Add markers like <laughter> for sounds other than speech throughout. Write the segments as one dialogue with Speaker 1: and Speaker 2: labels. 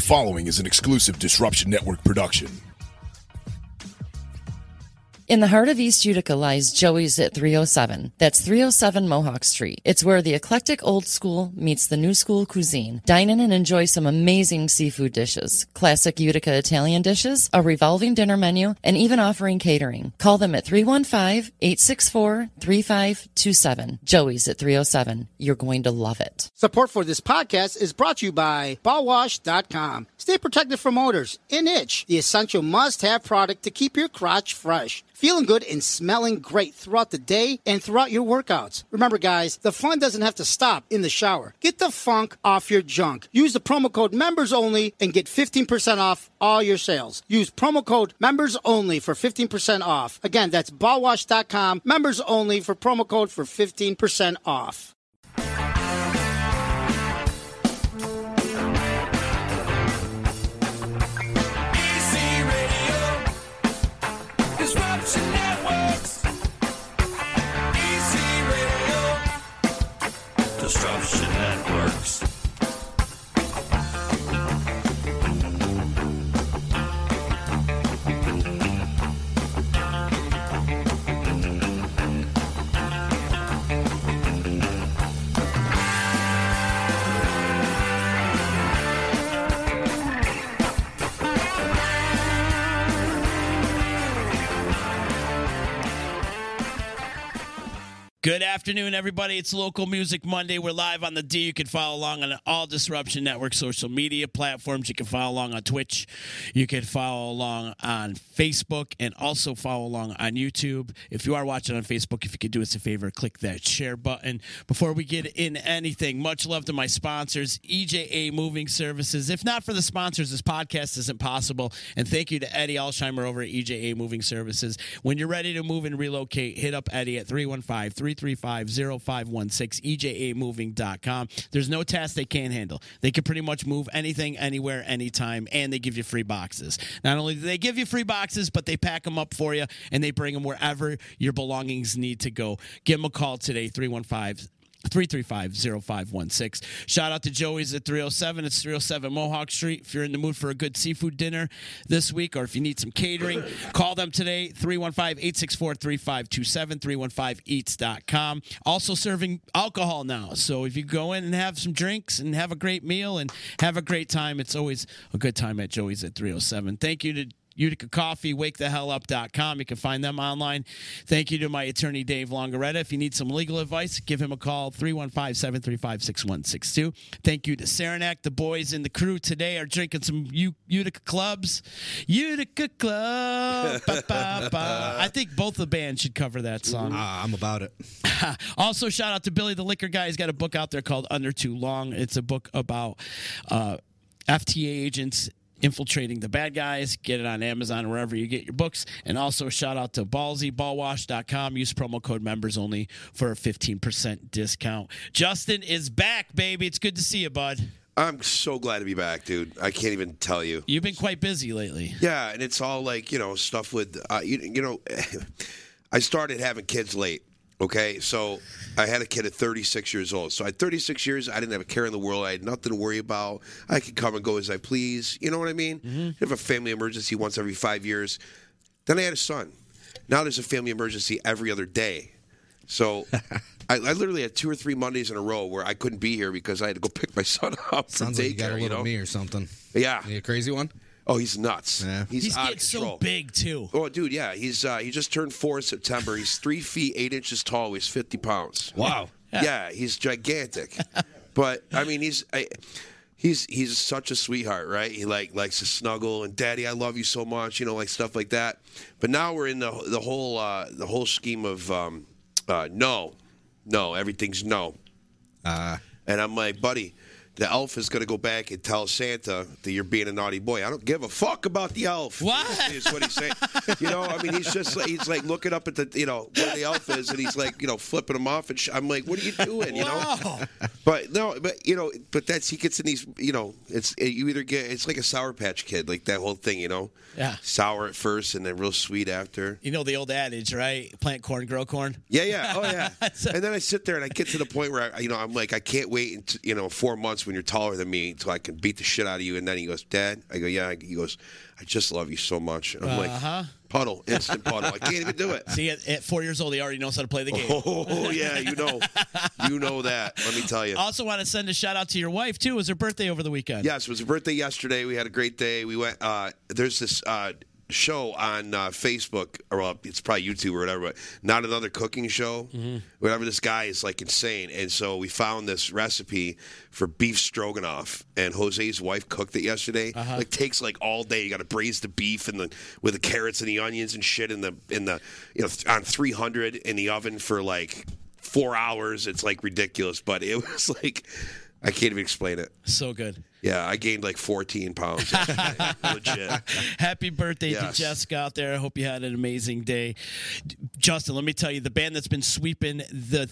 Speaker 1: following is an exclusive Disruption Network production.
Speaker 2: In the heart of East Utica lies Joey's at 307. That's 307 Mohawk Street. It's where the eclectic old school meets the new school cuisine. Dine in and enjoy some amazing seafood dishes, classic Utica Italian dishes, a revolving dinner menu, and even offering catering. Call them at 315-864-3527. Joey's at 307. You're going to love it.
Speaker 3: Support for this podcast is brought to you by BallWash.com. Stay protected from odors and itch, the essential must-have product to keep your crotch fresh feeling good and smelling great throughout the day and throughout your workouts. Remember, guys, the fun doesn't have to stop in the shower. Get the funk off your junk. Use the promo code members only and get 15% off all your sales. Use promo code members only for 15% off. Again, that's ballwash.com, members only for promo code for 15% off.
Speaker 4: Disruption Networks. Easy Radio. Disruption Networks.
Speaker 5: Good afternoon, everybody. It's Local Music Monday. We're live on the D. You can follow along on all Disruption Network social media platforms. You can follow along on Twitch. You can follow along on Facebook and also follow along on YouTube. If you are watching on Facebook, if you could do us a favor, click that share button. Before we get in anything, much love to my sponsors, EJA Moving Services. If not for the sponsors, this podcast isn't possible. And thank you to Eddie Alsheimer over at EJA Moving Services. When you're ready to move and relocate, hit up Eddie at 315 335 0516, ejamoving.com. There's no task they can't handle. They can pretty much move anything, anywhere, anytime, and they give you free boxes. Not only do they give you free boxes, but they pack them up for you and they bring them wherever your belongings need to go. Give them a call today, 315- 335-0516. Shout out to Joey's at 307. It's 307 Mohawk Street. If you're in the mood for a good seafood dinner this week or if you need some catering, call them today, 315-864-3527, 315eats.com. Also serving alcohol now. So if you go in and have some drinks and have a great meal and have a great time, it's always a good time at Joey's at 307. Thank you to Utica Coffee, wakethehellup.com. You can find them online. Thank you to my attorney, Dave Longaretta. If you need some legal advice, give him a call, 315 735 6162. Thank you to Saranac. The boys and the crew today are drinking some U- Utica clubs. Utica Club. Ba, ba, ba. I think both the bands should cover that song.
Speaker 6: Ah, I'm about it.
Speaker 5: Also, shout out to Billy the Liquor Guy. He's got a book out there called Under Too Long. It's a book about uh, FTA agents infiltrating the bad guys. Get it on Amazon, wherever you get your books. And also, shout out to ballsyballwash.com. Use promo code members only for a 15% discount. Justin is back, baby. It's good to see you, bud.
Speaker 7: I'm so glad to be back, dude. I can't even tell you.
Speaker 5: You've been quite busy lately.
Speaker 7: Yeah, and it's all like you know stuff with uh, you, you know. <laughs> I started having kids late. Okay, so I had a kid at 36 years old. So at 36 years, I didn't have a care in the world. I had nothing to worry about. I could come and go as I please. You know what I mean?
Speaker 6: Mm-hmm.
Speaker 7: I have a family emergency once every five years. Then I had a son. Now there's a family emergency every other day.
Speaker 6: <laughs>
Speaker 7: So I, I literally had two or three Mondays in a row where I couldn't be here because I had to go pick my son up from
Speaker 6: Sounds
Speaker 7: daycare.
Speaker 6: like you got a
Speaker 7: you
Speaker 6: little
Speaker 7: know?
Speaker 6: me or something.
Speaker 7: Yeah.
Speaker 6: You a crazy one?
Speaker 7: Oh, he's nuts.
Speaker 6: Yeah.
Speaker 7: He's,
Speaker 5: He's
Speaker 7: out of
Speaker 5: getting so
Speaker 7: control.
Speaker 5: big, too.
Speaker 7: Oh, dude, yeah, he's uh, he just turned four in September. He's three feet eight inches tall. He's fifty pounds.
Speaker 6: Wow.
Speaker 7: Yeah, he's gigantic. but I mean, he's I, he's he's such a sweetheart, right? He like likes to snuggle and daddy, I love you so much, you know, like stuff like that. But now we're in the the whole uh, the whole scheme of um, uh, no, no, everything's no. And I'm like, buddy, the elf is going to go back and tell Santa that you're being a naughty boy. I don't give a fuck about the elf.
Speaker 5: What?
Speaker 7: Is what he's saying. you know, I mean, he's just like, he's like looking up at the, you know, where the elf is and he's like, you know, flipping him off. And sh- I'm like, what are you doing, you know?
Speaker 5: Wow.
Speaker 7: But no, but, you know, but that's, he gets in these, you know, it's, you either get, it's like a Sour Patch Kid, like that whole thing, you know?
Speaker 5: Yeah.
Speaker 7: Sour at first and then real sweet after.
Speaker 5: You know the old adage, right? Plant corn, grow corn.
Speaker 7: Yeah, yeah, oh yeah. and then I sit there and I get to the point where I, you know, I'm like, I can't wait, until, you know, four months when you're taller than me until I can beat the shit out of you. And then he goes, Dad. I go, Yeah. He goes, I just love you so much. And I'm like, Puddle, instant puddle. I can't even do it.
Speaker 5: See, at, at four years old, he already knows how to play the game.
Speaker 7: <laughs> Oh yeah, you know, you know that. Let me tell you.
Speaker 5: Also, want to send a shout out to your wife too. It was her birthday over the weekend.
Speaker 7: Yes, it was her birthday yesterday. We had a great day. We went. Uh, there's this uh, show on uh, Facebook, or well, it's probably YouTube or whatever. But not another cooking show. Whatever. This guy is like insane, and so we found this recipe for beef stroganoff, and Jose's wife cooked it yesterday. Like takes like all day. You got to braise the beef and the with the carrots and the onions and shit in the in the you know th- on 300 in the oven for like four hours. It's like ridiculous, but it <laughs> was like. I can't even explain it.
Speaker 5: So good.
Speaker 7: Yeah, I gained like 14 pounds.
Speaker 6: <laughs>
Speaker 7: Legit.
Speaker 5: Happy birthday
Speaker 7: Yes.
Speaker 5: to Jessica out there. I hope you had an amazing day. D- Justin, let me tell you, the band that's been sweeping the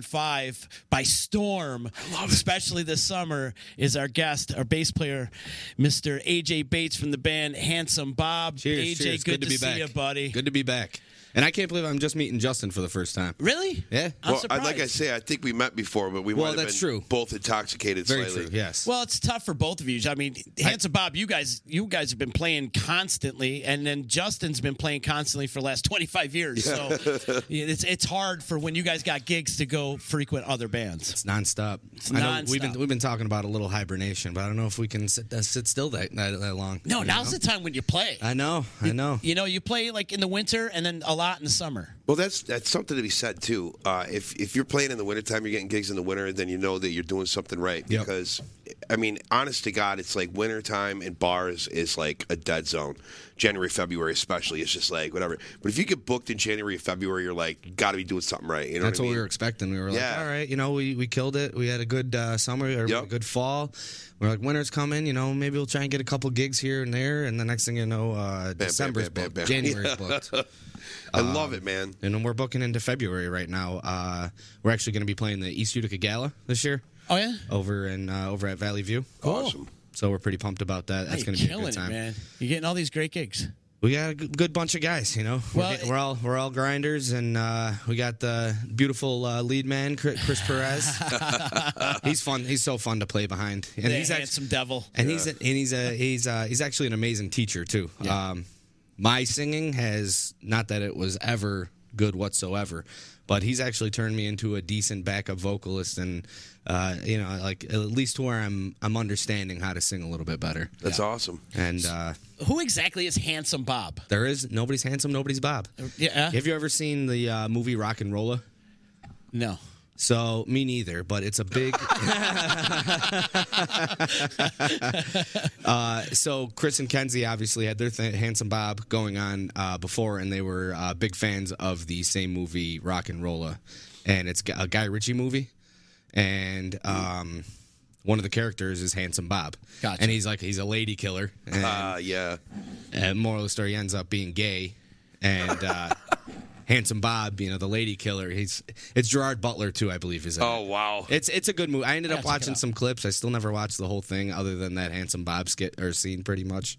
Speaker 5: 315 by storm, especially this summer, is our guest, our bass player, Mr. AJ Bates from the band Handsome Bob.
Speaker 6: Cheers,
Speaker 5: AJ,
Speaker 6: cheers.
Speaker 5: good, to,
Speaker 6: be
Speaker 5: see
Speaker 6: back.
Speaker 5: you, buddy.
Speaker 6: Good to be back. And I can't believe I'm just meeting Justin for the first time.
Speaker 5: Really?
Speaker 6: Yeah.
Speaker 5: I'm
Speaker 7: well, I-
Speaker 5: surprised.
Speaker 7: like I say, I think we met before, but we
Speaker 6: Well,
Speaker 7: might have
Speaker 6: that's
Speaker 7: been
Speaker 6: true.
Speaker 7: both intoxicated
Speaker 6: Very
Speaker 7: slightly.
Speaker 6: true. Yes.
Speaker 5: Well, it's tough for both of you. I mean, Handsome Bob, you guys, you guys have been playing constantly, and then Justin's been playing constantly for the last <laughs> twenty five years. So <laughs> yeah, it's it's hard for when you guys got gigs to go frequent other bands.
Speaker 6: it's nonstop. I know
Speaker 5: nonstop.
Speaker 6: we've been we've been talking about a little hibernation, but I don't know if we can sit uh, sit still that that, that long.
Speaker 5: No,
Speaker 6: you
Speaker 5: now's
Speaker 6: know?
Speaker 5: the time when you play.
Speaker 6: I know. I know.
Speaker 5: You know, you play like in the winter and then a lot in the summer.
Speaker 7: Well, that's that's something to be said too. Uh, if if you're playing in the wintertime, you're getting gigs in the winter, then you know that you're doing something right.
Speaker 6: Yep.
Speaker 7: Because, I mean, honest to God, it's like wintertime and bars is like a dead zone. January, February, especially, it's just like whatever. But if you get booked in January, or February, you're like got to be doing something right. You know
Speaker 6: That's
Speaker 7: what I
Speaker 6: what
Speaker 7: mean?
Speaker 6: we were expecting. We were
Speaker 7: Yeah.
Speaker 6: like, all right, you know, we, we killed it. We had a good uh, summer or
Speaker 7: Yep.
Speaker 6: a good fall. We are like, winter's coming. You know, maybe we'll try and get a couple gigs here and there. And the next thing you know, uh, December's
Speaker 7: bam,
Speaker 6: booked,
Speaker 7: bam, bam. <laughs>
Speaker 6: January's booked.
Speaker 7: I
Speaker 6: uh,
Speaker 7: love it, man.
Speaker 6: And then we're booking into February right now. Uh, we're actually going to be playing the East Utica Gala this year
Speaker 5: Oh yeah,
Speaker 6: over in uh, over at Valley View.
Speaker 7: Awesome.
Speaker 6: So we're pretty pumped about that. That's
Speaker 5: Hey,
Speaker 6: going to be a
Speaker 5: killing
Speaker 6: good time.
Speaker 5: It, man. You're getting all these great gigs.
Speaker 6: We got a g- good bunch of guys, you know. We're
Speaker 5: Well,
Speaker 6: get-
Speaker 5: it-
Speaker 6: we're, all we're all grinders, and uh, we got the beautiful uh, lead man, Chris, Chris Perez.
Speaker 5: <laughs>
Speaker 6: he's fun. He's so fun to play behind, and
Speaker 5: The
Speaker 6: he's act-
Speaker 5: handsome devil.
Speaker 6: and he's a, and he's a, he's uh he's actually an amazing teacher too. Um, my singing has not that it was ever good whatsoever, but he's actually turned me into a decent backup vocalist, and uh, you know, like at least to where I'm I'm understanding how to sing a little bit better.
Speaker 7: That's awesome.
Speaker 6: And uh,
Speaker 5: Who exactly is Handsome Bob?
Speaker 6: there is nobody's handsome, nobody's Bob.
Speaker 5: Yeah.
Speaker 6: Have you ever seen the uh, movie Rock and Rolla?
Speaker 5: No.
Speaker 6: So me neither, but it's a big. <laughs> uh, so Chris and Kenzie obviously had their th- handsome Bob going on uh, before, and they were uh, big fans of the same movie Rock and Rolla, and it's a Guy Ritchie movie, and um, one of the characters is handsome Bob,
Speaker 5: Gotcha.
Speaker 6: and he's like he's a lady killer, and
Speaker 7: <laughs> Uh, yeah.
Speaker 6: uh, moral of the story he ends up being gay and uh handsome bob you know the lady killer he's it's gerard butler too i believe is in it.
Speaker 7: Oh wow.
Speaker 6: it's it's a good movie i ended
Speaker 5: I'll
Speaker 6: up
Speaker 5: check it
Speaker 6: watching
Speaker 5: out.
Speaker 6: some clips i still never watched the whole thing other than that handsome bob skit or scene pretty much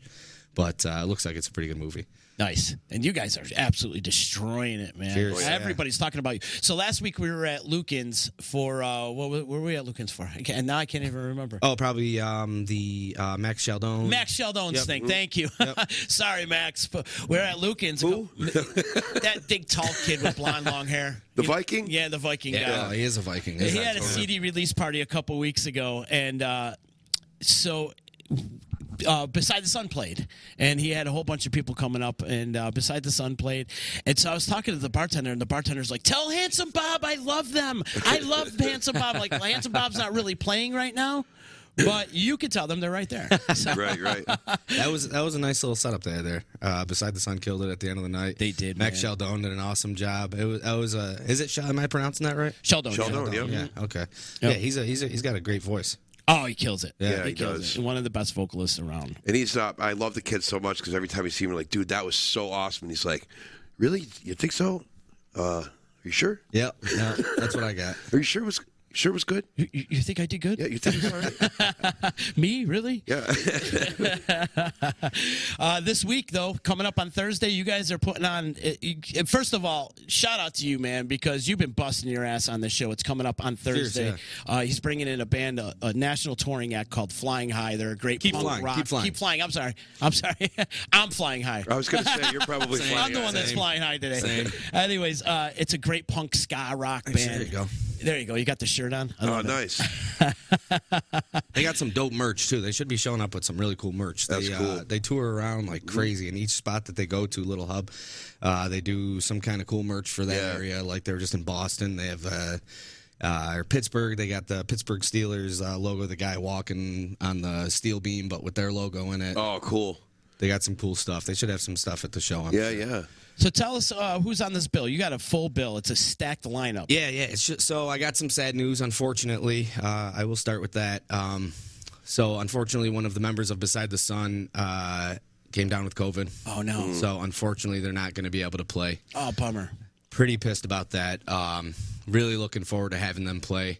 Speaker 6: but uh it looks like it's a pretty good movie
Speaker 5: Nice. And you guys are absolutely destroying it, man.
Speaker 6: Cheers. Yeah.
Speaker 5: Everybody's talking about you. So last week we were at Lukens for uh what were, were we at Lukens for? I can't- And now I can't even remember.
Speaker 6: oh probably um the uh max sheldon
Speaker 5: Max Sheldon's thing. Thank you. <laughs> Sorry, Max. But we're at Lukens. that big tall kid with blonde long hair.
Speaker 7: The
Speaker 5: You-
Speaker 7: Viking?
Speaker 5: Yeah, the Viking
Speaker 6: yeah.
Speaker 5: guy.
Speaker 6: oh, he is a viking
Speaker 5: He
Speaker 6: isn't
Speaker 5: had a CD release party a couple weeks ago, and uh, so uh, Beside the Sun played, and he had a whole bunch of people coming up, and uh, Beside the Sun played, and so I was talking to the bartender, and the bartender's like, "Tell Handsome Bob I love them. I
Speaker 7: <laughs>
Speaker 5: love Handsome Bob. Like well, Handsome Bob's not really playing right now." But you can tell them they're right
Speaker 7: <laughs>
Speaker 5: there. So,
Speaker 7: right, right.
Speaker 6: <laughs> That was that was a nice little setup there. There, uh, beside the sun killed it at the end of the night.
Speaker 5: They did,
Speaker 6: Max
Speaker 5: man.
Speaker 6: Sheldon did an awesome job. It was that was a. Is it? Shel- Am I pronouncing that right?
Speaker 5: Sheldon. yeah.
Speaker 7: Sheldon, yeah.
Speaker 6: Yeah. Okay. Yeah. He's a, he's a, he's got a great voice.
Speaker 5: Oh, he kills it.
Speaker 7: Yeah, he
Speaker 5: kills
Speaker 7: does.
Speaker 5: it. One of the best vocalists around.
Speaker 7: And he's not. I love the kid so much because every time you see him, you're like, dude, that was so awesome. And he's like, really? You think so? Uh, are you sure?
Speaker 6: Yep. Yeah, that's what I got.
Speaker 7: Are you sure it was? Sure was good.
Speaker 5: You, you you think I did good?
Speaker 7: Yeah, you think it was all
Speaker 5: <laughs>
Speaker 7: right?
Speaker 5: Me, really?
Speaker 7: Yeah.
Speaker 5: Uh, this week, though, coming up on Thursday, you guys are putting on. uh, you- uh, First of all, shout out to you, man, because you've been busting your ass on this show. It's coming up on Thursday.
Speaker 6: yeah.
Speaker 5: uh, he's bringing in a band, a, a national touring act called Flying High. They're a great
Speaker 6: Keep
Speaker 5: punk
Speaker 6: flying,
Speaker 5: rock.
Speaker 6: keep flying.
Speaker 5: I'm sorry. I'm sorry. <laughs> I'm flying high.
Speaker 7: <laughs> I was going to say, you're probably
Speaker 6: Same.
Speaker 7: flying
Speaker 5: I'm the
Speaker 7: high.
Speaker 5: one that's
Speaker 6: Same.
Speaker 5: flying high today.
Speaker 6: Same.
Speaker 5: Anyways, uh, it's a great punk ska rock band.
Speaker 6: Nice, there you go. Uh,
Speaker 5: There you go. You got the shirt on. I
Speaker 7: Oh,
Speaker 5: love it.
Speaker 7: nice.
Speaker 6: They got some dope merch too. They should be showing up with some really cool merch.
Speaker 7: That's
Speaker 6: they,
Speaker 7: cool.
Speaker 6: Uh, they tour around like crazy, and each spot that they go to, Little Hub, uh, they do some kind of cool merch for that
Speaker 7: Yeah.
Speaker 6: area. Like they were just in Boston. They have. Uh, uh, or Pittsburgh, they got the Pittsburgh Steelers uh, logo, the guy walking on the steel beam, but with their logo in it.
Speaker 7: Oh, cool.
Speaker 6: They got some cool stuff. They should have some stuff at the show. I'm
Speaker 7: Yeah,
Speaker 6: sure.
Speaker 7: yeah.
Speaker 5: So tell us uh, who's on this bill. You got a full bill. It's a stacked lineup.
Speaker 6: Yeah, yeah. It's just, so I got some sad news, unfortunately. Uh, I will start with that. Um, so, unfortunately, one of the members of Beside the Sun uh, came down with COVID.
Speaker 5: Oh, no.
Speaker 6: So, unfortunately, they're not going to be able to play.
Speaker 5: Oh, bummer.
Speaker 6: Pretty pissed about that. Um, really looking forward to having them play.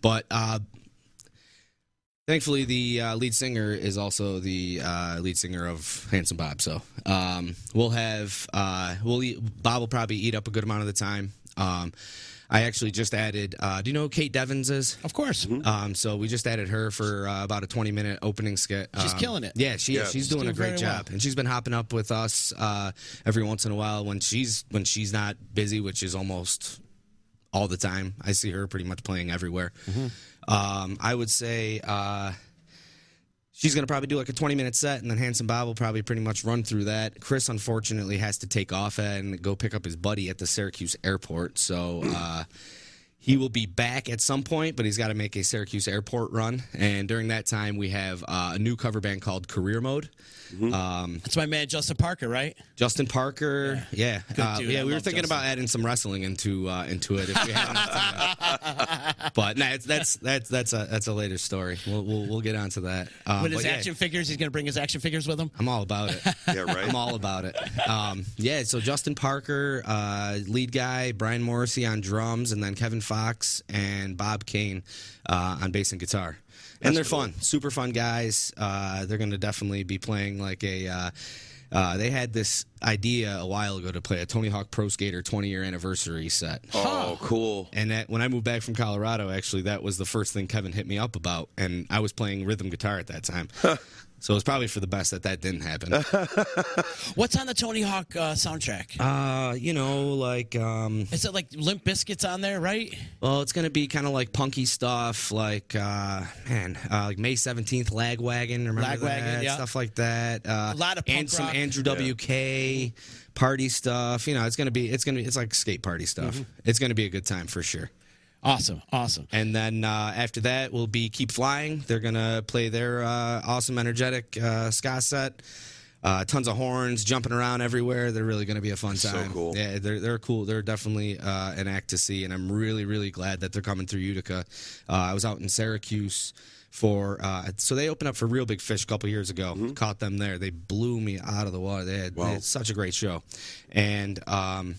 Speaker 6: But uh, thankfully, the uh, lead singer is also the uh, lead singer of Handsome Bob. So um, we'll have uh, we'll eat, Bob will probably eat up a good amount of the time. Um, I actually just added. Uh, do you know who Kate Devins is?
Speaker 5: Of course. Uh,
Speaker 6: Um, so we just added her for uh, about a 20 minute opening skit.
Speaker 5: She's
Speaker 6: Um,
Speaker 5: killing it.
Speaker 6: Yeah, she
Speaker 7: Yeah.
Speaker 6: is. she's doing a
Speaker 5: doing
Speaker 6: great
Speaker 5: very
Speaker 6: job, and she's been hopping up with us uh, every once in a while when she's when she's not busy, which is almost all the time. I see her pretty much playing everywhere. Um, I would say. Uh, She's gonna probably do like a twenty minute set, and then Handsome Bob will probably pretty much run through that. Chris unfortunately has to take off and go pick up his buddy at the Syracuse airport, so uh, he will be back at some point, but he's got to make a Syracuse airport run. And during that time, we have uh, a new cover band called Career Mode.
Speaker 5: That's my man Justin Parker, right?
Speaker 6: Justin Parker, yeah, uh,
Speaker 5: dude,
Speaker 6: yeah.
Speaker 5: I
Speaker 6: we were
Speaker 5: love
Speaker 6: thinking
Speaker 5: Justin.
Speaker 6: about adding some wrestling into uh, into it, if we had enough
Speaker 5: <laughs>
Speaker 6: time. but nah, it's, that's that's that's a that's a later story. We'll we'll, we'll get onto that. Um,
Speaker 5: with
Speaker 6: but
Speaker 5: his
Speaker 6: yeah,
Speaker 5: action figures, he's going to bring his action figures with him.
Speaker 6: I'm all
Speaker 5: <laughs>
Speaker 6: about it.
Speaker 7: Yeah, right.
Speaker 6: I'm all about it. Um, yeah, so Justin Parker, uh, lead guy, Brian Morrissey on drums, and then Kevin Fox and Bob Kane uh, on bass and guitar. and they're fun, super fun guys. Uh, they're going to definitely be playing like a. Uh, uh, they had this idea a while ago to play a Tony Hawk Pro Skater 20 year anniversary set.
Speaker 7: Oh, cool.
Speaker 6: And that, when I moved back from Colorado, actually, that was the first thing Kevin hit me up about. And I was playing rhythm guitar at that time. so it was probably for the best that that didn't
Speaker 7: Uh,
Speaker 6: happen.
Speaker 5: What's on the Tony Hawk uh, soundtrack?
Speaker 6: Uh, you know, like um
Speaker 5: Is it like Limp Biscuits on there, right?
Speaker 6: well, it's gonna be kind of like punky stuff, like uh man, uh, like May seventeenth, Lagwagon, remember
Speaker 5: Lagwagon,
Speaker 6: that?
Speaker 5: yeah.
Speaker 6: stuff like that. Uh,
Speaker 5: A lot of punk
Speaker 6: and some
Speaker 5: rock.
Speaker 6: Andrew WK party stuff. You know, it's gonna be it's gonna be it's like skate party stuff.
Speaker 5: Mm-hmm.
Speaker 6: It's gonna be a good time for sure.
Speaker 5: Awesome, awesome.
Speaker 6: And then uh, after that will be Keep Flying. They're going to play their uh, awesome, energetic uh, ska set. Uh, tons of horns, jumping around everywhere. They're really going to be a fun
Speaker 7: So
Speaker 6: time.
Speaker 7: cool.
Speaker 6: Yeah, they're, they're cool. They're definitely uh, an act to see. And I'm really, really glad that they're coming through Utica. Uh, I was out in Syracuse for, uh, so they opened up for Real Big Fish a couple years ago.
Speaker 7: Mm-hmm.
Speaker 6: Caught them there. They blew me out of the water. They had, they had such a great show. And, um,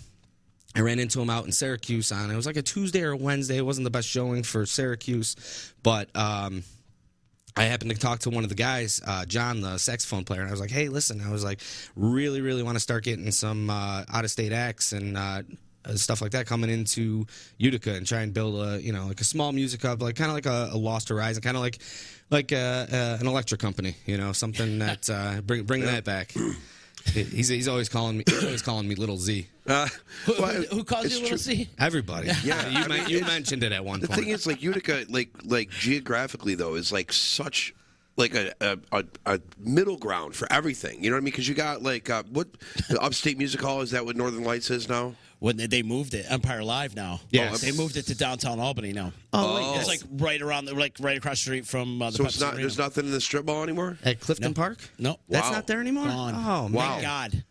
Speaker 6: I ran into him out in Syracuse on it was like a Tuesday or a Wednesday. It wasn't the best showing for Syracuse, but um, I happened to talk to one of the guys, uh, John, the saxophone player, and I was like, "Hey, listen, I was like, really, really want to start getting some uh, out of state acts and uh, stuff like that coming into Utica and try and build a, you know, like a small music hub, like kind of like a, a Lost Horizon, kind of like like uh, uh, an electric company, you know, something that uh, bring bring that back." He's, he's always calling me he's always calling me little Z.
Speaker 5: Who,
Speaker 7: Well,
Speaker 5: who calls
Speaker 7: it's
Speaker 5: you Little
Speaker 7: true.
Speaker 5: C?
Speaker 6: Everybody.
Speaker 7: Yeah,
Speaker 6: you,
Speaker 7: I
Speaker 6: men-
Speaker 7: mean,
Speaker 6: you
Speaker 7: it's-
Speaker 6: mentioned it at one
Speaker 7: The
Speaker 6: point.
Speaker 7: thing is, like Utica, like like geographically though, is like such like a a, a, a middle ground for everything. You know what I mean? Because you got like uh, what the Upstate Music Hall is that what Northern Lights is now?
Speaker 5: When they, they moved it, Empire Live now.
Speaker 6: Yes.
Speaker 5: they moved it to downtown Albany now.
Speaker 6: oh, wait,
Speaker 5: It's like right around, the, like right across the street from uh, the.
Speaker 7: So it's
Speaker 5: Pepsi
Speaker 7: not
Speaker 5: Arena.
Speaker 7: there's nothing in the strip mall anymore,
Speaker 6: at Clifton Park?
Speaker 5: Nope.
Speaker 6: That's
Speaker 7: Wow.
Speaker 6: not there anymore?
Speaker 5: Gone.
Speaker 6: Oh,
Speaker 5: Thank
Speaker 6: man.
Speaker 5: God.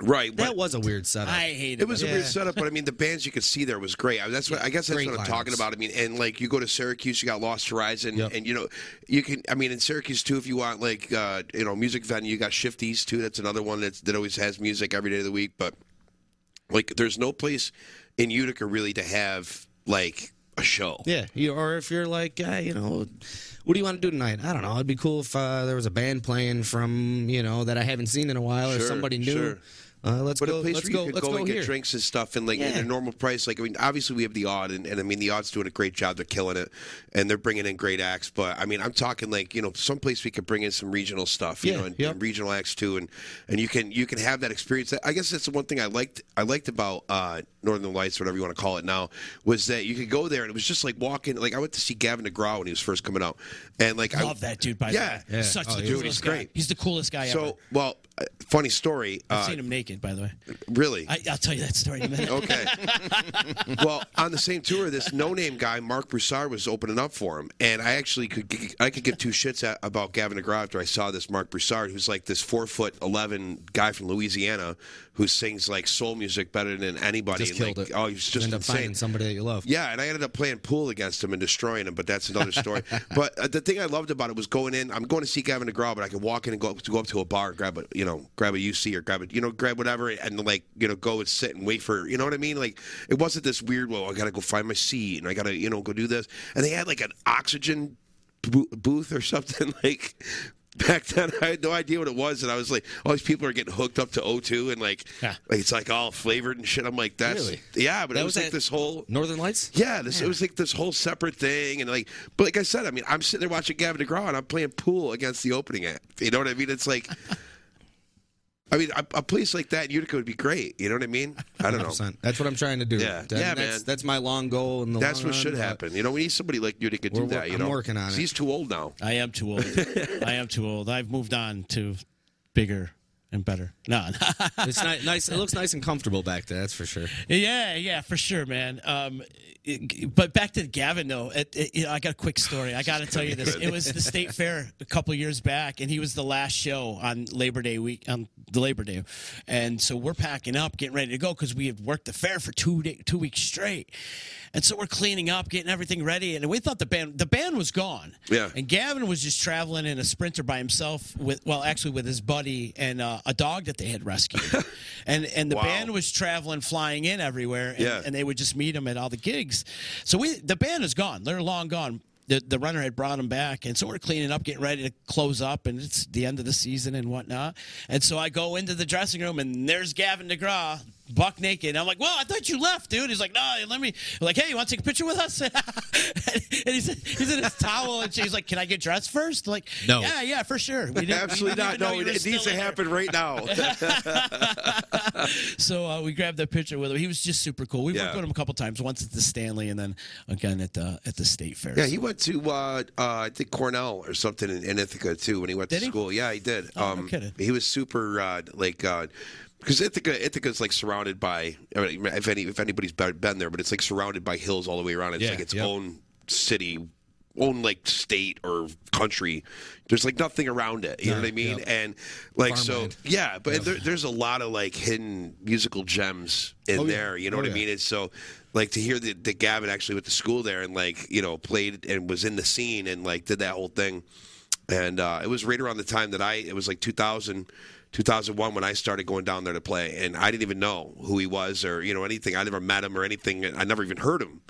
Speaker 7: right?
Speaker 6: That
Speaker 7: but-
Speaker 6: was a weird setup.
Speaker 5: I hate it.
Speaker 7: It was a weird
Speaker 6: Yeah.
Speaker 7: setup, but I mean, the bands you could see there was great. I, that's what I guess that's
Speaker 6: Great
Speaker 7: what I'm
Speaker 6: lineups.
Speaker 7: talking about. I mean, and like you go to Syracuse, you got Lost Horizon,
Speaker 6: Yep.
Speaker 7: and you know, you can. I mean, in Syracuse too, if you want like uh, you know music venue, you got Shifties too. That's another one that's, that always has music every day of the week. But like, there's no place in Utica really to have like a show.
Speaker 6: Yeah, you, or if you're like, uh, you know, what do you want to do tonight? I don't know. It'd be cool if uh, there was a band playing from you know that I haven't seen in a while, or
Speaker 7: Sure,
Speaker 6: somebody new.
Speaker 7: sure.
Speaker 6: Uh, let's
Speaker 7: But
Speaker 6: go.
Speaker 7: a place
Speaker 6: Let's
Speaker 7: where
Speaker 6: go.
Speaker 7: you could
Speaker 6: Let's
Speaker 7: go,
Speaker 6: go,
Speaker 7: and
Speaker 6: here.
Speaker 7: get drinks and stuff, and like at
Speaker 6: Yeah.
Speaker 7: a normal price. Like I mean, obviously we have the odd, and, and I mean the odd's doing a great job. They're killing it, and they're bringing in great acts. But I mean, I'm talking like you know, someplace we could bring in some regional stuff, you
Speaker 6: Yeah,
Speaker 7: know, and,
Speaker 6: yep.
Speaker 7: and regional acts too, and and you can you can have that experience. I guess that's the one thing I liked I liked about uh, Northern Lights, whatever you want to call it now, was that you could go there and it was just like walking. Like I went to see Gavin DeGraw when he was first coming out, and like I
Speaker 5: Love that dude. By
Speaker 7: Yeah.
Speaker 5: the way,
Speaker 6: Yeah.
Speaker 5: such
Speaker 6: Oh,
Speaker 5: the
Speaker 6: dude,
Speaker 5: coolest
Speaker 7: he's
Speaker 5: guy.
Speaker 7: great.
Speaker 5: He's the coolest guy ever.
Speaker 7: So well, uh, funny story.
Speaker 5: I've
Speaker 7: Uh,
Speaker 5: seen him naked, by
Speaker 7: <laughs>
Speaker 5: the way.
Speaker 7: really,
Speaker 5: I, I'll tell you that story in a minute.
Speaker 6: <laughs>
Speaker 7: Okay. well, on the same tour, this no-name guy Mark Broussard was opening up for him, and I actually could g- I could give two shits at, about Gavin DeGraw after I saw this Mark Broussard, who's like this four foot eleven guy from Louisiana who sings like soul music better than anybody.
Speaker 6: Just
Speaker 7: and,
Speaker 6: killed
Speaker 7: like,
Speaker 6: it.
Speaker 7: Oh, he's just
Speaker 6: end up
Speaker 7: insane.
Speaker 6: finding somebody that you love.
Speaker 7: Yeah, and I ended up playing pool against him and destroying him, but that's another
Speaker 6: <laughs>
Speaker 7: story. but uh, the thing I loved about it was going in. I'm going to see Gavin DeGraw, but I could walk in and go up, go up to a bar, grab a you know, grab a UC or grab a you know, grab whatever, and like you know, go and sit and wait for you know what I mean. Like it wasn't this weird. Well, I got to go find my seat and I got to you know go do this. And they had like an oxygen bo- booth or <laughs> something like. Back then, I had no idea what it was, and I was like, "All these people are getting hooked up to O2, and like,
Speaker 5: Yeah.
Speaker 7: like it's like all flavored and shit." I'm like, "That's
Speaker 6: Really?
Speaker 7: yeah," but
Speaker 6: That
Speaker 7: it was,
Speaker 6: was
Speaker 7: like
Speaker 6: at-
Speaker 7: this whole
Speaker 6: Northern Lights.
Speaker 7: yeah, this, it was like this whole separate thing, and like, but like I said, I mean, I'm sitting there watching Gavin DeGraw, and I'm playing pool against the opening act. You know what I mean? It's
Speaker 6: <laughs>
Speaker 7: like, I mean, a, a place like that in Utica would be great. You know what I mean? I don't know.
Speaker 6: 100%. That's what I'm trying to do.
Speaker 7: Yeah.
Speaker 6: I mean,
Speaker 7: Yeah,
Speaker 6: that's,
Speaker 7: man.
Speaker 6: That's my long goal. In the
Speaker 7: That's
Speaker 6: long
Speaker 7: what
Speaker 6: run,
Speaker 7: should
Speaker 6: but-
Speaker 7: happen. You know, we need somebody like Utica to
Speaker 6: We're
Speaker 7: do
Speaker 6: wor-
Speaker 7: that. You
Speaker 6: I'm
Speaker 7: know,
Speaker 6: working on it.
Speaker 7: He's too old
Speaker 6: <laughs>
Speaker 7: now.
Speaker 5: I am too
Speaker 7: <laughs>
Speaker 5: old. I am too old. I've moved on to bigger and better. No, <laughs> no.
Speaker 6: it's ni- nice. It looks nice and comfortable back there. That's for sure.
Speaker 5: yeah, yeah, for sure, man. Um, it- but back to Gavin though. It, it, you know, I got a quick story. I got to tell you this. It was the state fair a couple years back, and he was the last show on Labor Day week on the Labor Day, and so we're packing up, getting ready to go because we had worked the fair for two day, two weeks straight, and so we're cleaning up, getting everything ready, and we thought the band the band was gone.
Speaker 7: Yeah.
Speaker 5: And Gavin was just traveling in a sprinter by himself with, well, actually with his buddy and uh, a dog that they had rescued.
Speaker 7: <laughs>
Speaker 5: and and the
Speaker 7: Wow.
Speaker 5: band was traveling, flying in everywhere. And,
Speaker 7: Yeah.
Speaker 5: and they would just meet him at all the gigs. So we, the band is gone. They're long gone. The, the runner had brought him back, and so we're cleaning up, getting ready to close up, and it's the end of the season and whatnot. And so I go into the dressing room, and there's Gavin DeGraw, buck naked. I'm like, "Well, I thought you left, dude." He's like, "No, let me." I'm like, "Hey, you want to take a picture with us?" <laughs> and he's, he's in his towel, and she's like, "Can I get dressed first? Like,
Speaker 6: No.
Speaker 5: yeah, yeah, for sure. We didn't- we
Speaker 7: Absolutely
Speaker 5: didn't
Speaker 7: not.
Speaker 5: even know
Speaker 7: No,
Speaker 5: you
Speaker 7: it
Speaker 5: were
Speaker 7: it
Speaker 5: still
Speaker 7: needs to
Speaker 5: in there.
Speaker 7: happen right now.
Speaker 6: <laughs>
Speaker 5: So uh, we grabbed that picture with him. He was just super cool. We
Speaker 7: Yeah.
Speaker 5: worked with him a couple times, once at the Stanley, and then again at the at the state fair.
Speaker 7: yeah, he went to uh, uh, I think Cornell or something in, in Ithaca too when he went
Speaker 5: Did
Speaker 7: to
Speaker 5: he?
Speaker 7: school. Yeah, he did. Um,
Speaker 5: Oh, no kidding.
Speaker 7: he was super uh, like uh 'cause because Ithaca Ithaca's like surrounded by I mean, if any if anybody's be- been there, but it's like surrounded by hills all the way around. It's
Speaker 6: Yeah,
Speaker 7: like its
Speaker 6: yep.
Speaker 7: own city. Own like state or country, there's like nothing around it. You know
Speaker 6: No,
Speaker 7: what I mean?
Speaker 6: yep.
Speaker 7: And like
Speaker 6: Farmland.
Speaker 7: so, yeah. But there, there's a lot of like hidden musical gems in
Speaker 6: Oh, yeah.
Speaker 7: there. You know
Speaker 6: Oh,
Speaker 7: what I
Speaker 6: yeah.
Speaker 7: mean? It's so like to hear that, that Gavin actually went to school there and like you know played and was in the scene and like did that whole thing. And uh, it was right around the time that I it was like 2000, 2001 when I started going down there to play, and I didn't even know who he was or you know anything. I never met him or anything. I never even heard him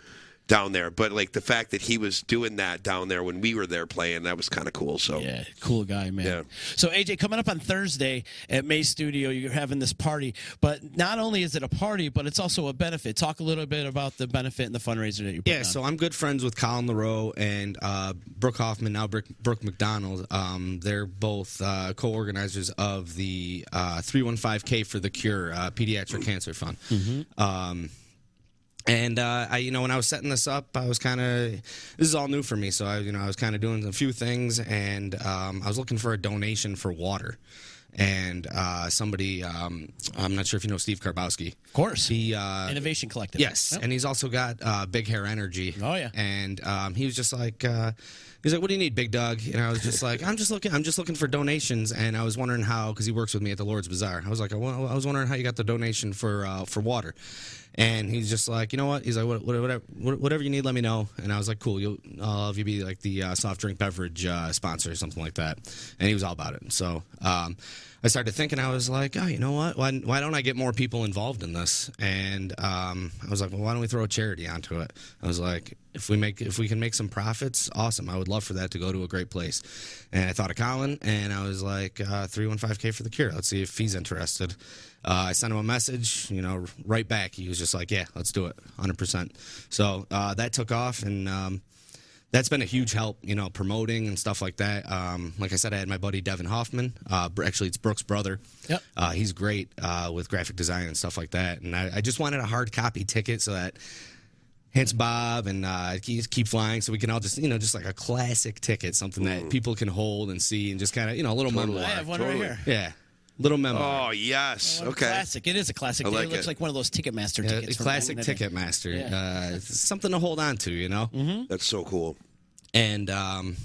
Speaker 7: down there. But like the fact that he was doing that down there when we were there playing, that was kind of cool. So
Speaker 5: Yeah, cool guy, man.
Speaker 7: Yeah.
Speaker 5: So AJ, coming up on Thursday at May Studio, you're having this party. But not only is it a party, but it's also a benefit. Talk a little bit about the benefit and the fundraiser that you.
Speaker 6: Yeah, so I'm good friends with Colin LaRoe and uh, Brooke Hoffman, now Brooke, Brooke McDonald. Um, they're both uh, co organizers of the uh, 315K for the Cure uh, Pediatric Cancer Fund. Um, and uh, I, you know, when I was setting this up, I was kind of this is all new for me. So I, you know, I was kind of doing a few things, and um, I was looking for a donation for water. And uh, somebody, um, I'm not sure if you know Steve Karbowski.
Speaker 5: Of course,
Speaker 6: He uh,
Speaker 5: Innovation Collective.
Speaker 6: Yes, and he's also got uh, big hair energy.
Speaker 5: Oh, yeah.
Speaker 6: and um, he was just like, uh, he's like, "What do you need, Big Doug?" And I was
Speaker 5: <laughs>
Speaker 6: just like, "I'm just looking, I'm just looking for donations." And I was wondering how, because he works with me at the Lord's Bazaar. I was like, "I wa- I was wondering how you got the donation for uh, for water." And he's just like, "You know what?" He's like, "What- what- "Whatever, what- whatever you need, let me know." And I was like, "Cool, you'll I'll have you be like the uh, soft drink beverage uh, sponsor or something like that." And he was all about it. So. Um, I started thinking, I was like, oh, you know what? Why, why don't I get more people involved in this? And um, I was like, well, why don't we throw a charity onto it? I was like, If we make if we can make some profits, awesome. I would love for that to go to a great place. And I thought of Colin, and I was like, uh, three one five k for the cure. Let's see if he's interested. Uh, I sent him a message, you know, right back. He was just like, yeah, let's do it, hundred percent. So uh, that took off, and um, that's been a huge help, you know, promoting and stuff like that. Um, like I said, I had my buddy Devin Hoffman. Uh, br- actually, it's Brooks' brother.
Speaker 5: Yep.
Speaker 6: Uh, he's great uh, with graphic design and stuff like that. And I, I just wanted a hard copy ticket so that hence Bob and uh, keep, keep flying so we can all just, you know, just like a classic ticket, something that people can hold and see and just kind of, you know, a little
Speaker 5: I
Speaker 6: memoir.
Speaker 5: have one
Speaker 7: Totally.
Speaker 5: right here.
Speaker 6: Yeah. Little memoir.
Speaker 7: Oh yes.
Speaker 5: One
Speaker 7: okay.
Speaker 5: Classic. It is a classic.
Speaker 7: I like
Speaker 5: it looks
Speaker 7: it.
Speaker 5: like one of those Ticketmaster
Speaker 6: Yeah,
Speaker 5: Oh, tickets.
Speaker 6: a
Speaker 5: from
Speaker 6: classic
Speaker 5: back in the day.
Speaker 6: Ticketmaster. Uh, it's something to hold on to, you know?
Speaker 7: That's so cool.
Speaker 6: and um,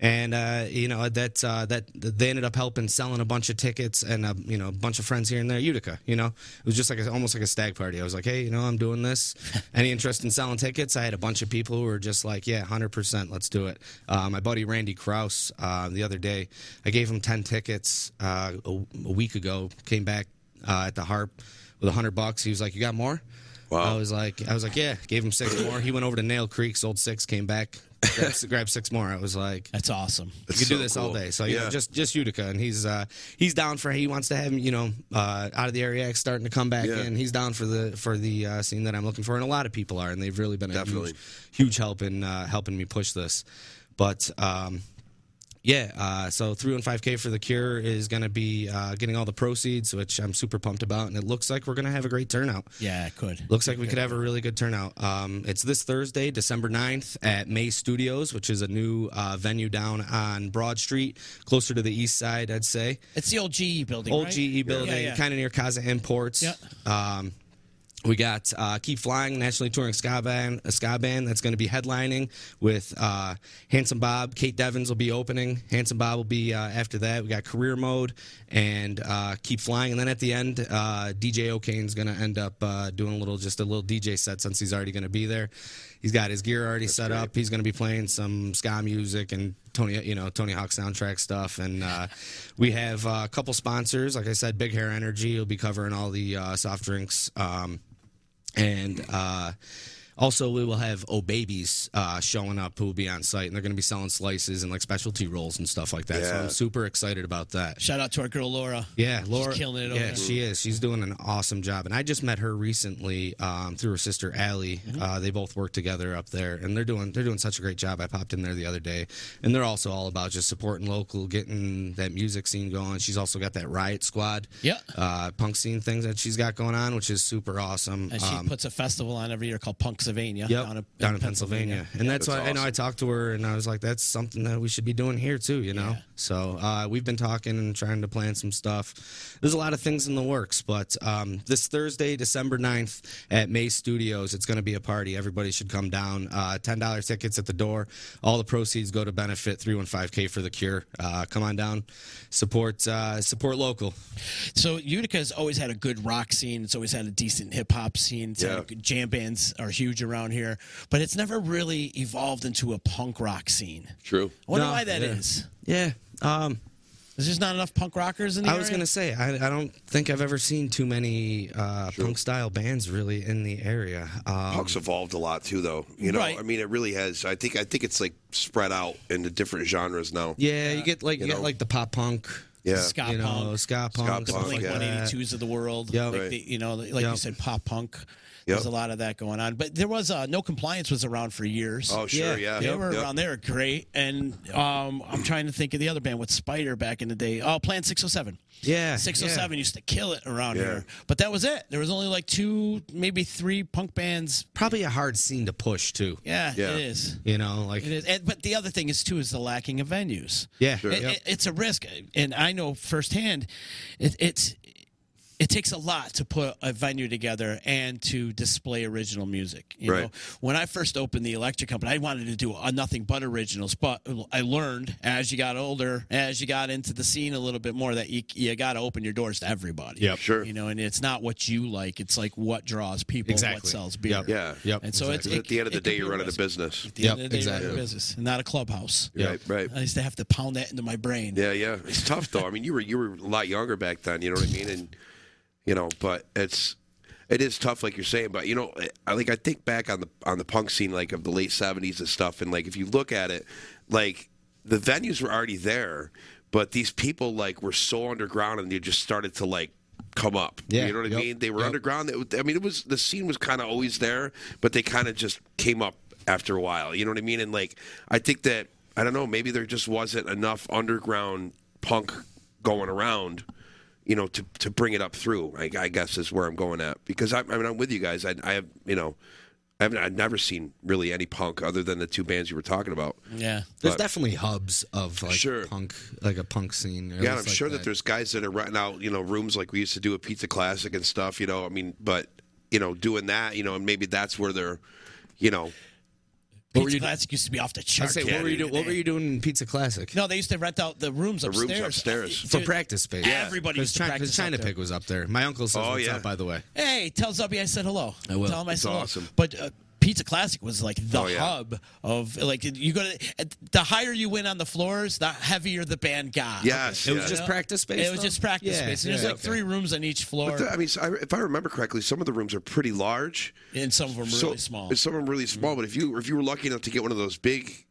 Speaker 6: and uh, you know that uh, that that they ended up helping selling a bunch of tickets and uh, you know a bunch of friends here and there. Utica, you know, it was just like a, almost like a stag party. I was like, hey, you know, I'm doing this. Any interest in selling tickets? I had a bunch of people who were just like, yeah, hundred percent, let's do it. Uh, my buddy Randy Kraus, uh, the other day, I gave him ten tickets uh, a, a week ago. Came back uh, at the Harp with a hundred bucks. He was like, you got more?
Speaker 7: Wow.
Speaker 6: I was like, I was like, yeah. Gave him six more. He went over to Nail Creek, sold six, came back,
Speaker 7: <laughs>
Speaker 6: grabbed, grabbed six more. I was like,
Speaker 5: That's awesome.
Speaker 6: you could
Speaker 7: so
Speaker 6: do this all
Speaker 7: cool.
Speaker 6: day. So you
Speaker 7: Yeah.
Speaker 6: know, just just Utica, and he's uh, he's down for. He wants to have you know uh, out of the area, he's starting to come back
Speaker 7: Yeah.
Speaker 6: in. He's down for the for the uh, scene that I'm looking for, and a lot of people are, and they've really been a
Speaker 7: Definitely.
Speaker 6: huge, huge help in uh, helping me push this. But um, yeah, uh, so 315K for the Cure is going to be uh, getting all the proceeds, which I'm super pumped about, and it looks like we're going to have a great turnout.
Speaker 5: Yeah, I could.
Speaker 6: Looks like we could have a really good turnout. Um, it's this Thursday, December 9th, at May Studios, which is a new uh, venue down on Broad Street, closer to the east side, I'd say.
Speaker 5: It's the old GE building.
Speaker 6: Old
Speaker 5: right?
Speaker 6: GE building,
Speaker 5: Yeah, yeah.
Speaker 6: kind of near Casa Imports.
Speaker 5: Yeah.
Speaker 6: Um, we got uh, Keep Flying, nationally touring ska band, a ska band that's going to be headlining with uh, Handsome Bob. Kate Devins will be opening. Handsome Bob will be uh, after that. We got Career Mode and uh, Keep Flying. And then at the end, uh, DJ O'Kane's going to end up uh, doing a little, just a little DJ set since he's already going to be there. He's got his gear already set up. He's going to be playing some ska music and Tony, you know, Tony Hawk soundtrack stuff. And uh, we have uh, a couple sponsors. Like I said, Big Hair Energy will be covering all the uh, soft drinks. Um, and uh, also we will have oh babies uh, showing up who will be on site and they're going to be selling slices and like specialty rolls and stuff like that so
Speaker 7: Yeah.
Speaker 6: i'm super excited about that
Speaker 5: Shout out to our girl Laura.
Speaker 6: yeah laura
Speaker 5: killing it over
Speaker 6: yeah
Speaker 5: there.
Speaker 6: she is she's doing an awesome job and i just met her recently um, through her sister allie
Speaker 5: Mm-hmm.
Speaker 6: uh, they both work together up there and they're doing they're doing such a great job i popped in there the other day and they're also all about just supporting local getting that music scene going she's also got that riot squad
Speaker 5: Yeah.
Speaker 6: uh, punk scene things that she's got going on which is super awesome
Speaker 5: And she
Speaker 6: Um,
Speaker 5: puts a festival on every year called Punksylvania
Speaker 6: Yep,
Speaker 5: down, in-
Speaker 6: down in Pennsylvania, and that's,
Speaker 7: that's
Speaker 6: why I know I
Speaker 7: awesome.
Speaker 6: talked to her, and I was like, "That's something that we should be doing here too," you know.
Speaker 5: Yeah.
Speaker 6: So uh, we've been talking and trying to plan some stuff. There's a lot of things in the works, but um, this Thursday, December 9th at May Studios, it's going to be a party. Everybody should come down. Uh, Ten dollar tickets at the door. All the proceeds go to benefit 315K for the Cure. Uh, come on down, support uh, support local.
Speaker 5: So Utica has always had a good rock scene. It's always had a decent hip hop scene. It's had
Speaker 7: Yeah.
Speaker 5: a good- jam bands are huge around here, but it's never really evolved into a punk rock scene.
Speaker 7: True.
Speaker 5: I wonder
Speaker 6: No,
Speaker 5: why that
Speaker 6: yeah.
Speaker 5: is.
Speaker 6: Yeah. Um,
Speaker 5: There's just not enough punk rockers in the
Speaker 6: I was
Speaker 5: area?
Speaker 6: gonna say I, I don't think I've ever seen too many uh, punk style bands really in the area. Um,
Speaker 7: Punk's evolved a lot too, though. You know,
Speaker 5: Right.
Speaker 7: I mean, it really has. I think I think it's like spread out into different genres now.
Speaker 6: yeah, you get like you,
Speaker 7: know.
Speaker 6: get like the pop punk,
Speaker 7: Yeah.
Speaker 5: Ska
Speaker 6: you know,
Speaker 5: punk,
Speaker 6: ska punk, stuff
Speaker 7: punk,
Speaker 5: Blink
Speaker 6: like
Speaker 7: yeah.
Speaker 5: One Eighty
Speaker 6: that.
Speaker 5: Twos of the world.
Speaker 6: Yep.
Speaker 5: like
Speaker 7: Right.
Speaker 5: the, you know, like you
Speaker 6: Yep.
Speaker 5: said, pop punk. There's
Speaker 7: Yep.
Speaker 5: a lot of that going on, but there was uh, no compliance was around for years.
Speaker 7: Oh sure, yeah.
Speaker 6: Yeah.
Speaker 5: They
Speaker 7: Yep,
Speaker 5: were
Speaker 7: yep.
Speaker 5: around there, great. And um, I'm trying to think of the other band with Spider back in the day. Oh, Plan
Speaker 7: <laughs>
Speaker 5: 607.
Speaker 6: Yeah,
Speaker 5: 607 used to kill it around
Speaker 7: Yeah.
Speaker 5: here. But that was it. There was only like two, maybe three punk bands.
Speaker 6: Probably a hard scene to push too.
Speaker 5: Yeah,
Speaker 7: Yeah.
Speaker 5: it is.
Speaker 6: You know, like
Speaker 5: It is. And, but the other thing is, too, is the lacking of venues.
Speaker 6: yeah,
Speaker 5: It-
Speaker 6: yep.
Speaker 5: it- it's a risk. And I know firsthand, it, it's. It takes a lot to put a venue together and to display original music. You
Speaker 7: Right.
Speaker 5: know, when I first opened the electric company, I wanted to do a nothing but originals. But I learned as you got older, as you got into the scene a little bit more, that you, you got to open your doors to everybody.
Speaker 6: Yep.
Speaker 7: Sure.
Speaker 5: You know, and it's not what you like; it's like what draws people, what
Speaker 6: Exactly.
Speaker 5: sells beer.
Speaker 6: Yep.
Speaker 7: Yeah.
Speaker 6: Yep.
Speaker 5: And so it's
Speaker 7: 'Cause at the end of the day, you're running a
Speaker 5: of
Speaker 7: business.
Speaker 5: At the end
Speaker 6: Yep,
Speaker 5: of the day, you're
Speaker 6: exactly.
Speaker 5: running a business, and not a clubhouse.
Speaker 7: Right. Right.
Speaker 5: I used to have to pound that into my brain.
Speaker 7: Yeah, yeah. It's tough though. I mean, you were you were a lot younger back then. You know what I mean? And you know, but it's it is tough, like you're saying. But you know, I like I think back on the on the punk scene, like of the late '70s and stuff, and like if you look at it, like the venues were already there, but these people like were so underground, and they just started to like come up.
Speaker 6: Yeah,
Speaker 7: you know what
Speaker 6: yep,
Speaker 7: I mean? They were
Speaker 6: yep.
Speaker 7: underground. It was- I mean, it was the scene was kind of always there, but they kind of just came up after a while. You know what I mean? And like I think that I don't know, maybe there just wasn't enough underground punk going around you know, to, to bring it up through, I, I guess is where I'm going at. Because I, I mean, I'm with you guys. I, I have, you know, I've, I've never seen really any punk other than the two bands you were talking about.
Speaker 5: Yeah.
Speaker 6: There's
Speaker 7: But-
Speaker 6: definitely hubs of like
Speaker 7: Sure.
Speaker 6: punk, like a punk scene.
Speaker 7: Yeah, and I'm sure that. there's guys that are renting out, you know, rooms like we used to do at Pizza Classic and stuff, you know, I mean, but, you know, doing that, you know, and maybe that's where they're, you know,
Speaker 5: Pizza Classic used to be off the
Speaker 6: I
Speaker 5: charts.
Speaker 6: say, what were you
Speaker 5: dude.
Speaker 6: doing? What were you doing in Pizza Classic?
Speaker 5: No, they used to rent out the rooms
Speaker 7: rooms
Speaker 5: upstairs.
Speaker 7: upstairs.
Speaker 5: Dude,
Speaker 6: for practice space.
Speaker 5: Everybody
Speaker 6: because
Speaker 5: used to
Speaker 6: China,
Speaker 5: practice out
Speaker 6: China
Speaker 5: there.
Speaker 6: Pig was up there. My uncle says,
Speaker 7: Oh,
Speaker 6: "What's
Speaker 7: yeah.
Speaker 6: up?" By the way,
Speaker 5: Hey, tell Zubby I said hello. I
Speaker 6: will.
Speaker 5: Tell him I
Speaker 7: It's
Speaker 5: said
Speaker 7: awesome.
Speaker 5: hello. But uh, Pizza Classic was like the
Speaker 7: Oh, yeah.
Speaker 5: hub of like you go to at- the higher you went on the floors, the heavier the band got.
Speaker 7: yes.
Speaker 6: It was
Speaker 7: yes.
Speaker 6: just practice space,
Speaker 5: It was
Speaker 6: though?
Speaker 5: just practice
Speaker 6: Yeah,
Speaker 5: space. And there's
Speaker 6: yeah,
Speaker 5: like
Speaker 6: okay.
Speaker 5: three rooms on each floor,
Speaker 7: I mean, so I- if I remember correctly, some of the rooms are pretty large.
Speaker 5: and some of them really small.
Speaker 7: It's some of them really small, but if you if you were lucky enough to get one of those big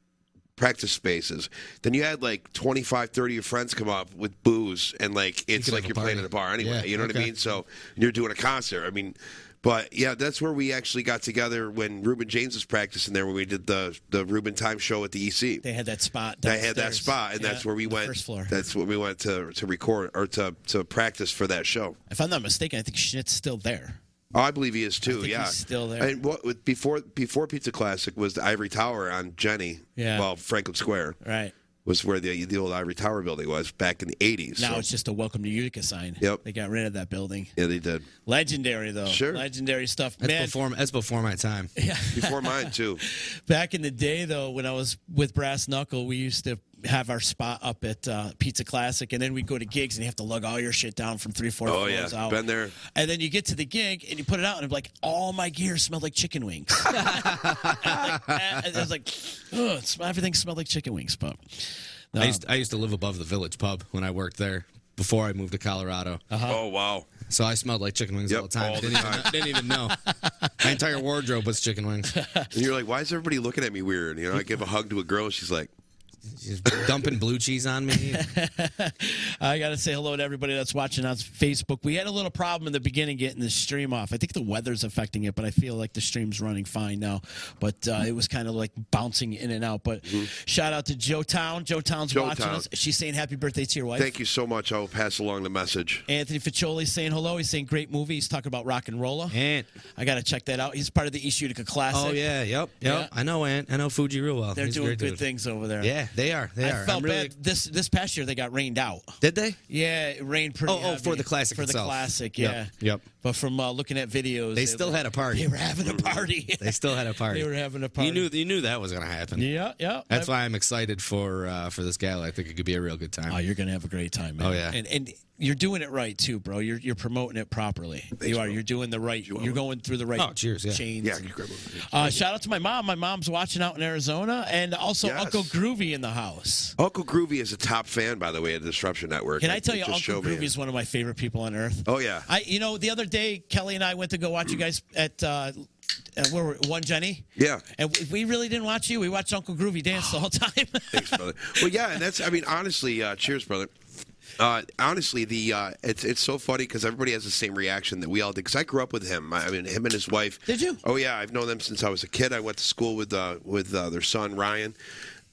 Speaker 7: practice spaces, then you had like 25, 30 of your friends come up with booze, and like it's
Speaker 6: could
Speaker 7: like
Speaker 6: have a
Speaker 7: you're playing
Speaker 6: party.
Speaker 7: at a bar anyway.
Speaker 6: Yeah,
Speaker 7: you know what
Speaker 6: okay.
Speaker 7: I mean? So you're doing a concert. I mean, but yeah, that's where we actually got together when Ruben James was practicing there when we did the the Ruben Time show at the EC.
Speaker 5: They had that spot.
Speaker 7: I had that
Speaker 5: downstairs.
Speaker 7: spot, and
Speaker 5: Yeah,
Speaker 7: that's where we
Speaker 5: the
Speaker 7: went.
Speaker 5: First floor.
Speaker 7: That's where we went to to record or to to practice for that show.
Speaker 5: If I'm not mistaken, I think Schnitt's still there.
Speaker 7: Oh, I believe he is too.
Speaker 5: think
Speaker 7: yeah,
Speaker 5: he's still there.
Speaker 7: And what with- before before Pizza Classic was the Ivory Tower on Jenny.
Speaker 5: Yeah.
Speaker 7: Well, Franklin Square
Speaker 5: Right.
Speaker 7: was where the the old Ivory Tower building was back in the eighties.
Speaker 5: Now it's just a welcome to Utica sign.
Speaker 7: Yep.
Speaker 5: They got rid of that building.
Speaker 7: yeah, they did
Speaker 5: Legendary though.
Speaker 7: Sure.
Speaker 5: Legendary stuff.
Speaker 6: that's
Speaker 5: Man,
Speaker 6: before that's before my time.
Speaker 7: before
Speaker 5: <laughs>
Speaker 7: mine too.
Speaker 5: back in the day though, when I was with Brass Knuckle, we used to have our spot up at uh, Pizza Classic, and then we'd go to gigs and you have to lug all your shit down from three, four
Speaker 7: Oh,
Speaker 5: floors
Speaker 7: yeah.
Speaker 5: out.
Speaker 7: Been there.
Speaker 5: And then you get to the gig and you put it out, and I'm like, all my gear smelled like chicken wings. <laughs> And like, and I was like, Ugh, it's- everything smelled like chicken wings, but. Um,
Speaker 6: I used I used to live above the Village Pub when I worked there before I moved to Colorado.
Speaker 5: Uh-huh.
Speaker 7: Oh wow.
Speaker 6: So I smelled like chicken wings
Speaker 7: Yep,
Speaker 6: all the time.
Speaker 7: all the
Speaker 6: didn't, Even, didn't
Speaker 5: <laughs>
Speaker 6: even know. My entire wardrobe was chicken wings.
Speaker 7: And you're like, why is everybody looking at me weird? You know, I give a hug to a girl, she's like,
Speaker 6: Just dumping blue cheese on
Speaker 5: <laughs>
Speaker 6: me.
Speaker 5: I got to say hello to everybody that's watching on Facebook. We had a little problem in the beginning getting the stream off. I think the weather's affecting it, but I feel like the stream's running fine now. But uh, it was kind of like bouncing in and out. But shout out to Joe Town. Joe Town's
Speaker 7: Mm-hmm. Joe
Speaker 5: watching
Speaker 7: Town.
Speaker 5: us. She's saying happy birthday to your wife.
Speaker 7: "Thank you so much. I will pass along the message."
Speaker 5: Anthony Ficcioli's saying hello. He's saying great movie. He's talking about rock and roller.
Speaker 6: Ant.
Speaker 5: I got to check that out. He's part of the East Utica Classic.
Speaker 6: Oh yeah, yep, yep.
Speaker 5: Yeah.
Speaker 6: I know Ant. I know Fuji real well.
Speaker 5: They're
Speaker 6: He's a
Speaker 5: doing
Speaker 6: great
Speaker 5: good
Speaker 6: dude.
Speaker 5: things over there.
Speaker 6: Yeah, they are. They
Speaker 5: I
Speaker 6: are.
Speaker 5: felt
Speaker 6: I'm really,
Speaker 5: bad this this past year they got rained out.
Speaker 6: Did they?
Speaker 5: Yeah, it rained pretty.
Speaker 6: Oh, oh,
Speaker 5: heavy.
Speaker 6: for the classic
Speaker 5: For the
Speaker 6: itself.
Speaker 5: classic,
Speaker 6: Yep,
Speaker 5: yeah.
Speaker 6: yep.
Speaker 5: But from uh, looking at videos,
Speaker 6: They still
Speaker 5: were-
Speaker 6: had a party.
Speaker 5: They were having a party.
Speaker 6: <laughs> They still had a party.
Speaker 5: <laughs> They were having a party.
Speaker 6: You knew you knew that was gonna happen.
Speaker 5: Yeah, yeah.
Speaker 6: That's why I'm excited for uh, for this gala. I think it could be a real good time.
Speaker 5: Oh, you're gonna have a great time, man.
Speaker 6: Oh, yeah.
Speaker 5: And and you're doing it right too, bro. You're you're promoting it properly. you are. You're doing the right. You're going through the right.
Speaker 6: Oh, cheers, yeah.
Speaker 5: Chains.
Speaker 7: Yeah,
Speaker 5: and-
Speaker 7: you grab one.
Speaker 5: Uh, shout out to my mom. My mom's watching out in Arizona, and also
Speaker 7: Yes.
Speaker 5: Uncle Groovy in the house.
Speaker 7: Uncle Groovy is a top fan, by the way, of the Disruption Network.
Speaker 5: Uh, Can I tell you,
Speaker 7: just
Speaker 5: Uncle
Speaker 7: showed me
Speaker 5: Groovy is one of my favorite people on earth.
Speaker 7: Oh, yeah.
Speaker 5: I, you know, the other day Kelly and I went to go watch you guys at uh, uh, where were, one Jenny.
Speaker 7: Yeah.
Speaker 5: and we- we really didn't watch you. We watched Uncle Groovy dance the whole time.
Speaker 7: <laughs> Thanks, brother. Well, yeah, and that's. I mean, honestly, uh, cheers, brother. Uh, honestly, the uh, it's it's so funny because everybody has the same reaction that we all did. Because I grew up with him. I, I mean, him and his wife.
Speaker 5: Did you?
Speaker 7: Oh yeah, I've known them since I was a kid. I went to school with uh, with uh, their son Ryan,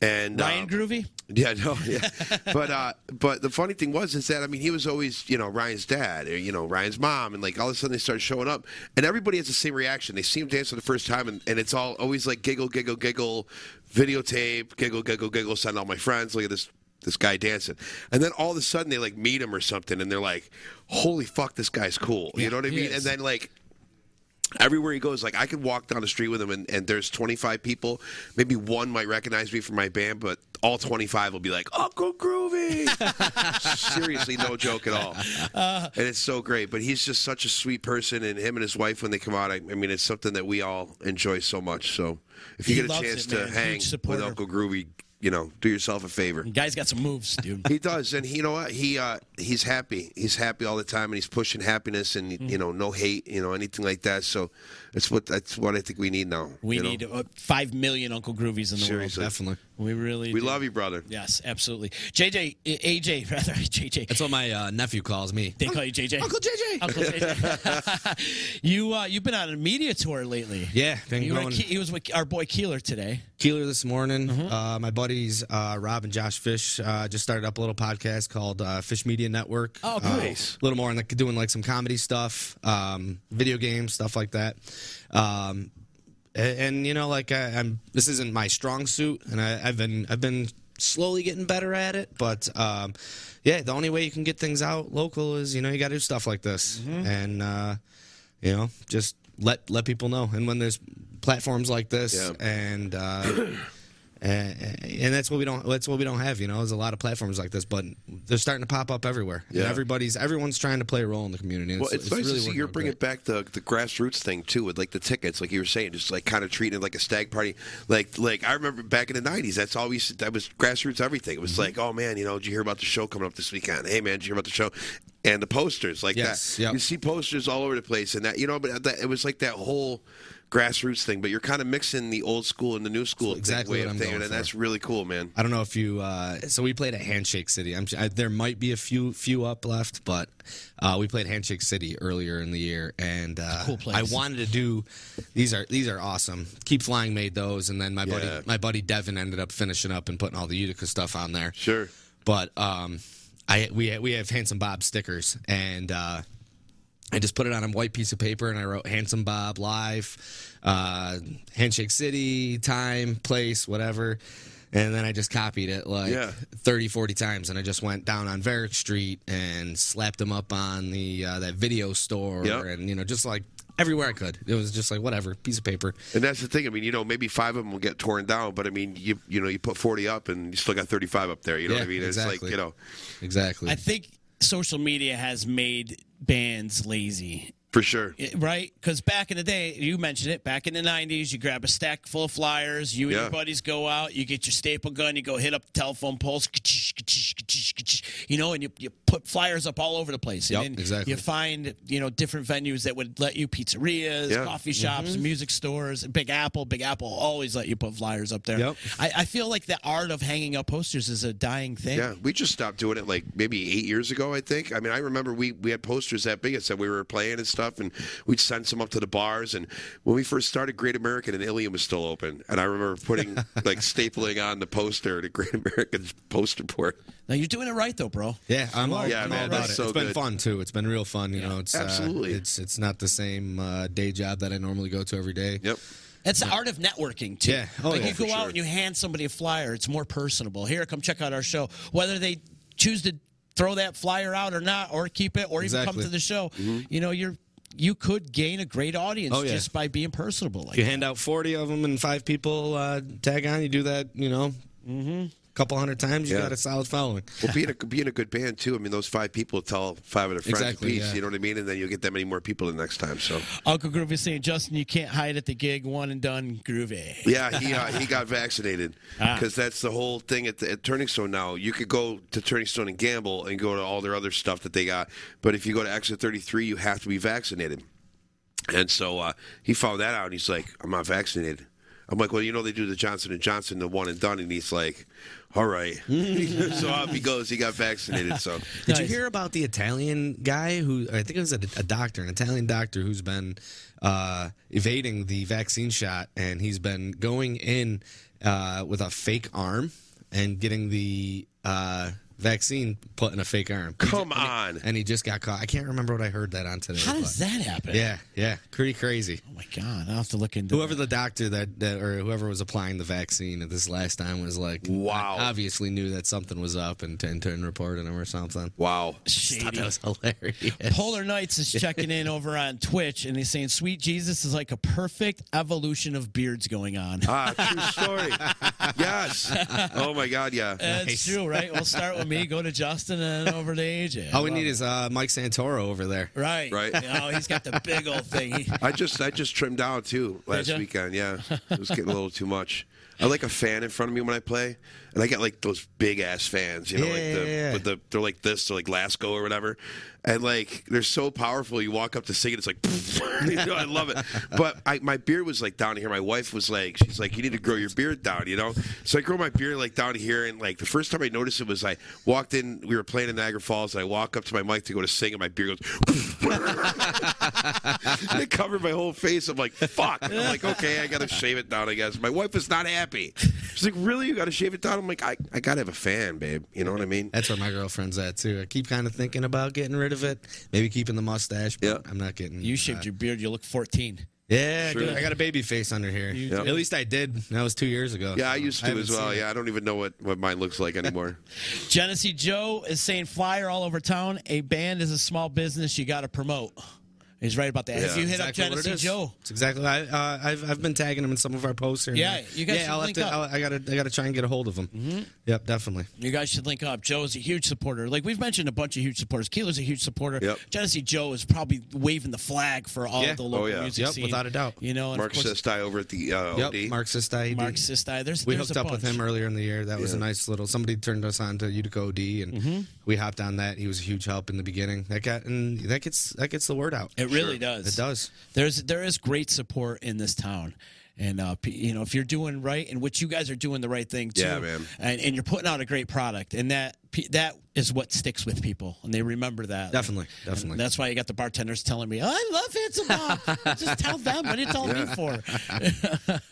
Speaker 7: and
Speaker 5: Ryan
Speaker 7: um,
Speaker 5: Groovy.
Speaker 7: yeah, no, yeah, <laughs> but uh, but the funny thing was is that I mean he was always you know Ryan's dad or you know Ryan's mom and like all of a sudden they started showing up and everybody has the same reaction. They see him dance for the first time and, and it's all always like giggle, giggle, giggle, videotape, giggle, giggle, giggle. Send all my friends. Look at this this guy dancing, and then all of a sudden they like meet him or something and they're like, holy fuck, this guy's cool. You know what I
Speaker 5: he
Speaker 7: mean?
Speaker 5: is.
Speaker 7: And then like everywhere he goes, like I could walk down the street with him, and, and there's 25 people. Maybe one might recognize me from my band, but all 25 will be like Uncle Groovy.
Speaker 5: <laughs>
Speaker 7: Seriously, no joke at all.
Speaker 5: Uh-huh.
Speaker 7: and it's so great. But he's just such a sweet person, and him and his wife when they come out, I, I mean, it's something that we all enjoy so much. So if you
Speaker 5: He
Speaker 7: get a
Speaker 5: loves
Speaker 7: chance
Speaker 5: it,
Speaker 7: to
Speaker 5: man. Huge
Speaker 7: hang with
Speaker 5: supporter.
Speaker 7: Uncle Groovy, you know, do yourself a favor.
Speaker 5: Guy's got some moves,
Speaker 7: <laughs>
Speaker 5: dude.
Speaker 7: He does, and he, you know what? He uh, he's happy. He's happy all the time, and he's pushing happiness, and
Speaker 5: Mm.
Speaker 7: you know, no hate, you know, anything like that. So that's what that's what I think we need now.
Speaker 5: We
Speaker 7: you know?
Speaker 5: need uh, five million Uncle Groovies in the
Speaker 7: seriously.
Speaker 6: Definitely.
Speaker 5: world. We really
Speaker 7: We
Speaker 5: do.
Speaker 7: love you, brother.
Speaker 5: Yes, absolutely. JJ, uh, AJ, <laughs> rather JJ.
Speaker 6: That's what my uh, nephew calls me.
Speaker 5: They call you JJ.
Speaker 6: Uncle
Speaker 5: <laughs>
Speaker 6: JJ.
Speaker 5: Uncle
Speaker 7: <laughs>
Speaker 5: JJ. <laughs> you uh, you've been on a media tour lately.
Speaker 6: Yeah, been
Speaker 5: You were at
Speaker 6: going.
Speaker 5: Ke- he was with our boy Keeler today.
Speaker 6: Keeler this morning.
Speaker 5: Mm-hmm.
Speaker 6: Uh, my buddies uh, Rob and Josh Fish uh, just started up a little podcast called uh, Fish Media Network.
Speaker 5: Oh, cool.
Speaker 6: Uh,
Speaker 5: Nice.
Speaker 6: A little more on like doing like some comedy stuff, um, video games, stuff like that. Um, a- and, you know, like I, I'm, this isn't my strong suit, and I, I've been I've been slowly getting better at it. But um, yeah, the only way you can get things out local is you know you got to do stuff like this,
Speaker 7: Mm-hmm.
Speaker 6: and uh, you know just let let people know. And when there's platforms like this,
Speaker 7: Yeah.
Speaker 6: and
Speaker 7: <clears throat>
Speaker 6: uh, and, and that's what we don't that's what we don't have you know there's a lot of platforms like this but they're starting to pop up everywhere
Speaker 7: Yeah.
Speaker 6: and everybody's everyone's trying to play a role in the community and
Speaker 7: Well, it's, nice
Speaker 6: really
Speaker 7: to see
Speaker 6: working
Speaker 7: you're
Speaker 6: out
Speaker 7: bringing
Speaker 6: great.
Speaker 7: back the the grassroots thing too, with like the tickets, like you were saying, just like kind of treating it like a stag party. Like like I remember back in the '90s, that's all we used to- that was grassroots everything. It was
Speaker 6: Mm-hmm.
Speaker 7: like, oh man, you know, did you hear about the show coming up this weekend? Hey man, did you hear about the show? And the posters like
Speaker 6: Yes,
Speaker 7: that.
Speaker 6: yep.
Speaker 7: You see posters all over the place, and that you know, but that, it was like that whole grassroots thing. But you're kind of mixing the old school and the new school
Speaker 6: That's exactly
Speaker 7: way
Speaker 6: what
Speaker 7: of
Speaker 6: I'm
Speaker 7: thinking,
Speaker 6: going
Speaker 7: and
Speaker 6: for.
Speaker 7: that's really cool, man.
Speaker 6: I don't know if you. Uh, so we played at Handshake City. I'm, I, there might be a few few up left, but uh, we played Handshake City earlier in the year, and uh,
Speaker 5: cool place.
Speaker 6: I wanted to do these are these are awesome. Keep flying made those, and then my
Speaker 7: Yeah.
Speaker 6: buddy my buddy Devin ended up finishing up and putting all the Utica stuff on there.
Speaker 7: Sure.
Speaker 6: but um, I we we have Handsome Bob stickers, and uh, I just put it on a white piece of paper, and I wrote Handsome Bob live, uh, Handshake City, time, place, whatever, and then I just copied it like
Speaker 7: Yeah.
Speaker 6: thirty, forty 30, 40 times, and I just went down on Varick Street and slapped them up on the uh, that video store,
Speaker 7: Yep.
Speaker 6: and you know just like. Everywhere I could, it was just like whatever piece of paper.
Speaker 7: And that's the thing. I mean, you know, maybe five of them will get torn down, but I mean, you you know, you put forty up and you still got thirty five up there. You know
Speaker 6: Yeah,
Speaker 7: what I mean? It's
Speaker 6: exactly.
Speaker 7: like you know,
Speaker 6: Exactly.
Speaker 5: I think social media has made bands lazy
Speaker 7: for sure.
Speaker 5: It- right? Because back in the day, you mentioned it. Back in the '90s, you grab a stack full of flyers. You and
Speaker 7: Yeah.
Speaker 5: your buddies go out. You get your staple gun. You go hit up the telephone poles. ka-chish, ka-chish, ka-chish, ka-chish, You know, and you, you put flyers up all over the place.
Speaker 6: Yep,
Speaker 5: and then
Speaker 6: exactly.
Speaker 5: You find you know different venues that would let you pizzerias,
Speaker 7: Yeah.
Speaker 5: coffee shops, music stores. Big Apple, Big Apple always let you put flyers up there.
Speaker 6: Yep.
Speaker 5: I, I feel like the art of hanging up posters is a dying thing.
Speaker 7: Yeah, we just stopped doing it like maybe eight years ago, I think. I mean, I remember we, we had posters that big. It said we were playing and stuff, and we'd send some up to the bars. And when we first started, Great American and Ilium was still open. And I remember
Speaker 6: <laughs>
Speaker 7: putting, like, stapling on the poster to Great American's poster board.
Speaker 5: Now you're doing it right though, bro.
Speaker 6: Yeah, I'm all,
Speaker 7: Yeah,
Speaker 6: I'm
Speaker 7: man,
Speaker 6: all about
Speaker 7: that's
Speaker 6: it.
Speaker 7: so
Speaker 6: it's been
Speaker 7: good.
Speaker 6: fun too. It's been real fun. You know, it's uh,
Speaker 7: Absolutely.
Speaker 6: it's it's not the same uh, day job that I normally go to every day.
Speaker 7: Yep.
Speaker 5: That's the art of networking too.
Speaker 6: Yeah. Oh,
Speaker 5: like
Speaker 6: yeah,
Speaker 5: you
Speaker 6: for
Speaker 5: go out
Speaker 7: sure.
Speaker 5: and you hand somebody a flyer, it's more personable. Here, come check out our show. Whether they choose to throw that flyer out or not, or keep it, or even come
Speaker 6: Exactly. Mm-hmm.
Speaker 5: to the show, you know, you're you could gain a great audience
Speaker 6: Oh, yeah.
Speaker 5: just by being personable. Like
Speaker 6: You hand out 40 of them and five people uh, tag on. You do that, you know, a couple hundred times. You
Speaker 7: Mm-hmm. Yeah.
Speaker 6: got a solid following.
Speaker 7: Well,
Speaker 6: <laughs>
Speaker 7: being a, being a good band, too, I mean, those five people tell five of their friends
Speaker 6: Exactly,
Speaker 7: apiece.
Speaker 6: yeah.
Speaker 7: You know what I mean? And then you'll get that many more people the next time.
Speaker 6: <laughs>
Speaker 7: So,
Speaker 5: Uncle Groovy saying, Justin, you can't hide at the gig. One and done, groovy.
Speaker 7: yeah, he, uh, he got vaccinated
Speaker 6: Ah.
Speaker 7: because that's the whole thing at, the, at Turning Stone now. You could go to Turning Stone and gamble and go to all their other stuff that they got. But if you go to Exit 33, you have to be vaccinated. And so uh, he found that out, and he's like, "I'm not vaccinated." I'm like, "Well, you know, they do the Johnson and Johnson, the one and done." And he's like, "All right." <laughs> so off he goes. He got vaccinated.
Speaker 6: <laughs>
Speaker 7: So
Speaker 6: Did you
Speaker 5: Nice.
Speaker 6: hear about the Italian guy who I think it was a, a doctor, an Italian doctor who's been uh, evading the vaccine shot, and he's been going in uh, with a fake arm and getting the uh, vaccine put in a fake arm.
Speaker 7: come on.
Speaker 6: and he just got caught. I can't remember what I heard that on today.
Speaker 5: How
Speaker 6: but-
Speaker 5: does that happen?
Speaker 6: Yeah, yeah, pretty crazy.
Speaker 5: Oh my God, I'll have to look into
Speaker 6: Whoever
Speaker 5: that.
Speaker 6: the doctor that, that or whoever was applying the vaccine at this last time was like,
Speaker 7: Wow.
Speaker 6: obviously knew that something was up and and turned reporting him or something.
Speaker 7: Wow.
Speaker 6: Just thought
Speaker 5: Shady.
Speaker 6: that was hilarious.
Speaker 5: Polar Knights
Speaker 6: <laughs>
Speaker 5: is checking in over on Twitch, and he's saying, "Sweet Jesus is like a perfect evolution of beards going on." <laughs>
Speaker 7: Ah, true story. yes. Oh my God. Yeah.
Speaker 5: That's true, right? We'll start with me, go to Justin, and then over to AJ.
Speaker 6: All we need is uh, Mike Santoro over there.
Speaker 5: right,
Speaker 7: Right.
Speaker 5: <laughs> Oh, he's got the big old thing. He-
Speaker 7: I just I just trimmed down too last
Speaker 5: ya?
Speaker 6: <laughs>
Speaker 7: weekend. Yeah, it was getting a little too much. I like a fan in front of me when I play, and and I got like those big ass fans, you know, like the,
Speaker 6: Yeah, yeah, yeah.
Speaker 7: with the they're like this, they're like Lasco or whatever, and like they're so powerful. You walk up to sing it, it's like, <laughs> you know, I love it. But I, my beard was like down here. My wife was like, she's like, you need to grow your beard down, you know. So I grow my beard like down here, and like the first time I noticed it was I walked in. We were playing in Niagara Falls, and I walk up to my mic to go to sing, and my beard goes. <laughs> And it covered my whole face. I'm like, fuck. And I'm like, okay, I got to shave it down, I guess. My wife was not happy. She's like, really? You got to shave it down? I'm like, I, I got to have a fan, babe. You know what I mean?
Speaker 6: That's where my girlfriend's at too. I keep kind of thinking about getting rid of it, maybe keeping the mustache. But
Speaker 7: Yeah.
Speaker 6: I'm not getting.
Speaker 5: You shaved your beard. You look 14.
Speaker 6: Yeah, dude, I got a baby face under here. At least I did. That was two years ago.
Speaker 7: Yeah, I used to
Speaker 6: haven't
Speaker 7: as well.
Speaker 6: seen it.
Speaker 7: Yeah, I don't even know what, what mine looks like
Speaker 6: <laughs>
Speaker 7: anymore.
Speaker 5: Genesee Joe is saying flyer all over town. A band is a small business you got to promote. He's right about that. Have you hit up
Speaker 6: Exactly what it
Speaker 5: Genesee
Speaker 6: is.
Speaker 5: Joe?
Speaker 6: It's exactly. I, uh, I've I've been tagging him in some of our posts here. and
Speaker 5: Yeah,
Speaker 6: there.
Speaker 5: you guys should
Speaker 6: Yeah, I'll have
Speaker 5: link
Speaker 6: to.
Speaker 5: up.
Speaker 6: I'll, I gotta. I gotta try and get a hold of him. Mm-hmm. Yep, definitely.
Speaker 5: You guys should link up. Joe is a huge supporter. Like we've mentioned a bunch of huge supporters. Keeler's a huge supporter.
Speaker 7: Yep.
Speaker 5: Genesee Joe is probably waving the flag for all
Speaker 6: Yeah.
Speaker 5: the local
Speaker 7: Oh, yeah.
Speaker 5: music
Speaker 6: Yep,
Speaker 5: scene.
Speaker 6: without a doubt.
Speaker 5: You know, and of
Speaker 7: Mark
Speaker 5: course,
Speaker 7: Sestai over at the uh,
Speaker 6: Yep,
Speaker 7: OD.
Speaker 6: Marxist ID.
Speaker 5: Mark Sistai. There's
Speaker 6: We
Speaker 5: there's
Speaker 6: hooked
Speaker 5: a
Speaker 6: up with
Speaker 5: bunch.
Speaker 6: him earlier in the year. That was a nice little. Somebody turned us on to Utica OD, and
Speaker 5: Mm-hmm.
Speaker 6: we hopped on that. He was a huge help in the beginning. That got and that gets that gets the word out.
Speaker 5: It really does.
Speaker 6: It does.
Speaker 5: There's there is great support in this town. And uh, p- you know if you're doing right, and which you guys are doing the right thing too,
Speaker 7: Yeah, man.
Speaker 5: And, and you're putting out a great product, and that p- that is what sticks with people, and they remember that
Speaker 6: Definitely,
Speaker 5: And
Speaker 6: definitely.
Speaker 5: that's why you got the bartenders telling me, oh, "I love Handsome Bob." <laughs> Just tell them what it's all me for.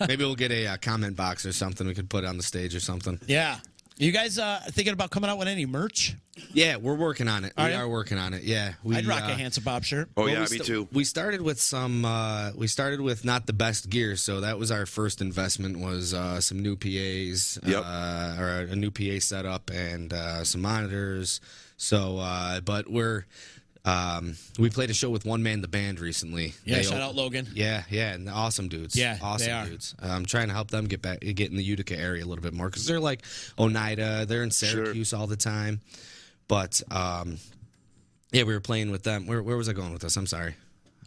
Speaker 6: Maybe we'll get a uh, comment box or something we could put on the stage or something.
Speaker 5: Yeah, you guys uh, thinking about coming out with any merch?
Speaker 6: Yeah, we're working on it.
Speaker 5: Are
Speaker 6: we
Speaker 5: ya?
Speaker 6: are working on it. Yeah, we,
Speaker 5: I'd rock
Speaker 6: uh,
Speaker 5: a Handsome Bob shirt.
Speaker 7: Oh,
Speaker 6: Well,
Speaker 7: yeah,
Speaker 6: we
Speaker 7: me
Speaker 6: sta-
Speaker 7: too.
Speaker 6: We started with some. Uh, we started with not the best gear, so that was our first investment. Was uh, some new PA's,
Speaker 7: Yep.
Speaker 6: uh, or a new PA setup and uh, some monitors. So, uh, but we're. Um, we played a show with One Man the Band recently.
Speaker 5: Yeah,
Speaker 6: They
Speaker 5: shout
Speaker 6: op-
Speaker 5: out Logan.
Speaker 6: Yeah, yeah, and they're awesome dudes.
Speaker 5: Yeah,
Speaker 6: awesome
Speaker 5: they are.
Speaker 6: dudes. Uh, I'm trying to help them get back, get in the Utica area a little bit more because they're like Oneida, they're in Syracuse all the time. But um, yeah, we were playing with them. Where, where was I going with this? I'm sorry.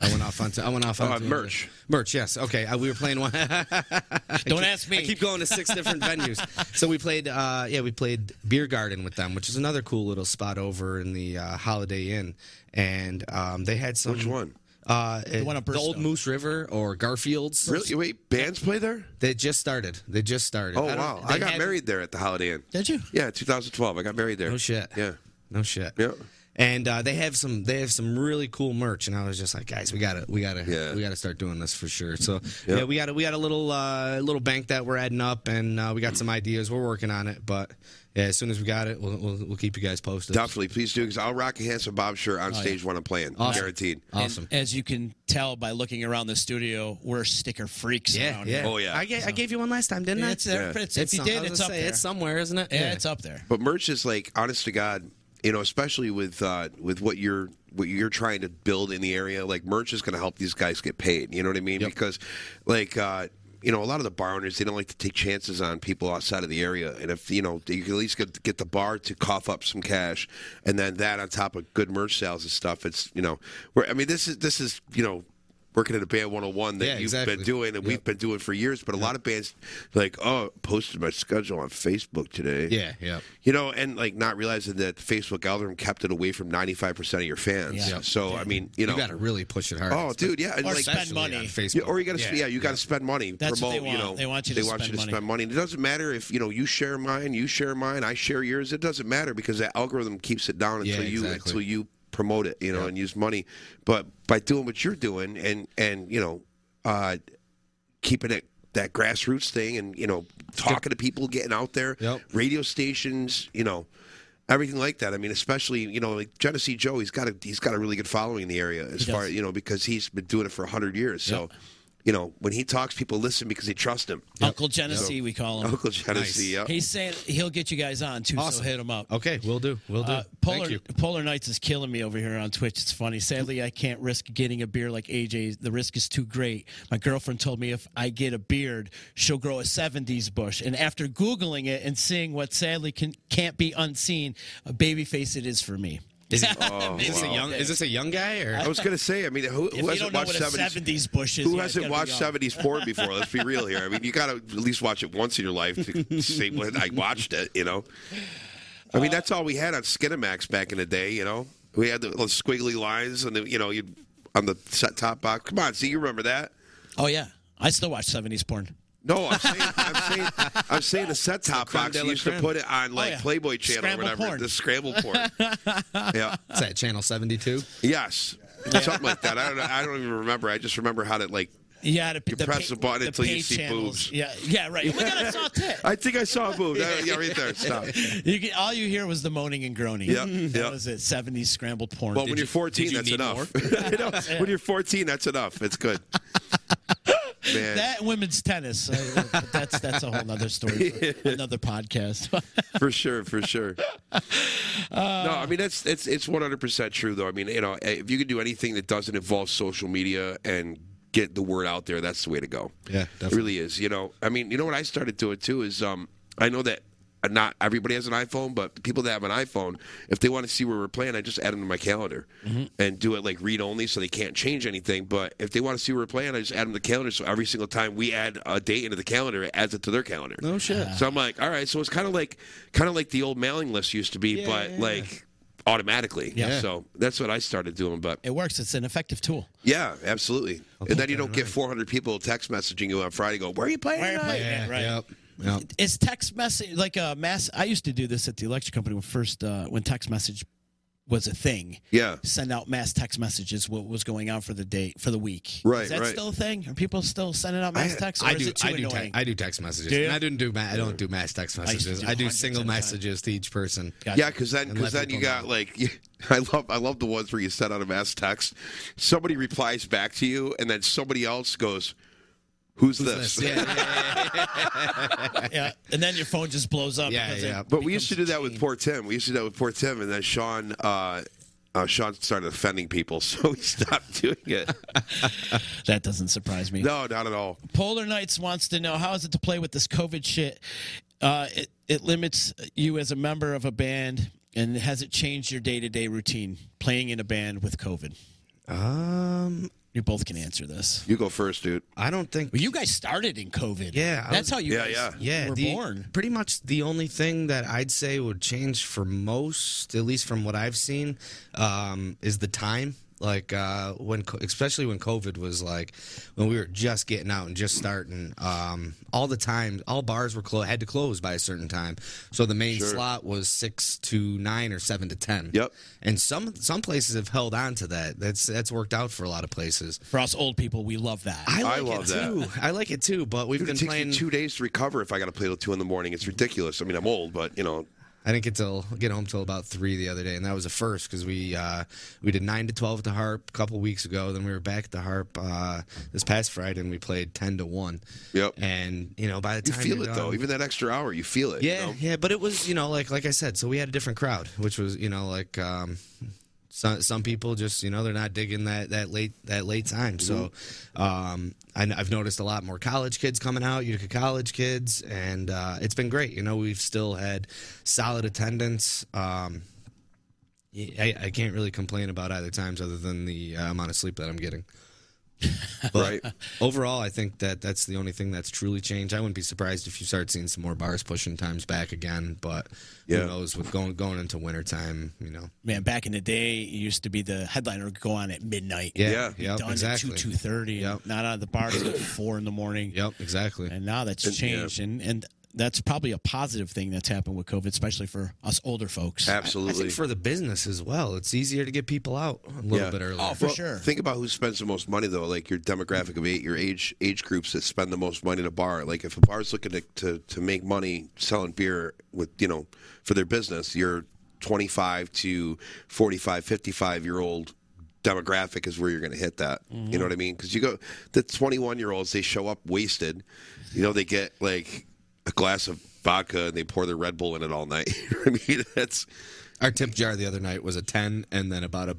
Speaker 6: I went off on. I
Speaker 7: <laughs>
Speaker 6: went off on
Speaker 7: Uh, merch.
Speaker 6: Merch, yes. Okay, uh, we were playing one. <laughs>
Speaker 5: Don't ask me.
Speaker 6: I keep going to six different venues. So we played, uh, yeah, we played Beer Garden with them, which is another cool little spot over in the uh, Holiday Inn, and um, they had some.
Speaker 7: Which one?
Speaker 6: Uh, the
Speaker 5: one on Bristow.
Speaker 6: old Moose River or Garfield's.
Speaker 7: Really? Wait, bands play there?
Speaker 6: They just started. They just started.
Speaker 7: Oh,
Speaker 6: don't-
Speaker 7: wow.
Speaker 6: they
Speaker 7: I got
Speaker 6: haven't-
Speaker 7: married there at the Holiday Inn.
Speaker 5: Did you?
Speaker 7: Yeah, 2012. I got married there.
Speaker 6: No shit.
Speaker 7: Yeah.
Speaker 6: No shit.
Speaker 7: Yeah.
Speaker 6: And uh, they have some they have some really cool merch, and I was just like, guys, we gotta we gotta
Speaker 7: Yeah.
Speaker 6: we gotta start doing this for sure. So
Speaker 7: Yeah.
Speaker 6: yeah, we got a we got a little uh, little bank that we're adding up, and uh, we got some ideas. We're working on it, but yeah, as soon as we got it, we'll we'll, we'll keep you guys posted.
Speaker 7: Definitely. Please do, because I'll rock a Handsome Bob shirt on stage when I'm playing. Guaranteed.
Speaker 6: Oh, Awesome.
Speaker 5: And as you can tell by looking around the studio, we're sticker freaks
Speaker 6: yeah,
Speaker 5: around
Speaker 6: yeah.
Speaker 5: here.
Speaker 7: Oh, yeah.
Speaker 6: I, ga- I gave you one last time, didn't I?
Speaker 5: It's there.
Speaker 7: Yeah.
Speaker 5: It's, if you
Speaker 6: some- I
Speaker 5: did,
Speaker 6: was
Speaker 5: it's
Speaker 6: gonna
Speaker 5: up
Speaker 6: say,
Speaker 5: there.
Speaker 6: It's somewhere, isn't it?
Speaker 5: yeah, it's up there.
Speaker 7: But merch is like, honest to God, you know, especially with uh, with what you're what you're trying to build in the area, like merch is going to help these guys get paid. You know what I mean? Because, like, uh, you know, a lot of the bar owners they don't like to take chances on people outside of the area, and if you know, you can at least get get the bar to cough up some cash, and then that on top of good merch sales and stuff. It's you know, where I mean, this is this is you know. Working at a band 101 that
Speaker 6: Yeah,
Speaker 7: you've been
Speaker 6: exactly.
Speaker 7: doing and we've been doing for years, but a lot of bands like, oh, posted my schedule on Facebook today.
Speaker 6: Yeah, yeah.
Speaker 7: You know, and like not realizing that the Facebook algorithm kept it away from 95% of your fans.
Speaker 5: Yeah.
Speaker 7: So, I mean, you know.
Speaker 6: You got to really push it hard.
Speaker 7: oh, dude, yeah. and,
Speaker 5: Or
Speaker 7: like,
Speaker 5: spend
Speaker 6: especially on
Speaker 5: money.
Speaker 6: Facebook.
Speaker 7: yeah, or you got to, yeah, you got to spend money.
Speaker 5: That's what
Speaker 7: promote,
Speaker 5: they
Speaker 7: you
Speaker 5: want.
Speaker 7: know,
Speaker 5: they want you to spend money.
Speaker 7: spend money. And It doesn't matter if you know you share mine, you share mine, I share yours. It doesn't matter because that algorithm keeps it down
Speaker 6: Yeah,
Speaker 7: until you
Speaker 6: exactly.
Speaker 7: until you promote it, you know, and use money. But by doing what you're doing, and and you know, uh, keeping it that grassroots thing, and you know, talking to people, getting out there,
Speaker 6: Yep.
Speaker 7: radio stations, you know. Everything like that. I mean, especially you know, like Genesee Joe. He's got a he's got a really good following in the area as far you know because he's been doing it for hundred years. So, you know, when he talks, people listen because they trust him.
Speaker 5: Uncle Genesee, we call him.
Speaker 7: Uncle Genesee. Yeah.
Speaker 5: He's saying he'll get you guys on too, so
Speaker 6: Awesome.
Speaker 5: hit him up.
Speaker 6: Okay, we'll do. We'll do.
Speaker 5: Uh,
Speaker 6: Thank
Speaker 5: Polar,
Speaker 6: you.
Speaker 5: Polar Nights is killing me over here on Twitch. It's funny. Sadly, I can't risk getting a beard like AJ. The risk is too great. My girlfriend told me if I get a beard, she'll grow a 70s bush. And after Googling it and seeing what sadly can, can't be unseen, a baby face it is for me.
Speaker 6: Is, he, is this a
Speaker 7: wow.
Speaker 6: young? Is this a young guy or?
Speaker 7: I was going to say, I mean, who,
Speaker 5: If
Speaker 7: who
Speaker 5: you don't
Speaker 7: hasn't
Speaker 5: know
Speaker 7: watched
Speaker 5: what a
Speaker 7: 70s?
Speaker 5: 70s bush is,
Speaker 7: Who
Speaker 5: yeah, it's
Speaker 7: hasn't
Speaker 5: gotta be
Speaker 7: watched
Speaker 5: young.
Speaker 7: 70s porn before? Let's be real here. I mean, you got to at least watch it once in your life to say when I watched it, you know? I mean, that's all we had on Skinamax back in the day, you know? We had the little squiggly lines and, the, you know, you'd, on the set top box. Come on, see, you remember that?
Speaker 5: Oh yeah, I still watch 70s porn.
Speaker 7: No, I'm saying, I'm saying, I'm saying the set top
Speaker 6: creme
Speaker 7: box.
Speaker 6: de
Speaker 7: You
Speaker 6: la
Speaker 7: used
Speaker 6: creme.
Speaker 7: to put it on like
Speaker 5: yeah.
Speaker 7: Playboy Channel
Speaker 5: Scramble
Speaker 7: or whatever,
Speaker 5: porn.
Speaker 7: the scramble porn. yeah.
Speaker 6: <laughs> Is that channel seventy <laughs> two?
Speaker 7: Yes. Something like that. I don't know. I don't even remember. I just remember how to like.
Speaker 5: Yeah, the,
Speaker 7: You press the button until you
Speaker 5: pay
Speaker 7: see boobs.
Speaker 5: Yeah, yeah, right. Look at
Speaker 7: <laughs>
Speaker 5: I saw a tit.
Speaker 7: I think I saw a boob. Yeah, yeah, right there. Stop.
Speaker 5: You can, all you hear was the moaning and groaning.
Speaker 7: Yeah,
Speaker 5: that
Speaker 7: yeah.
Speaker 5: was it. 70s scrambled porn.
Speaker 7: Well,
Speaker 5: Did
Speaker 7: when
Speaker 5: you-
Speaker 7: you're 14,
Speaker 5: did you
Speaker 7: that's
Speaker 5: need
Speaker 7: enough.
Speaker 5: more? <laughs>
Speaker 7: <laughs> You know, When you're 14, that's enough. It's good. Man.
Speaker 5: That and women's tennis.
Speaker 7: <laughs>
Speaker 5: I- but that's that's a whole other story, for another podcast. <laughs>
Speaker 7: <laughs> for sure, for sure. no, I mean that's it's it's one hundred percent true though. I mean, you know, eh, if you can do anything that doesn't involve social media and get the word out there, that's the way to go.
Speaker 6: Yeah,
Speaker 7: it really is. You know, I mean, you know what I started doing too is um, I know that not everybody has an iPhone, but people that have an iPhone, if they want to see where we're playing, I just add them to my calendar and do it like read only, so they can't change anything. But if they want to see where we're playing, I just add them to the calendar. So every single time we add a date into the calendar, it adds it to their calendar.
Speaker 6: No Oh, shit.
Speaker 7: So I'm like, all right. So it's kind of like, kind of like the old mailing list used to be, but like automatically.
Speaker 6: Yeah.
Speaker 7: So that's what I started doing. But
Speaker 5: it works. It's an effective tool.
Speaker 7: yeah, absolutely. And then you don't get 400 people text messaging you on Friday. Go, where are you playing?
Speaker 5: Where are you
Speaker 7: tonight?"
Speaker 5: playing? Yeah, right.
Speaker 6: Yep. Yep.
Speaker 5: Is text message like a mass? I used to do this at the electric company when first uh, when text message was a thing.
Speaker 7: Yeah.
Speaker 5: send out mass text messages what was going on for the day for the week.
Speaker 7: Right,
Speaker 5: Is that
Speaker 7: right.
Speaker 5: still a thing? Are people still sending out mass
Speaker 7: I-
Speaker 5: texts? Or
Speaker 6: I
Speaker 5: is
Speaker 6: do.
Speaker 5: it too
Speaker 6: I do. Te-
Speaker 5: annoying?
Speaker 6: I do text messages.
Speaker 5: Do you?
Speaker 6: and I didn't do. Ma- I don't do mass text
Speaker 5: I used to
Speaker 6: messages.
Speaker 5: do
Speaker 6: I do
Speaker 5: hundreds
Speaker 6: single
Speaker 5: at a time.
Speaker 6: messages to each person.
Speaker 5: Gotcha.
Speaker 7: Yeah, because then,
Speaker 6: And
Speaker 7: cause
Speaker 6: let
Speaker 7: then you
Speaker 6: people
Speaker 7: got
Speaker 6: know.
Speaker 7: like, <laughs> you- I love, I love the ones where you send out a mass text. Somebody replies back to you, and then somebody else goes, "Who's, this?"
Speaker 6: Yeah, yeah,
Speaker 5: yeah, and then your phone just blows up.
Speaker 6: Yeah,
Speaker 5: because it
Speaker 6: yeah.
Speaker 7: But we used to do that with poor Tim. We used to do that with poor Tim, and then Sean, uh, uh, Sean started offending people, <laughs> so we stopped doing
Speaker 6: <laughs>
Speaker 7: it.
Speaker 5: That doesn't surprise me.
Speaker 7: No, not at all.
Speaker 5: Polar Knights wants to know how is it to play with this COVID shit? Uh, it, it limits you as a member of a band, and has it changed your day to day routine playing in a band with COVID?
Speaker 6: yeah. <laughs> Um,
Speaker 5: You both can answer this.
Speaker 7: You go first, dude.
Speaker 6: I don't think.
Speaker 5: Well, you guys started in COVID.
Speaker 6: Yeah, I
Speaker 5: that's
Speaker 6: was-
Speaker 5: how you
Speaker 7: Yeah,
Speaker 5: guys
Speaker 7: yeah.
Speaker 6: yeah,
Speaker 5: were
Speaker 6: the-
Speaker 5: born.
Speaker 6: Pretty much the only thing that I'd say would change for most, at least from what I've seen, um, is the time. Like uh, when, co- especially when COVID was like, when we were just getting out and just starting, um, all the time, all bars were closed, had to close by a certain time. So the main slot was six to nine or seven to ten.
Speaker 7: Yep.
Speaker 6: And some some places have held on to that. That's that's worked out for a lot of places.
Speaker 5: For us old people, we love that.
Speaker 6: I like
Speaker 7: I love
Speaker 6: it
Speaker 7: that.
Speaker 6: too. I like it too. But we've
Speaker 7: Dude,
Speaker 6: been
Speaker 7: it takes
Speaker 6: playing
Speaker 7: me two days to recover if I got to play till two in the morning. It's ridiculous. I mean, I'm old, but you know,
Speaker 6: I didn't get till get home till about three the other day, and that was the first because we uh, we did nine to twelve at the harp a couple weeks ago. Then we were back at the harp uh, this past Friday, and we played ten to one.
Speaker 7: Yep.
Speaker 6: And you know, by the
Speaker 7: you
Speaker 6: time
Speaker 7: feel
Speaker 6: you're
Speaker 7: it though.
Speaker 6: done-
Speaker 7: Even that extra hour, you feel it. you
Speaker 6: yeah,
Speaker 7: know?
Speaker 6: <laughs> yeah, but it was you know like like I said, so we had a different crowd, which was you know like um, some some people just you know they're not digging that that late that late time. So
Speaker 7: Mm-hmm.
Speaker 6: um, I, have noticed a lot more college kids coming out, Utica college kids, and uh, it's been great. You know we've still had solid attendance. Um, I, I can't really complain about either times other than the uh, amount of sleep that I'm getting. But
Speaker 7: Right.
Speaker 6: Overall, I think that that's the only thing that's truly changed. I wouldn't be surprised if you start seeing some more bars pushing times back again. But
Speaker 7: Yeah.
Speaker 6: who knows? With going going into wintertime, you know.
Speaker 5: Man, back in the day, it used to be the headliner would go on at midnight.
Speaker 7: Yeah.
Speaker 6: Yeah.
Speaker 7: Be
Speaker 6: Yep,
Speaker 5: done
Speaker 6: exactly.
Speaker 5: at two two thirty.
Speaker 6: Yep.
Speaker 5: Not out of the bar till <clears throat> four in the morning.
Speaker 6: Yep. Exactly.
Speaker 5: And now that's changed, and and that's probably a positive thing that's happened with COVID, especially for us older folks.
Speaker 6: I
Speaker 7: Absolutely.
Speaker 6: think for the business as well, it's easier to get people out a little
Speaker 7: Yeah.
Speaker 6: bit earlier.
Speaker 5: Oh, for
Speaker 7: Well,
Speaker 5: sure.
Speaker 7: Think about who spends the most money though. Like your demographic of eight, your age age groups that spend the most money at a bar. Like if a bar's looking to, to, to make money selling beer with you know for their business, your 25 to 45, 55 year old demographic is where you're going to hit that. You
Speaker 5: Mm-hmm.
Speaker 7: know what I mean? Because you go the 21 year olds, they show up wasted. You know they get like a glass of vodka and they pour their Red Bull in it all night. <laughs> You know what I mean, that's
Speaker 6: Our tip jar the other night was a ten, and then about a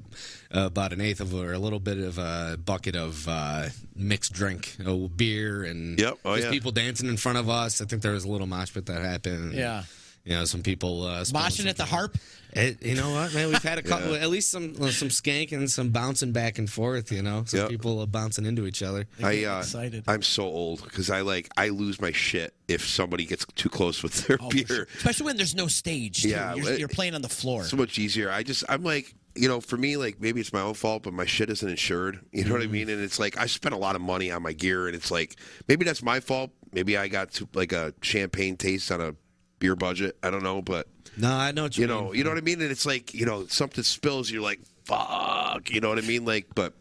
Speaker 6: uh, about an eighth of or a little bit of a bucket of uh, mixed drink, oh, beer, and
Speaker 7: Yep. Oh,
Speaker 6: just
Speaker 7: yeah.
Speaker 6: people dancing in front of us. I think there was a little mosh pit that happened.
Speaker 5: Yeah.
Speaker 6: You know, some people uh, spilling
Speaker 5: Moshing
Speaker 6: some
Speaker 5: at the
Speaker 6: drinks.
Speaker 5: harp?
Speaker 6: It, you know what, man? We've had a couple, at least some well, some skank and some bouncing back and forth. You know, some
Speaker 7: Yep.
Speaker 6: people are bouncing into each other.
Speaker 7: I uh,
Speaker 5: excited.
Speaker 7: I'm so old because I like I lose my shit if somebody gets too close with their
Speaker 5: Oh, for
Speaker 7: beer.
Speaker 5: sure. Especially when there's no stage. too.
Speaker 7: Yeah,
Speaker 5: You're,
Speaker 7: it-
Speaker 5: you're playing on the floor.
Speaker 7: so much easier. I just I'm like, you know, for me, like maybe it's my own fault, but my shit isn't insured. You know what I
Speaker 5: Mm-hmm.
Speaker 7: mean? And it's like I spent a lot of money on my gear, and it's like maybe that's my fault. Maybe I got too, like a champagne taste on a beer budget. I don't know, but
Speaker 6: No, I know what you,
Speaker 7: you
Speaker 6: mean.
Speaker 7: know, you know what I mean. And it's like you know something spills, you're like fuck. You know what I mean? Like, but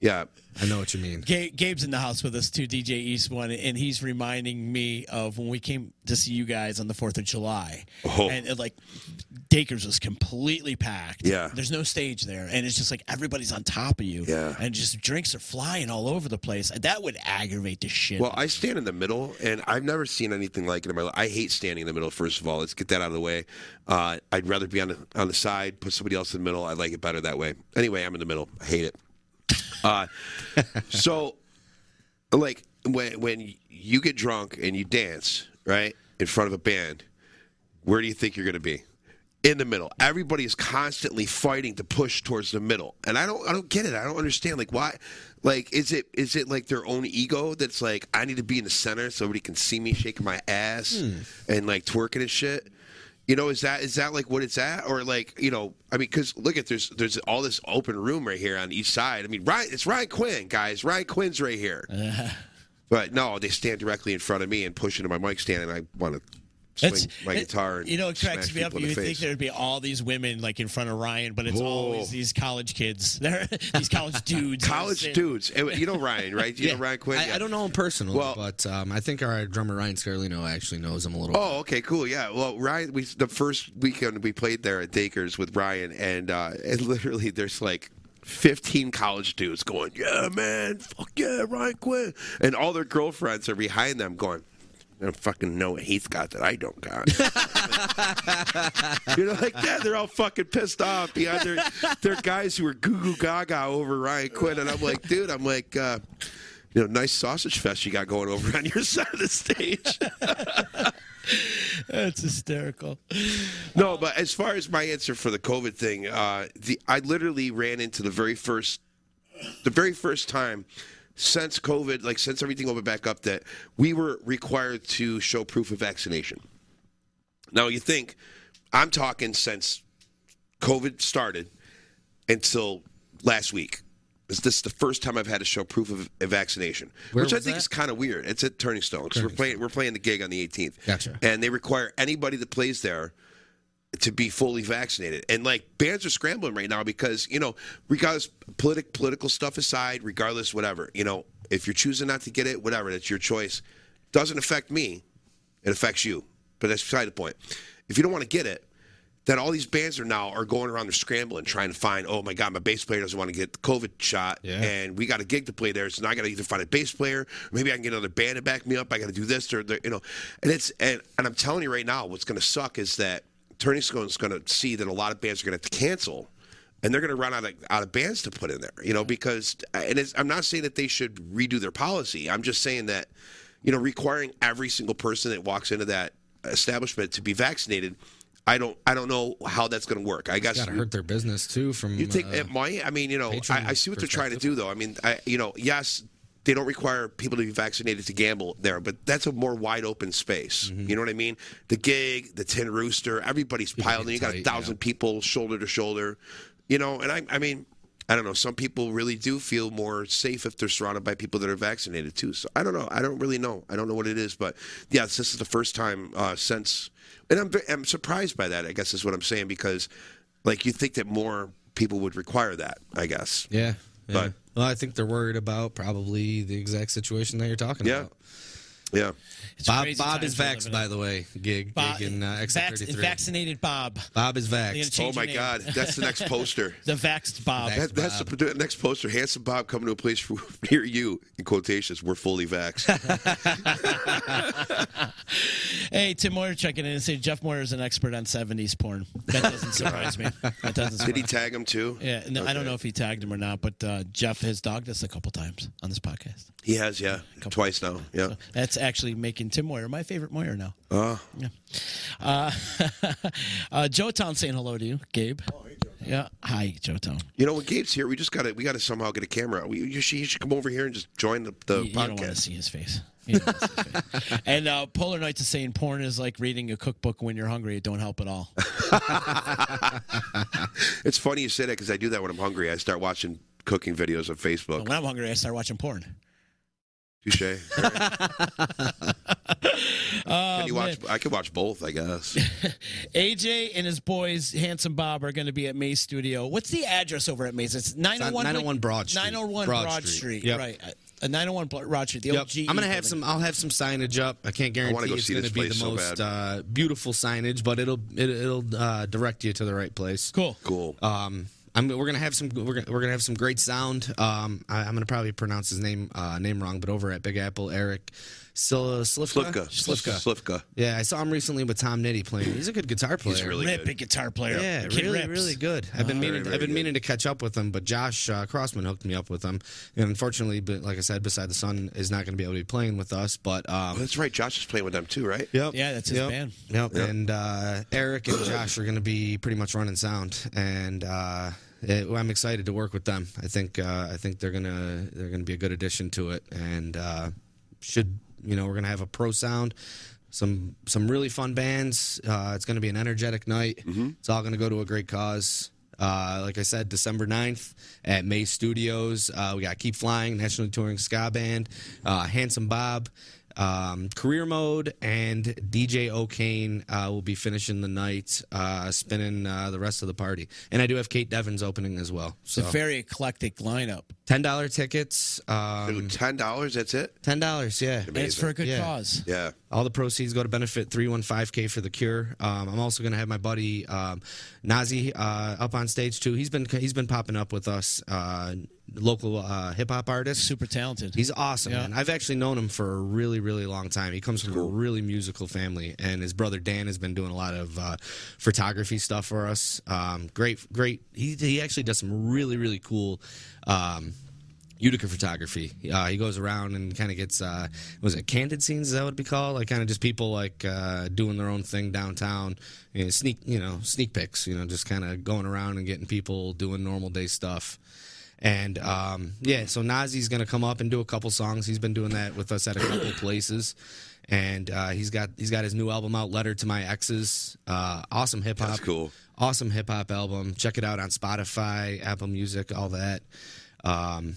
Speaker 7: yeah,
Speaker 6: I know what you mean.
Speaker 5: Ga- Gabe's in the house with us too, DJ East One, and he's reminding me of when we came to see you guys on the Fourth of July,
Speaker 7: Oh.
Speaker 5: and it, like Dakers was completely packed.
Speaker 7: Yeah.
Speaker 5: there's no stage there, and it's just like everybody's on top of you.
Speaker 7: Yeah.
Speaker 5: and just drinks are flying all over the place. That would aggravate the shit.
Speaker 7: Well, I stand in the middle, and I've never seen anything like it in my life. I hate standing in the middle. First of all, let's get that out of the way. Uh, I'd rather be on the, on the side, put somebody else in the middle. I like it better that way. Anyway, I'm in the middle. I hate it. Uh, so, like when when you get drunk and you dance right in front of a band, where do you think you're going to be? In the middle. Everybody is constantly fighting to push towards the middle, and I don't I don't get it. I don't understand. Like why? Like is it is it like their own ego that's like I need to be in the center so everybody can see me shaking my ass and like twerking and shit. You know, is that is that like what it's at, or like you know? I mean, because look at there's there's all this open room right here on each side. I mean, Ryan, it's Ryan Quinn, guys. Ryan Quinn's right here. But no, they stand directly in front of me and push into my mic stand, and I want to swing
Speaker 5: That's-
Speaker 7: my
Speaker 5: it-
Speaker 7: guitar. And
Speaker 5: you know, it cracks
Speaker 7: smash
Speaker 5: me up.
Speaker 7: people in
Speaker 5: You
Speaker 7: the
Speaker 5: would think
Speaker 7: face.
Speaker 5: there'd be all these women like in front of Ryan, but it's
Speaker 7: Whoa.
Speaker 5: always these college kids. <laughs> They're these college dudes.
Speaker 7: college dudes. And You know Ryan, right? You know Ryan Quinn.
Speaker 6: I,
Speaker 7: Yeah.
Speaker 6: I don't know him personally,
Speaker 7: Well-
Speaker 6: but um, I think our drummer Ryan Scarlino actually knows him a little.
Speaker 7: Oh, okay, cool. Yeah. Well, Ryan, we the first weekend we played there at Dakers with Ryan, and uh, and <laughs> literally there's like. 15 college dudes going, yeah, man, fuck yeah, Ryan Quinn. And all their girlfriends are behind them going, I don't fucking know what he's got that I don't got. <laughs> you know, like, yeah, they're all fucking pissed off behind their, their guys who are goo goo gaga over Ryan Quinn. And I'm like, dude, I'm like, uh, you know, nice sausage fest you got going over on your <laughs> side of the stage.
Speaker 5: That's hysterical.
Speaker 7: No, but as far as my answer for the COVID thing, uh, the I literally ran into the very first, the very first time since COVID, like since everything opened back up, that we were required to show proof of vaccination. Now you think, I'm talking since COVID started until last week. Is this the first time I've had to show proof of a vaccination?
Speaker 6: Where
Speaker 7: Which I
Speaker 6: was
Speaker 7: think
Speaker 6: that?
Speaker 7: is kind of weird. It's at Turning Stone. 'cause We're playing. We're playing the gig on the 18th.
Speaker 6: Gotcha.
Speaker 7: And they require anybody that plays there to be fully vaccinated. And like bands are scrambling right now because, you know, regardless politic political stuff aside, regardless whatever, you know, if you're choosing not to get it, whatever, that's your choice. Doesn't affect me. It affects you. But that's beside the point. If you don't want to get it, then all these bands are now are going around they're scrambling trying to find, oh my God, my bass player doesn't want to get the COVID shot.
Speaker 6: Yeah.
Speaker 7: And we got a gig to play there. So now I gotta either find a bass player, maybe I can get another band to back me up. I gotta do this or the- you know. And it's and, and I'm telling you right now, what's gonna suck is that Turning Stone's gonna see that a lot of bands are gonna have to cancel and they're going to run out of out of bands to put in there, you know, because and it's, I'm not saying that they should redo their policy. I'm just saying that, you know, requiring every single person that walks into that establishment to be vaccinated, I don't I don't know how that's going to work. I guess
Speaker 6: Got to hurt their business too. From
Speaker 7: you think
Speaker 6: uh,
Speaker 7: it might? I mean, you know,
Speaker 6: patron
Speaker 7: I, I see what they're trying to do, though. I mean, I, you know, yes, they don't require people to be vaccinated to gamble there, but that's a more wide open space.
Speaker 6: Mm-hmm.
Speaker 7: You know what I mean? The gig, the Tin Rooster, everybody's piled in. You got a
Speaker 6: tight,
Speaker 7: thousand people shoulder to shoulder. You know, and I, I mean, I don't know. Some people really do feel more safe if they're surrounded by people that are vaccinated too. So I don't know. I don't really know. I don't know what it is, but yeah, this is the first time uh, since, and I'm I'm surprised by that. I guess is what I'm saying because, like, you think that more people would require that. I guess.
Speaker 6: yeah, yeah.
Speaker 7: But-
Speaker 6: well, I think they're worried about probably the exact situation that you're talking
Speaker 7: Yeah.
Speaker 6: about.
Speaker 7: Yeah.
Speaker 5: It's
Speaker 6: Bob
Speaker 5: crazy
Speaker 6: Bob
Speaker 5: times
Speaker 6: is
Speaker 5: we're
Speaker 6: vaxxed,
Speaker 5: living in.
Speaker 6: by the way. Gig,
Speaker 5: Bob,
Speaker 6: gig in uh, exit
Speaker 5: vax-
Speaker 6: 33.
Speaker 5: vaccinated Bob.
Speaker 6: Bob is
Speaker 5: They're gonna
Speaker 6: vaxxed.
Speaker 5: change
Speaker 7: Oh my
Speaker 5: your name.
Speaker 7: God, that's the next
Speaker 5: <laughs>
Speaker 7: poster.
Speaker 5: The vaxxed Bob.
Speaker 6: Vaxxed.
Speaker 7: That, that's the the next poster. Handsome Bob coming to a place <laughs> near you. In quotations, we're fully
Speaker 5: <laughs>
Speaker 7: vaxxed.
Speaker 5: Hey, Tim Moyer checking in and saying Jeff Moyer is an expert on 70s porn. That doesn't surprise me. That doesn't surprise
Speaker 7: Did he
Speaker 5: me.
Speaker 7: tag him too?
Speaker 5: Yeah, no, I don't
Speaker 7: Okay.
Speaker 5: know if he tagged him or not, but uh, Jeff has dogged us a couple times on this podcast.
Speaker 7: He has, yeah, twice now. Yeah.
Speaker 5: That's actually making Tim Moyer my favorite Moyer now. Uh. Yeah. Uh, <laughs> uh, Joe Town saying hello to you, Gabe. Oh, hey, Joe. Yeah. Hi, Joe Town.
Speaker 7: You know, when Gabe's here, we just got to we got to somehow get a camera. We, you, should, you should come over here and just join the, the
Speaker 5: You, you don't want to
Speaker 7: podcast.
Speaker 5: see his face. You don't wanna see his face. and uh, Polar Knights is saying porn is like reading a cookbook when you're hungry. It don't help at all.
Speaker 7: It's funny you say that because I do that when I'm hungry. I start watching cooking videos on Facebook.
Speaker 5: when I'm hungry, I start watching porn. <laughs>
Speaker 7: Touche.
Speaker 5: Oh,
Speaker 7: Can you watch? I could watch both, I
Speaker 5: <laughs>
Speaker 7: guess.
Speaker 5: AJ and his boys, Handsome Bob, are going to be at Mace Studio. What's the address over at Mace? It's 901,
Speaker 6: 901 Broad Street.
Speaker 5: 901 Broad,
Speaker 6: Broad
Speaker 5: Street.
Speaker 6: Street. Yep.
Speaker 5: Right. Uh, 901 Bro- Broad Street. The
Speaker 6: Yep.
Speaker 5: old GE
Speaker 6: I'm gonna have
Speaker 5: E building.
Speaker 6: some. I'll have some signage up. I can't guarantee
Speaker 7: go
Speaker 6: it's
Speaker 7: see
Speaker 6: gonna
Speaker 7: this
Speaker 6: be the
Speaker 7: place so
Speaker 6: most
Speaker 7: bad.
Speaker 6: uh, beautiful signage, but it'll it, it'll uh, direct you to the right place.
Speaker 5: Cool.
Speaker 7: Cool.
Speaker 5: Uh,
Speaker 6: Um, I'm, we're gonna have some. We're gonna, we're gonna have some great sound. Um, I, I'm gonna probably pronounce his name uh, name wrong, but over at Big Apple, Eric Sil- Slivka.
Speaker 7: Slivka.
Speaker 6: Slivka.
Speaker 7: Slivka.
Speaker 6: Yeah, I saw him recently with Tom Nitty playing. He's a good guitar player.
Speaker 7: He's really
Speaker 5: Rip
Speaker 7: good.
Speaker 5: a guitar player.
Speaker 6: yeah,
Speaker 5: The kid
Speaker 6: really,
Speaker 5: rips.
Speaker 6: really good. I've been meaning,
Speaker 7: very
Speaker 6: I've been
Speaker 7: good.
Speaker 6: meaning to catch up with him, but Josh uh, Crossman hooked me up with him. And unfortunately, but like I said, Beside the Sun is not going to be able to be playing with us. But um,
Speaker 7: That's right. Josh is playing with them too, right?
Speaker 6: Yep.
Speaker 5: Yeah, that's his
Speaker 6: yep.
Speaker 5: band.
Speaker 6: Yep. And uh, Eric and Josh are going to be pretty much running sound, and uh, it, well, I'm excited to work with them. I think uh, I think they're gonna they're gonna be a good addition to it, and uh, should you know we're gonna have a pro sound. Some some really fun bands. Uh, it's going to be an energetic night. It's all going to go to a great cause. Uh, like I said, December 9th at May Studios. Uh, we got Keep Flying, National Touring Ska Band, uh, Handsome Bob, um, Career Mode, and DJ O'Kane uh, will be finishing the night, uh, spinning uh, the rest of the party. And I do have Kate Devins opening as well.
Speaker 5: It's a
Speaker 6: So
Speaker 5: very eclectic lineup.
Speaker 6: $10 tickets. Um,
Speaker 7: Dude, Ten dollars. That's it.
Speaker 6: $10, yeah.
Speaker 5: And it's for a good
Speaker 6: Yeah.
Speaker 5: cause.
Speaker 7: Yeah.
Speaker 6: All the proceeds go to benefit 315K for the cure. Um, I'm also going to have my buddy um, Nazi uh, up on stage too. He's been he's been popping up with us, uh, local uh, hip hop artist.
Speaker 5: Super talented.
Speaker 6: He's awesome,
Speaker 5: Yeah.
Speaker 6: man. I've actually known him for a really, really long time. He comes from a really musical family, and his brother Dan has been doing a lot of uh, photography stuff for us. Um, great, great. He, he actually does some really, really cool. Um, Utica photography. Uh, he goes around and kind of gets, uh, was it candid scenes? Is that what it'd be called? Like kind of just people like uh, doing their own thing downtown, you know, sneak, you know, sneak pics. You know, just kind of going around and getting people doing normal day stuff. And um, yeah, so Nazi's going to come up and do a couple songs. He's been doing that with us at
Speaker 7: <coughs>
Speaker 6: a couple places, and uh, he's got he's got his new album out, "Letter to My Exes." Uh, awesome hip hop.
Speaker 7: That's cool.
Speaker 6: Awesome hip hop album. Check it out on Spotify, Apple Music, all that. Um,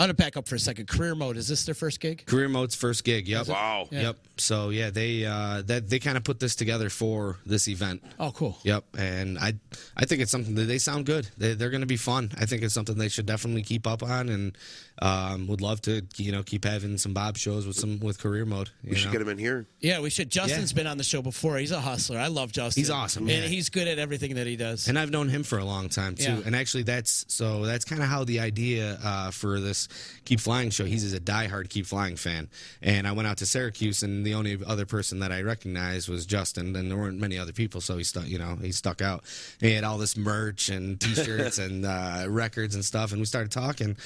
Speaker 5: I'm going to back up for a second. Career mode. Is this their first gig?
Speaker 6: Career Mode's first gig. Yep.
Speaker 7: Wow.
Speaker 6: Yep. So yeah, they uh, that they kind of put this together for this event.
Speaker 5: Oh, cool.
Speaker 6: Yep, and I I think it's something that they sound good. They, they're going to be fun. I think it's something they should definitely keep up on, and um, would love to you know keep having some Bob shows with some with Career Mode. you
Speaker 7: We should
Speaker 6: know?
Speaker 7: get him in here.
Speaker 5: Yeah, we should. Justin's been on the show before. He's a hustler. I love Justin.
Speaker 6: He's awesome,
Speaker 5: And
Speaker 6: yeah.
Speaker 5: he's good at everything that he does.
Speaker 6: And I've known him for a long time too.
Speaker 5: Yeah.
Speaker 6: And actually, that's so that's kind of how the idea uh, for this Keep Flying show. He's a diehard Keep Flying fan, and I went out to Syracuse, and the only other person that I recognized was Justin, and there weren't many other people, so he stuck. You know, he stuck out. He had all this
Speaker 5: <laughs>
Speaker 6: merch and T-shirts and uh, records and stuff, and we started talking, and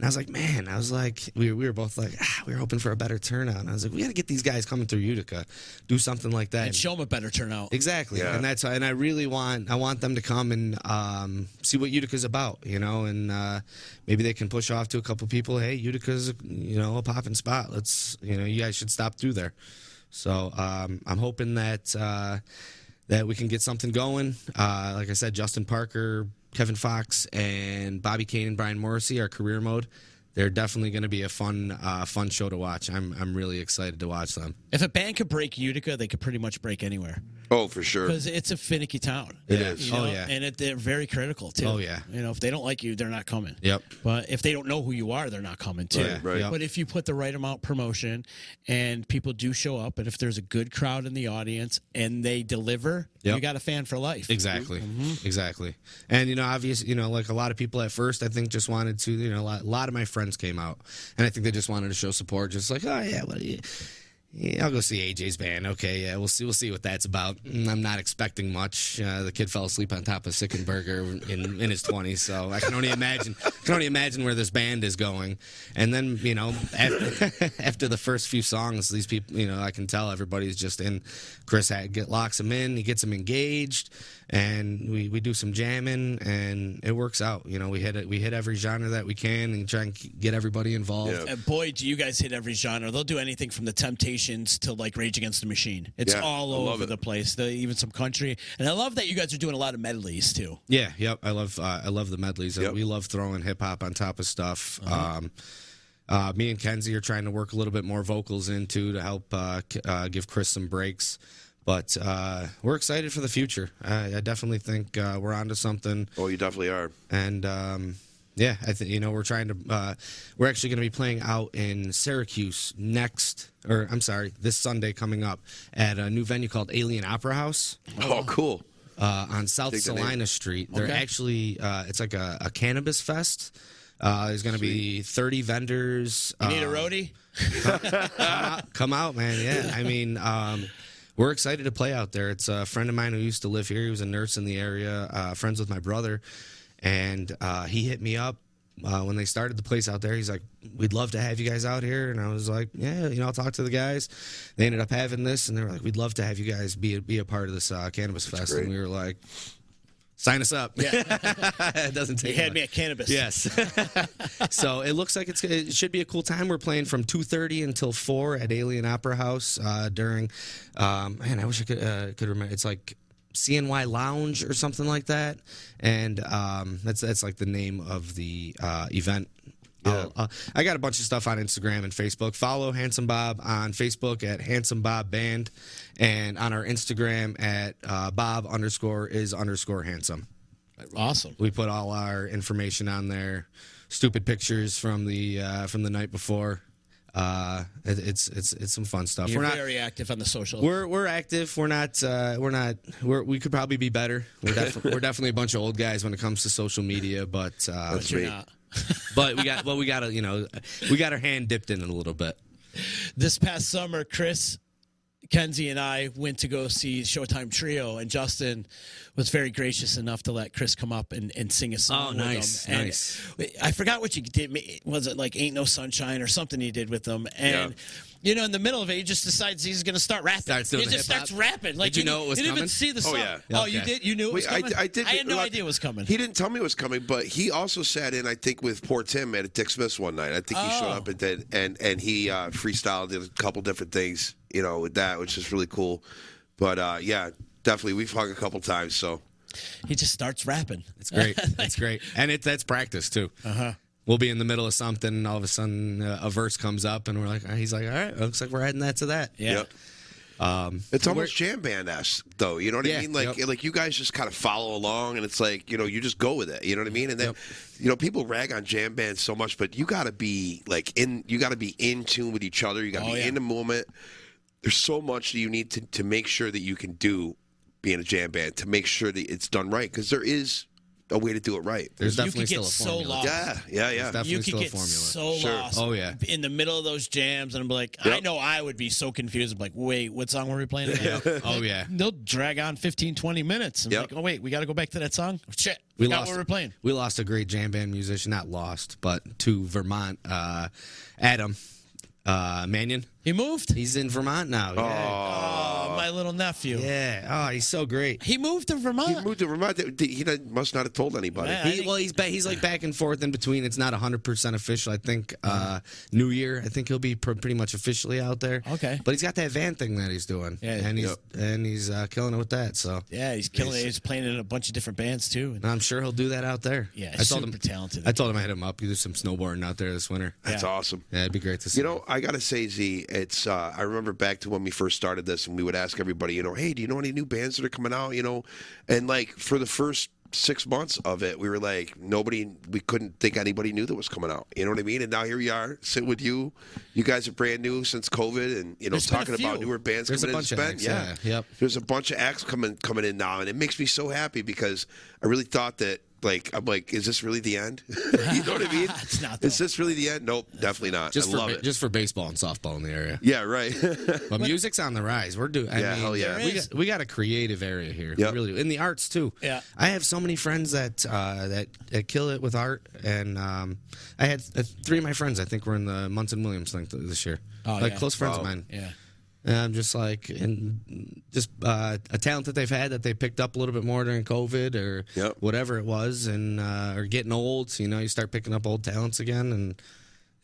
Speaker 6: I was like, man, I was like, we, we were both like, ah, we were hoping for a better turnout, and I was like, we got to get these guys coming through Utica, do something like that.
Speaker 5: and show him a better turnout.
Speaker 6: Exactly,
Speaker 7: Yeah.
Speaker 6: and that's and I really want I want them to come and um, see what Utica's about, you know, and uh, maybe they can push off to a couple people. Hey, Utica's you know a popping spot. Let's you know you guys should stop through there. So um, I'm hoping that uh, that we can get something going. Uh, like I said, Justin Parker, Kevin Fox, and Bobby Kane and Brian Morrissey are career mode. They're definitely going to be a fun uh, fun show to watch. I'm I'm really excited to watch them.
Speaker 5: If a band could break Utica, they could pretty much break anywhere
Speaker 7: Oh, for sure.
Speaker 5: because it's a finicky town.
Speaker 7: It is.
Speaker 5: You know?
Speaker 6: Oh, yeah.
Speaker 5: and it, they're very critical too.
Speaker 6: Oh, yeah.
Speaker 5: you know if they don't like you, they're not coming.
Speaker 6: Yep.
Speaker 5: But if they don't know who you are, they're not coming too.
Speaker 6: Right, right. Yep.
Speaker 5: But if you put the right amount promotion, and people do show up, and if there's a good crowd in the audience and they deliver,
Speaker 6: Yep.
Speaker 5: you got a fan for life.
Speaker 6: Exactly. Exactly. And you know, obviously, you know, like a lot of people at first, I think just wanted to, you know, a lot, a lot of my friends came out, and I think they just wanted to show support, just like, oh yeah, what are you? Yeah, I'll go see AJ's band. Okay, yeah, we'll see. We'll see what that's about. Mm, I'm not expecting much. Uh, the kid fell asleep on top of Sicken Burger in, in his 20s, so I can only imagine. I can only imagine where this band is going. And then you know, after, <laughs> after the first few songs, these people, you know, I can tell everybody's just in. Chris ha- get, locks them in. He gets them engaged, and we, we do some jamming, and it works out. You know, we hit it. We hit every genre that we can, and try and k- get everybody involved.
Speaker 7: Yeah.
Speaker 5: And Uh, boy, do you guys hit every genre. They'll do anything from the Temptations to like Rage Against the Machine. It's
Speaker 7: Yeah,
Speaker 5: all
Speaker 7: I love
Speaker 5: over
Speaker 7: it.
Speaker 5: the place. They- even some country. And I love that you guys are doing a lot of medleys too.
Speaker 6: Yeah, yep. I love uh, I love the medleys. Uh
Speaker 7: Yep.
Speaker 6: We love throwing hip hop on top of stuff. Um, uh, me and Kenzie are trying to work a little bit more vocals into to help uh, K- uh, give Chris some breaks. But uh, we're excited for the future. I, I definitely think uh, we're onto something.
Speaker 7: Oh, you definitely are.
Speaker 6: And um, yeah, I think you know we're trying to. Uh, we're actually going to be playing out in Syracuse next, or I'm sorry, this Sunday coming up at a new venue called Alien Opera House
Speaker 7: Oh, cool.
Speaker 6: uh, on South
Speaker 7: Take the name.
Speaker 6: Salina Street. They're
Speaker 5: Okay.
Speaker 6: actually uh, it's like a, a cannabis fest. Uh, there's going to be 30 vendors.
Speaker 5: You need a
Speaker 6: uh,
Speaker 5: roadie?
Speaker 6: Come out, man! Yeah, I mean, um, we're excited to play out there. It's a friend of mine who used to live here. He was a nurse in the area, uh, friends with my brother, and uh, he hit me up uh, when they started the place out there. He's like, "We'd love to have you guys out here," and I was like, "Yeah, you know, I'll talk to the guys." They ended up having this, and they were like, "We'd love to have you guys be a, be a part of this uh, cannabis fest," and
Speaker 7: great.
Speaker 6: we were like. Sign us up. Yeah. <laughs> it doesn't
Speaker 5: They
Speaker 6: take
Speaker 5: had
Speaker 6: much.
Speaker 5: me at cannabis.
Speaker 6: Yes. <laughs> so it looks like it's it should be a cool time. We're playing from two thirty until four at Alien Opera House uh, during. Um, man, I wish I could uh, could remember. It's like CNY Lounge or something like that, and um, that's that's like the name of the uh, event. I'll- Uh, I got a bunch of stuff on Instagram and Facebook. Follow Handsome Bob on Facebook at Handsome Bob Band, and on our Instagram at uh, Bob underscore is underscore handsome.
Speaker 5: Awesome.
Speaker 6: We put all our information on there. Stupid pictures from the uh, from the night before. Uh, it, it's it's it's some fun stuff.
Speaker 5: You're
Speaker 6: we're not
Speaker 5: very active on the social.
Speaker 6: we're we're active. We're not uh, we're not we're, we could probably be better.
Speaker 5: <laughs>
Speaker 6: We're, def- we're definitely a bunch of old guys when it comes to social media, but uh,
Speaker 7: That's
Speaker 5: You're
Speaker 7: me.
Speaker 5: not.
Speaker 6: <laughs> but we got but we got a you know we got our hand dipped in it a little bit.
Speaker 5: This past summer, Chris, Kenzie, and I went to go see Showtime Trio, and Justin was very gracious enough to let Chris come up and, and sing a song.
Speaker 6: Oh,
Speaker 5: with
Speaker 6: nice,
Speaker 5: him. And
Speaker 6: nice.
Speaker 5: I forgot what you did. Was it like "Ain't No Sunshine" or something you did with them? And you know, in the middle of it, he just decides he's going to start rapping.
Speaker 6: Starts doing
Speaker 5: he
Speaker 6: the
Speaker 5: just
Speaker 6: hip-hop.
Speaker 5: starts rapping. Like
Speaker 6: Did you know it was
Speaker 5: didn't
Speaker 6: coming?
Speaker 5: even see the
Speaker 7: Oh,
Speaker 5: song.
Speaker 7: yeah.
Speaker 5: Oh, you
Speaker 6: Okay.
Speaker 5: did. You knew it was
Speaker 7: Wait, I,
Speaker 5: coming.
Speaker 7: I did.
Speaker 5: had no
Speaker 7: look,
Speaker 5: idea it was coming.
Speaker 7: He didn't tell me it was coming, but he also sat in. I think with poor Tim at Dick Smith's one night. I think he showed
Speaker 5: Oh.
Speaker 7: up and did, and and he uh, freestyled did a couple different things, you know, with that, which is really cool. But uh, yeah, definitely, we've hung a couple times. So
Speaker 5: He just starts rapping. <laughs>
Speaker 6: It's great. It's great, and it that's practice too. Uh
Speaker 5: Uh-huh.
Speaker 6: huh. We'll be in the middle of something, and all of a sudden uh, a verse comes up, and we're like, uh, he's like, all right, looks like we're adding that to that.
Speaker 5: Yeah.
Speaker 7: Yep. it's almost jam band esque, though. You know what
Speaker 6: Um, Yeah,
Speaker 7: I mean? Like,
Speaker 6: yep.
Speaker 7: like you guys just kind of follow along, and it's like you know, you just go with it. You know what I mean? And then, you know, people rag on jam bands so much, but you got to be like in, you got to be in tune with each other. You got to
Speaker 5: Oh,
Speaker 7: be
Speaker 5: yeah.
Speaker 7: in the moment. There's so much that you need to to make sure that you can do being a jam band to make sure that it's done right because there is a way to do it right.
Speaker 6: There's
Speaker 5: You could
Speaker 6: definitely
Speaker 5: get
Speaker 6: still a
Speaker 5: so
Speaker 6: formula.
Speaker 5: lost.
Speaker 7: Yeah, yeah, yeah.
Speaker 6: There's
Speaker 5: you
Speaker 6: definitely
Speaker 5: could
Speaker 6: still a
Speaker 5: get
Speaker 6: formula.
Speaker 5: so
Speaker 7: Sure.
Speaker 5: lost.
Speaker 6: Oh, yeah.
Speaker 5: in the middle of those jams, and I'm like, I
Speaker 7: Yep.
Speaker 5: know I would be so confused. I'm like, wait, what song were we playing? Again?
Speaker 6: Oh yeah. <laughs>
Speaker 5: They'll drag on 15, 20 minutes. I'm
Speaker 7: Yep.
Speaker 5: like, oh wait, we got to go back to that song. Oh, Shit,
Speaker 6: we
Speaker 5: forgot
Speaker 6: lost
Speaker 5: what we were playing.
Speaker 6: we lost a great jam band musician, not lost, but to Vermont. Uh, Adam uh, Mannion,
Speaker 5: He moved.
Speaker 6: he's in Vermont now. Yeah.
Speaker 5: oh, my little nephew.
Speaker 6: yeah. Oh, he's so great.
Speaker 5: He moved to Vermont.
Speaker 7: He moved to Vermont. He must not have told anybody.
Speaker 5: Yeah. I
Speaker 6: He,
Speaker 5: think-
Speaker 6: well, he's ba- he's like back and forth in between. It's not 100% official. I think uh, New Year, I think he'll be pr- pretty much officially out there.
Speaker 5: Mm-hmm. Okay.
Speaker 6: But he's got that van thing that he's doing.
Speaker 5: Yeah.
Speaker 6: And he's,
Speaker 7: Yep.
Speaker 6: and he's uh, killing it with that. So
Speaker 5: yeah, he's killing it. He's playing in a bunch of different bands too. And
Speaker 6: I'm sure he'll do that out there.
Speaker 5: Yeah,
Speaker 6: I told him,
Speaker 5: super talented.
Speaker 6: I told him I hit him up. You do some snowboarding out there this winter.
Speaker 7: That's
Speaker 5: Yeah.
Speaker 7: awesome.
Speaker 6: Yeah, it'd be great to see.
Speaker 7: You know, I gotta say, Z, it's. Uh, I remember back to when we first started this, and we would ask everybody, you know, hey, do you know any new bands that are coming out? You know, and like for the first six months of it, we were like, nobody, we couldn't think anybody knew that was coming out. You know what I mean? And now here we are, sitting with you. You guys are brand new since COVID, and you know,
Speaker 5: There's been a
Speaker 7: talking about
Speaker 5: few.
Speaker 7: newer bands
Speaker 6: There's a
Speaker 7: coming
Speaker 6: bunch
Speaker 7: in.
Speaker 6: of
Speaker 7: It's been-
Speaker 6: acts, yeah. Yep.
Speaker 7: there's a bunch of acts coming coming in now, and it makes me so happy because I really thought that like I'm like, is this really the end? <laughs> you know what I mean?
Speaker 5: It's not,
Speaker 7: Is this really the end? Nope, definitely not.
Speaker 6: Just
Speaker 7: I
Speaker 6: for
Speaker 7: love
Speaker 6: ba-
Speaker 7: it.
Speaker 6: just for baseball and softball in the area.
Speaker 7: <laughs> yeah, right.
Speaker 6: But music's on the rise. We're doing.
Speaker 7: Yeah, hell yeah. There
Speaker 6: We
Speaker 5: is.
Speaker 6: got, we got a creative area here. We
Speaker 7: Yep.
Speaker 6: really do. in the arts too.
Speaker 5: Yeah.
Speaker 6: I have so many friends that uh, that, that kill it with art, and um, I had uh, three of my friends. I think were in the Munson Williams thing th- this year.
Speaker 5: Oh,
Speaker 6: like
Speaker 5: yeah.
Speaker 6: close friends
Speaker 7: Wow.
Speaker 6: of mine.
Speaker 5: Yeah.
Speaker 6: And I'm just like, and just uh, a talent that they've had that they picked up a little bit more during COVID or
Speaker 7: Yep.
Speaker 6: whatever it was, and uh, or getting old. So, you know, you start picking up old talents again, and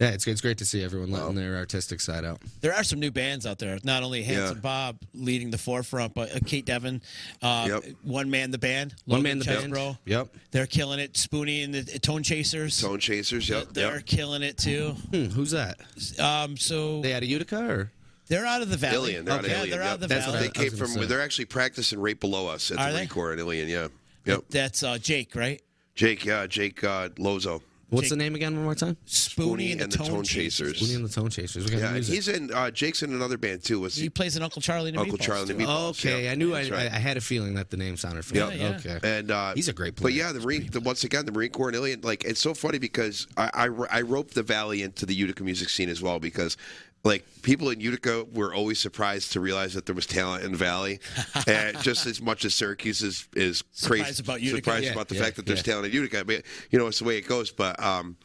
Speaker 6: yeah, it's it's great to see everyone letting their artistic side out.
Speaker 5: There are some new bands out there. Not only Handsome
Speaker 7: Yeah.
Speaker 5: Bob leading the forefront, but uh, Kate Devin, uh,
Speaker 7: Yep.
Speaker 5: one man the band,
Speaker 6: One
Speaker 5: Logan
Speaker 6: man the band.
Speaker 5: Chesbro.
Speaker 6: Yep.
Speaker 5: they're killing it. Spoonie and the Tone Chasers,
Speaker 7: Tone chasers. Yep.
Speaker 5: they're
Speaker 7: yep.
Speaker 5: killing it
Speaker 7: <laughs>
Speaker 5: too.
Speaker 6: Hmm, who's that?
Speaker 5: Um, so
Speaker 6: They out of Utica or?
Speaker 5: they're out of the valley.
Speaker 7: Alien. They're out of
Speaker 5: yeah,
Speaker 7: Alien.
Speaker 5: they're
Speaker 7: yep.
Speaker 5: out of the
Speaker 6: That's what
Speaker 5: valley.
Speaker 7: They
Speaker 6: I was
Speaker 7: came
Speaker 6: gonna
Speaker 7: from.
Speaker 6: say.
Speaker 7: They're actually practicing right below us at
Speaker 5: Are
Speaker 7: the
Speaker 5: they?
Speaker 7: Marine Corps in Alien. Yeah. Yep.
Speaker 5: That's uh, Jake, right?
Speaker 7: Jake. Yeah. Jake uh, Lozo.
Speaker 6: What's
Speaker 5: Jake-
Speaker 6: the name again? One more time.
Speaker 5: Spoonie and the, Tone, Chasers.
Speaker 6: Winnie and the Tone Chasers. We got
Speaker 7: Yeah, and
Speaker 6: music.
Speaker 7: he's in. Uh, Jake's in another band too. What's
Speaker 5: He
Speaker 7: he?
Speaker 5: plays an Uncle Charlie. And the
Speaker 7: Uncle
Speaker 5: Meatballs,
Speaker 7: Charlie and the
Speaker 5: too.
Speaker 7: Meatballs.
Speaker 6: Oh, okay,
Speaker 7: yeah.
Speaker 6: I knew I,
Speaker 7: That's right.
Speaker 6: I, I had a feeling that the name sounded familiar.
Speaker 5: Yeah, yeah.
Speaker 6: Okay.
Speaker 7: And uh,
Speaker 6: He's a great
Speaker 7: But
Speaker 6: player.
Speaker 7: yeah, the Marine, the, once again, the Marine Corps and Ilion, like it's so funny because I, I ro- I roped the Valley into the Utica music scene as well because. Like people in Utica were always surprised to realize that there was talent in the
Speaker 6: <laughs>
Speaker 7: Valley, and just as much as Syracuse is is
Speaker 5: Surprised
Speaker 7: crazy
Speaker 5: about Utica.
Speaker 7: surprised
Speaker 5: Yeah,
Speaker 7: about the
Speaker 6: yeah,
Speaker 7: fact that there's
Speaker 6: yeah.
Speaker 7: talent in Utica. I mean, you know, it's the way it goes. But um,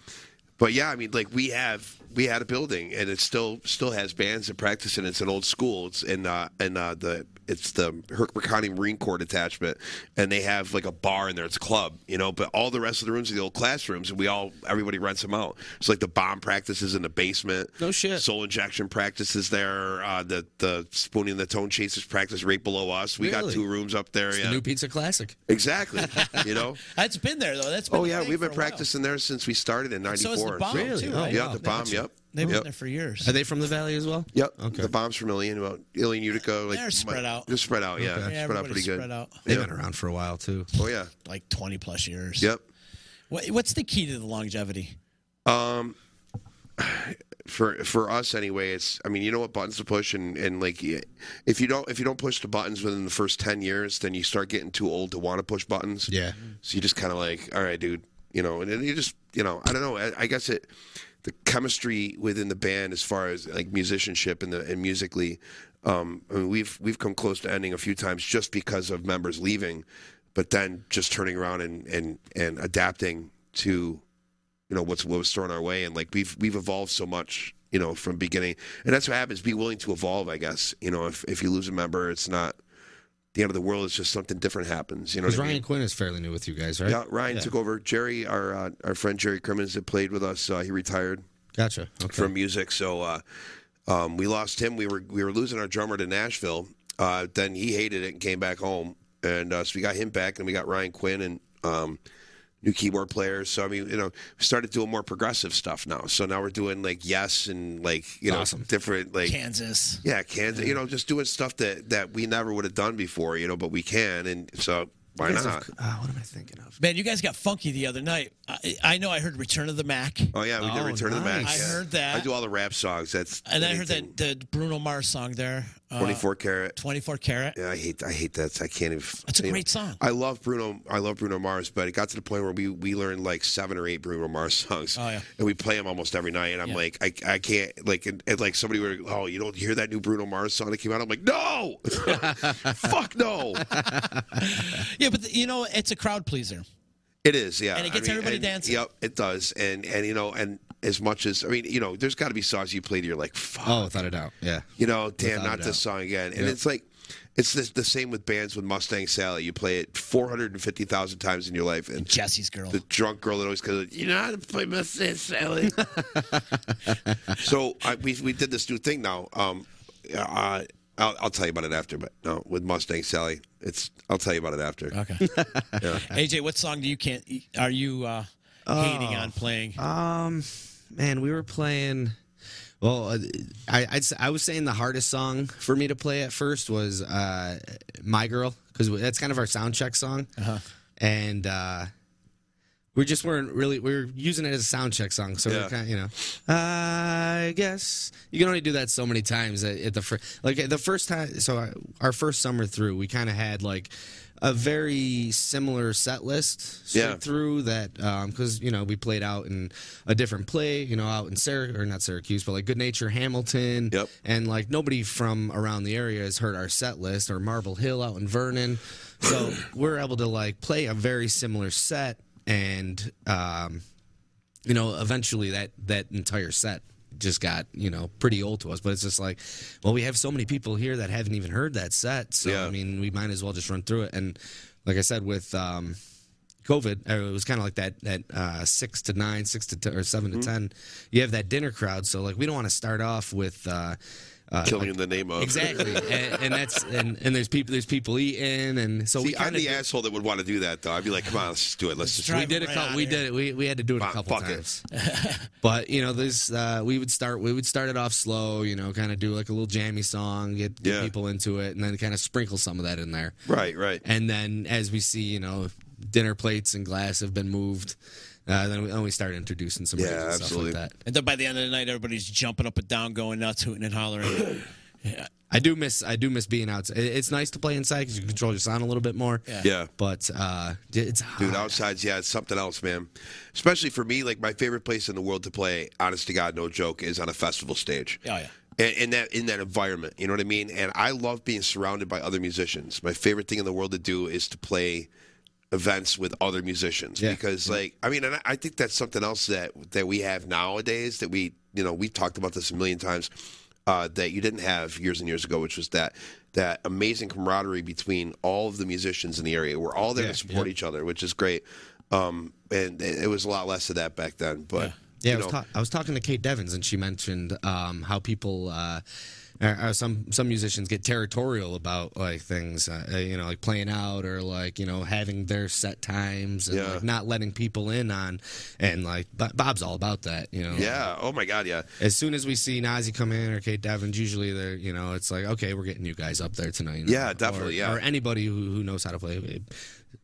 Speaker 7: but yeah, I mean, like we have we had a building, and it still still has bands that practice, and it's an old school. It's in uh, in uh, the it's the Herkimer County Marine Corps detachment, and they have like a bar in there. It's a club, you know. But all the rest of the rooms are the old classrooms, and we all everybody rents them out. It's like the bomb practices in the basement.
Speaker 6: No shit.
Speaker 7: Soul injection practices there. Uh, the the spooning and the tone chasers practice right below us. We got
Speaker 6: Really?
Speaker 7: two rooms up there.
Speaker 6: The
Speaker 7: yeah,
Speaker 6: new pizza classic.
Speaker 7: exactly. you
Speaker 6: <laughs>
Speaker 7: know.
Speaker 5: Uh, That's been there though. That's been
Speaker 7: Oh
Speaker 5: the
Speaker 7: yeah,
Speaker 5: thing
Speaker 7: we've been
Speaker 5: for a while.
Speaker 7: practicing there since we started in
Speaker 5: So
Speaker 7: '94.
Speaker 5: is the bomb
Speaker 6: Really?
Speaker 5: too,
Speaker 6: Oh,
Speaker 5: right?
Speaker 7: Yeah,
Speaker 6: wow.
Speaker 7: the bomb. Yep.
Speaker 5: They've been
Speaker 7: Yep.
Speaker 5: there for years.
Speaker 6: Are they from the valley as well?
Speaker 7: Yep.
Speaker 6: Okay.
Speaker 7: The bombs from Ilion, about Ilion Utica. Like,
Speaker 5: They're spread out.
Speaker 7: They're spread out. Yeah.
Speaker 6: Okay.
Speaker 5: Yeah,
Speaker 7: spread out
Speaker 5: everybody's
Speaker 7: pretty good.
Speaker 5: spread out.
Speaker 6: They've
Speaker 7: Yeah.
Speaker 6: been around for a while too.
Speaker 7: Oh yeah.
Speaker 5: like 20 plus years.
Speaker 7: Yep.
Speaker 5: What, what's the key to the longevity?
Speaker 7: For for us anyway, it's I mean you know what buttons to push and and like y- if you don't if you don't push the buttons within the first ten years, then you start getting too old to want to push buttons.
Speaker 6: Yeah.
Speaker 5: Mm.
Speaker 7: So you just kind of like, all right, dude, you know, and then you just, you know, I don't know. I, I guess it, the chemistry within the band, as far as like musicianship and the and musically, um, I mean, we've we've come close to ending a few times just because of members leaving, but then just turning around and and and adapting to you know what's what was thrown our way and like we've we've evolved so much you know from beginning and that's what happens be willing to evolve i guess you know if if you lose a member it's not the end of the world it's just something different happens you know
Speaker 6: Because
Speaker 7: what I mean?
Speaker 6: Ryan Quinn is fairly new with you guys, right?
Speaker 7: Yeah, Ryan took over. Jerry, our uh, our friend Jerry Crimmins that played with us, uh, he retired
Speaker 6: Gotcha. Okay.
Speaker 7: from music. So uh, um, we lost him. We were we were losing our drummer to Nashville. Uh, then he hated it and came back home. And uh, so we got him back, and we got Ryan Quinn and um, new keyboard players. So I mean, you know, we started doing more progressive stuff now. So now we're doing like Yes and like you know
Speaker 6: Awesome.
Speaker 7: different like
Speaker 5: Kansas.
Speaker 7: yeah, Kansas. You know, just doing stuff that that we never would have done before. You know, but we can, and so why
Speaker 6: You guys
Speaker 7: not?
Speaker 6: have- ah, what am I thinking of?
Speaker 5: Man, you guys got funky the other night. I, I know I heard Return of the Mac.
Speaker 7: Oh yeah, we did
Speaker 6: Oh,
Speaker 7: Return of the Mac.
Speaker 6: nice.
Speaker 5: I
Speaker 7: yeah.
Speaker 5: heard that.
Speaker 7: I do all the rap songs. That's
Speaker 5: and I heard that the Bruno Mars song there. Uh,
Speaker 7: twenty four karat.
Speaker 5: 24 Carat.
Speaker 7: Yeah, I hate I hate that. I can't even.
Speaker 5: That's a
Speaker 7: you know,
Speaker 5: great song.
Speaker 7: I love Bruno. I love Bruno Mars, but it got to the point where we we learned like seven or eight Bruno Mars <laughs> songs.
Speaker 5: Oh, yeah.
Speaker 7: and we play them almost every night. And I'm like, I, I can't like and, and like somebody would oh you don't hear that new Bruno Mars song that came out. I'm like
Speaker 5: <laughs>
Speaker 7: no, fuck no.
Speaker 5: Yeah, but the- you know, it's a crowd pleaser.
Speaker 7: It is, yeah.
Speaker 5: And it gets everybody dancing.
Speaker 7: Yep, it does. And and you know and as much as I mean you know there's got to be songs you play that you're like fuck.
Speaker 6: Oh, without a doubt. Yeah.
Speaker 7: You know, damn,
Speaker 6: Without
Speaker 7: not
Speaker 6: a
Speaker 7: this
Speaker 6: doubt.
Speaker 7: song again. And
Speaker 6: Yep.
Speaker 7: it's like, it's the, the same with bands with Mustang Sally. You play it 450,000 times in your life. And
Speaker 5: Jesse's Girl.
Speaker 7: the drunk girl that always goes, you know how to play Mustang
Speaker 6: <laughs>
Speaker 7: Sally? so I, we, we did this new thing now. Um, uh, I'll, I'll tell you about it after, but no, with Mustang Sally, it's I'll tell you about it after.
Speaker 5: Okay. AJ, what song do you can't? Are you uh, hating on playing?
Speaker 6: Man, we were playing. Well, uh, I I'd, s- I was saying the hardest song for me to play at first was uh, "My Girl" because that's kind of our sound check song, and uh, we just weren't really we were using it as a sound check song. So
Speaker 7: Yeah.
Speaker 6: we're kind of, you know, I guess you can only do that so many times at, at the first like at the first time. So I, our first summer through, we kind of had like. a very similar set list straight
Speaker 7: Yeah.
Speaker 6: through that because you know we played out in a different play, you know, out in Syrac or not Syracuse, but like Good Nature Hamilton,
Speaker 7: Yep.
Speaker 6: and like nobody from around the area has heard our set list or Marble Hill out in Vernon, so we're able to like play a very similar set and. um you know, eventually that that entire set just got you know pretty old to us. But it's just like, well, we have so many people here that haven't even heard that set, so
Speaker 7: Yeah.
Speaker 6: I mean, we might as well just run through it. And like I said, with um, COVID, uh, it was kind of like that that uh, six to nine, six to ten, or 7
Speaker 7: Mm-hmm.
Speaker 6: to ten. You have that dinner crowd, so like we don't want to start off with. Uh, uh,
Speaker 7: Killing in the name of.
Speaker 6: Exactly, and, and that's and, and there's people there's people eating, and so we
Speaker 7: See, I'm
Speaker 6: kind of
Speaker 7: the asshole that would want to do that, though. I'd be like, come on, let's just do it. Let's just
Speaker 6: we
Speaker 5: Drive
Speaker 6: did a
Speaker 5: right
Speaker 6: couple.
Speaker 5: out
Speaker 6: We
Speaker 5: of
Speaker 6: did it. We we had to do it a
Speaker 7: Fuck,
Speaker 6: couple
Speaker 7: fuck it.
Speaker 6: times.
Speaker 7: <laughs>
Speaker 6: but you know, this uh, we would start. We would start it off slow. You know, kind of do like a little jammy song, get, get
Speaker 7: Yeah.
Speaker 6: people into it, and then kind of sprinkle some of that in there.
Speaker 7: Right, right.
Speaker 6: And then as we see, you know, dinner plates and glass have been moved. Uh, then, we, then we start introducing some
Speaker 7: Yeah,
Speaker 6: random stuff
Speaker 7: absolutely.
Speaker 6: like that.
Speaker 5: And then by the end of the night, everybody's jumping up and down, going nuts, hooting and hollering.
Speaker 6: I do miss I do miss being outside. It- It's nice to play inside because you can control your sound a little bit more.
Speaker 7: Yeah.
Speaker 6: But uh, it's
Speaker 7: Dude,
Speaker 6: hot.
Speaker 7: outside's yeah, it's something else, man. Especially for me, like my favorite place in the world to play, honest to God, no joke, is on a festival stage.
Speaker 5: Oh, yeah.
Speaker 7: And in that in that environment, you know what I mean. And I love being surrounded by other musicians. My favorite thing in the world to do is to play events with other musicians
Speaker 6: Yeah.
Speaker 7: because, like, I mean, and I- I think that's something else that that we have nowadays that we, you know, we talked about this a million times uh, that you didn't have years and years ago, which was that that amazing camaraderie between all of the musicians in the area. We're all there
Speaker 6: Yeah,
Speaker 7: to support each other, which is great. Um, and it it was a lot less of that back then, but. you
Speaker 6: Yeah, I was,
Speaker 7: know,
Speaker 6: ta- I was talking to Kate Devins, and she mentioned um, how people, uh, or, or some some musicians get territorial about like things, uh, uh, you know, like playing out or like you know having their set times and
Speaker 7: Yeah.
Speaker 6: like, not letting people in on, and like Bo- Bob's all about that, you know.
Speaker 7: yeah. Oh my God. Yeah.
Speaker 6: As soon as we see Nazi come in or Kate Devins, usually they're you know it's like okay, we're getting you guys up there tonight.
Speaker 7: Yeah,
Speaker 6: Or-
Speaker 7: definitely, yeah.
Speaker 6: Or anybody who, who knows how to play.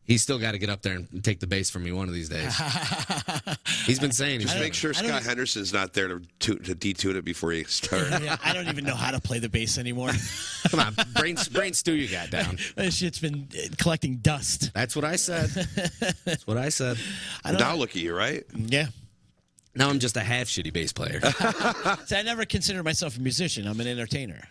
Speaker 6: He's still got to get up there and take the bass from me one of these days.
Speaker 7: <laughs>
Speaker 6: He's been saying he's
Speaker 7: Just
Speaker 6: gonna.
Speaker 7: make sure Scott Henderson's not there to, to, to detune it before you
Speaker 6: <laughs>
Speaker 7: start.
Speaker 5: yeah, I don't even know how to play the bass anymore.
Speaker 6: Come on, brain, brain stew you got down.
Speaker 5: that shit's been uh, collecting dust.
Speaker 6: That's what I said. That's what I said.
Speaker 7: now look at you, right?
Speaker 5: Yeah.
Speaker 6: Now I'm just a half shitty bass player.
Speaker 5: See, I never consider myself a musician. I'm an entertainer.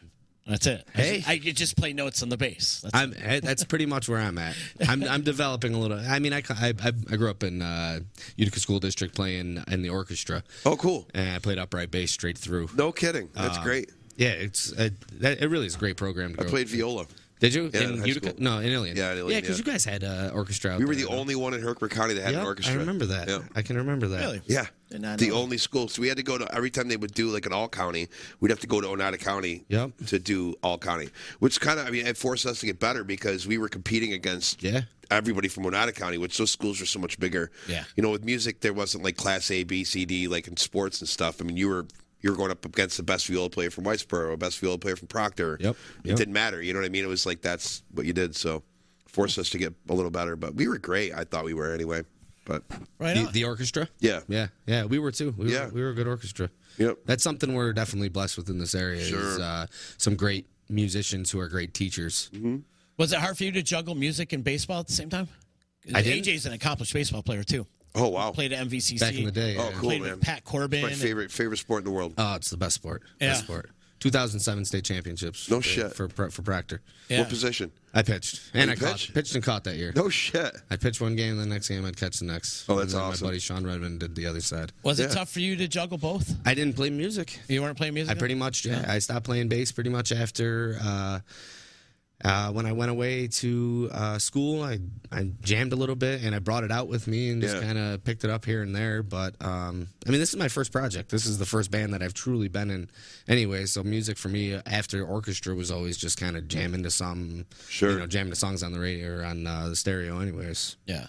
Speaker 5: That's it. I
Speaker 6: Hey.
Speaker 5: ju- I, could just play notes on the bass. That's
Speaker 6: I'm, eh, that's pretty much where I'm at. I'm, I'm developing a little. I mean, I, ca- I, I I grew up in uh, Utica School District playing in the orchestra,
Speaker 7: Oh, cool.
Speaker 6: and I played upright bass straight through.
Speaker 7: No kidding. That's
Speaker 6: Ah.
Speaker 7: great.
Speaker 6: Yeah, it's uh, that, it really is a great program to
Speaker 7: I
Speaker 6: grow.
Speaker 7: played viola.
Speaker 6: Did you
Speaker 7: Yeah,
Speaker 6: in,
Speaker 7: in high
Speaker 6: Utica?
Speaker 7: school.
Speaker 6: No, in Ilion.
Speaker 7: Yeah, in Ilion,
Speaker 6: Yeah, because
Speaker 7: yeah.
Speaker 6: you guys had uh, orchestra. out
Speaker 7: We were
Speaker 6: there,
Speaker 7: the
Speaker 6: no?
Speaker 7: only one in Herkimer County that had
Speaker 6: Yep,
Speaker 7: an orchestra.
Speaker 6: I remember that.
Speaker 7: Yeah.
Speaker 6: I can remember that.
Speaker 5: Really?
Speaker 7: Yeah.
Speaker 5: Did not
Speaker 7: The
Speaker 5: know.
Speaker 7: only school. So we had to go to every time they would do like an all county, we'd have to go to Oneida County
Speaker 6: Yep.
Speaker 7: to do all county, which kind of, I mean, it forced us to get better because we were competing against
Speaker 6: Yeah.
Speaker 7: everybody from Oneida County, which those schools were so much bigger.
Speaker 5: Yeah.
Speaker 7: You know, with music, there wasn't like class A, B, C, D, like in sports and stuff. I mean, you were. You were going up against the best viola player from Whitesboro, best viola player from Proctor.
Speaker 6: Yep,
Speaker 7: It
Speaker 6: yep.
Speaker 7: didn't matter. You know what I mean? It was like that's what you did. So forced us to get a little better. But we were great. I thought we were anyway. But
Speaker 5: right
Speaker 6: The,
Speaker 5: on.
Speaker 6: the orchestra?
Speaker 7: Yeah.
Speaker 6: Yeah. Yeah. We were too. We
Speaker 7: Yeah.
Speaker 6: Were, we were a good orchestra.
Speaker 7: Yep.
Speaker 6: That's something we're definitely blessed with in this area is
Speaker 7: Sure.
Speaker 6: uh, some great musicians who are great teachers.
Speaker 7: Mm-hmm.
Speaker 5: Was it hard for you to juggle music and baseball at the same time?
Speaker 6: I didn't.
Speaker 5: AJ's an accomplished baseball player too.
Speaker 7: oh wow,
Speaker 5: Played at MVCC
Speaker 6: Back in the day.
Speaker 7: Oh,
Speaker 6: yeah.
Speaker 7: cool,
Speaker 5: Played
Speaker 7: man.
Speaker 5: with Pat Corbin.
Speaker 7: my favorite favorite sport in the world.
Speaker 6: Oh, it's the best sport.
Speaker 5: Yeah.
Speaker 6: Best sport. 2007 state championships.
Speaker 7: No
Speaker 6: for,
Speaker 7: shit.
Speaker 6: For, Pro- for Proctor.
Speaker 5: Yeah.
Speaker 7: What position?
Speaker 6: I pitched. And
Speaker 7: You
Speaker 6: I caught.
Speaker 7: pitched?
Speaker 6: Pitched and caught that year.
Speaker 7: No shit.
Speaker 6: I pitched one game, the next game I'd catch the next.
Speaker 7: Oh, that's
Speaker 6: And then
Speaker 7: awesome.
Speaker 6: My buddy Sean Redmond did the other side.
Speaker 5: Was it
Speaker 7: Yeah.
Speaker 5: tough for you to juggle both?
Speaker 6: I didn't play music.
Speaker 5: You weren't playing music.
Speaker 6: I pretty
Speaker 5: then?
Speaker 6: much yeah, I stopped playing bass pretty much after uh, uh, when I went away to uh, school. I I jammed a little bit and I brought it out with me and just
Speaker 7: Yeah.
Speaker 6: kind of picked it up here and there. But um, I mean, this is my first project. This is the first band that I've truly been in. Anyway, so music for me uh, after orchestra was always just kind of jamming to some
Speaker 7: Sure.
Speaker 6: you know, jamming to songs on the radio or on uh, the stereo. Anyways,
Speaker 5: Yeah.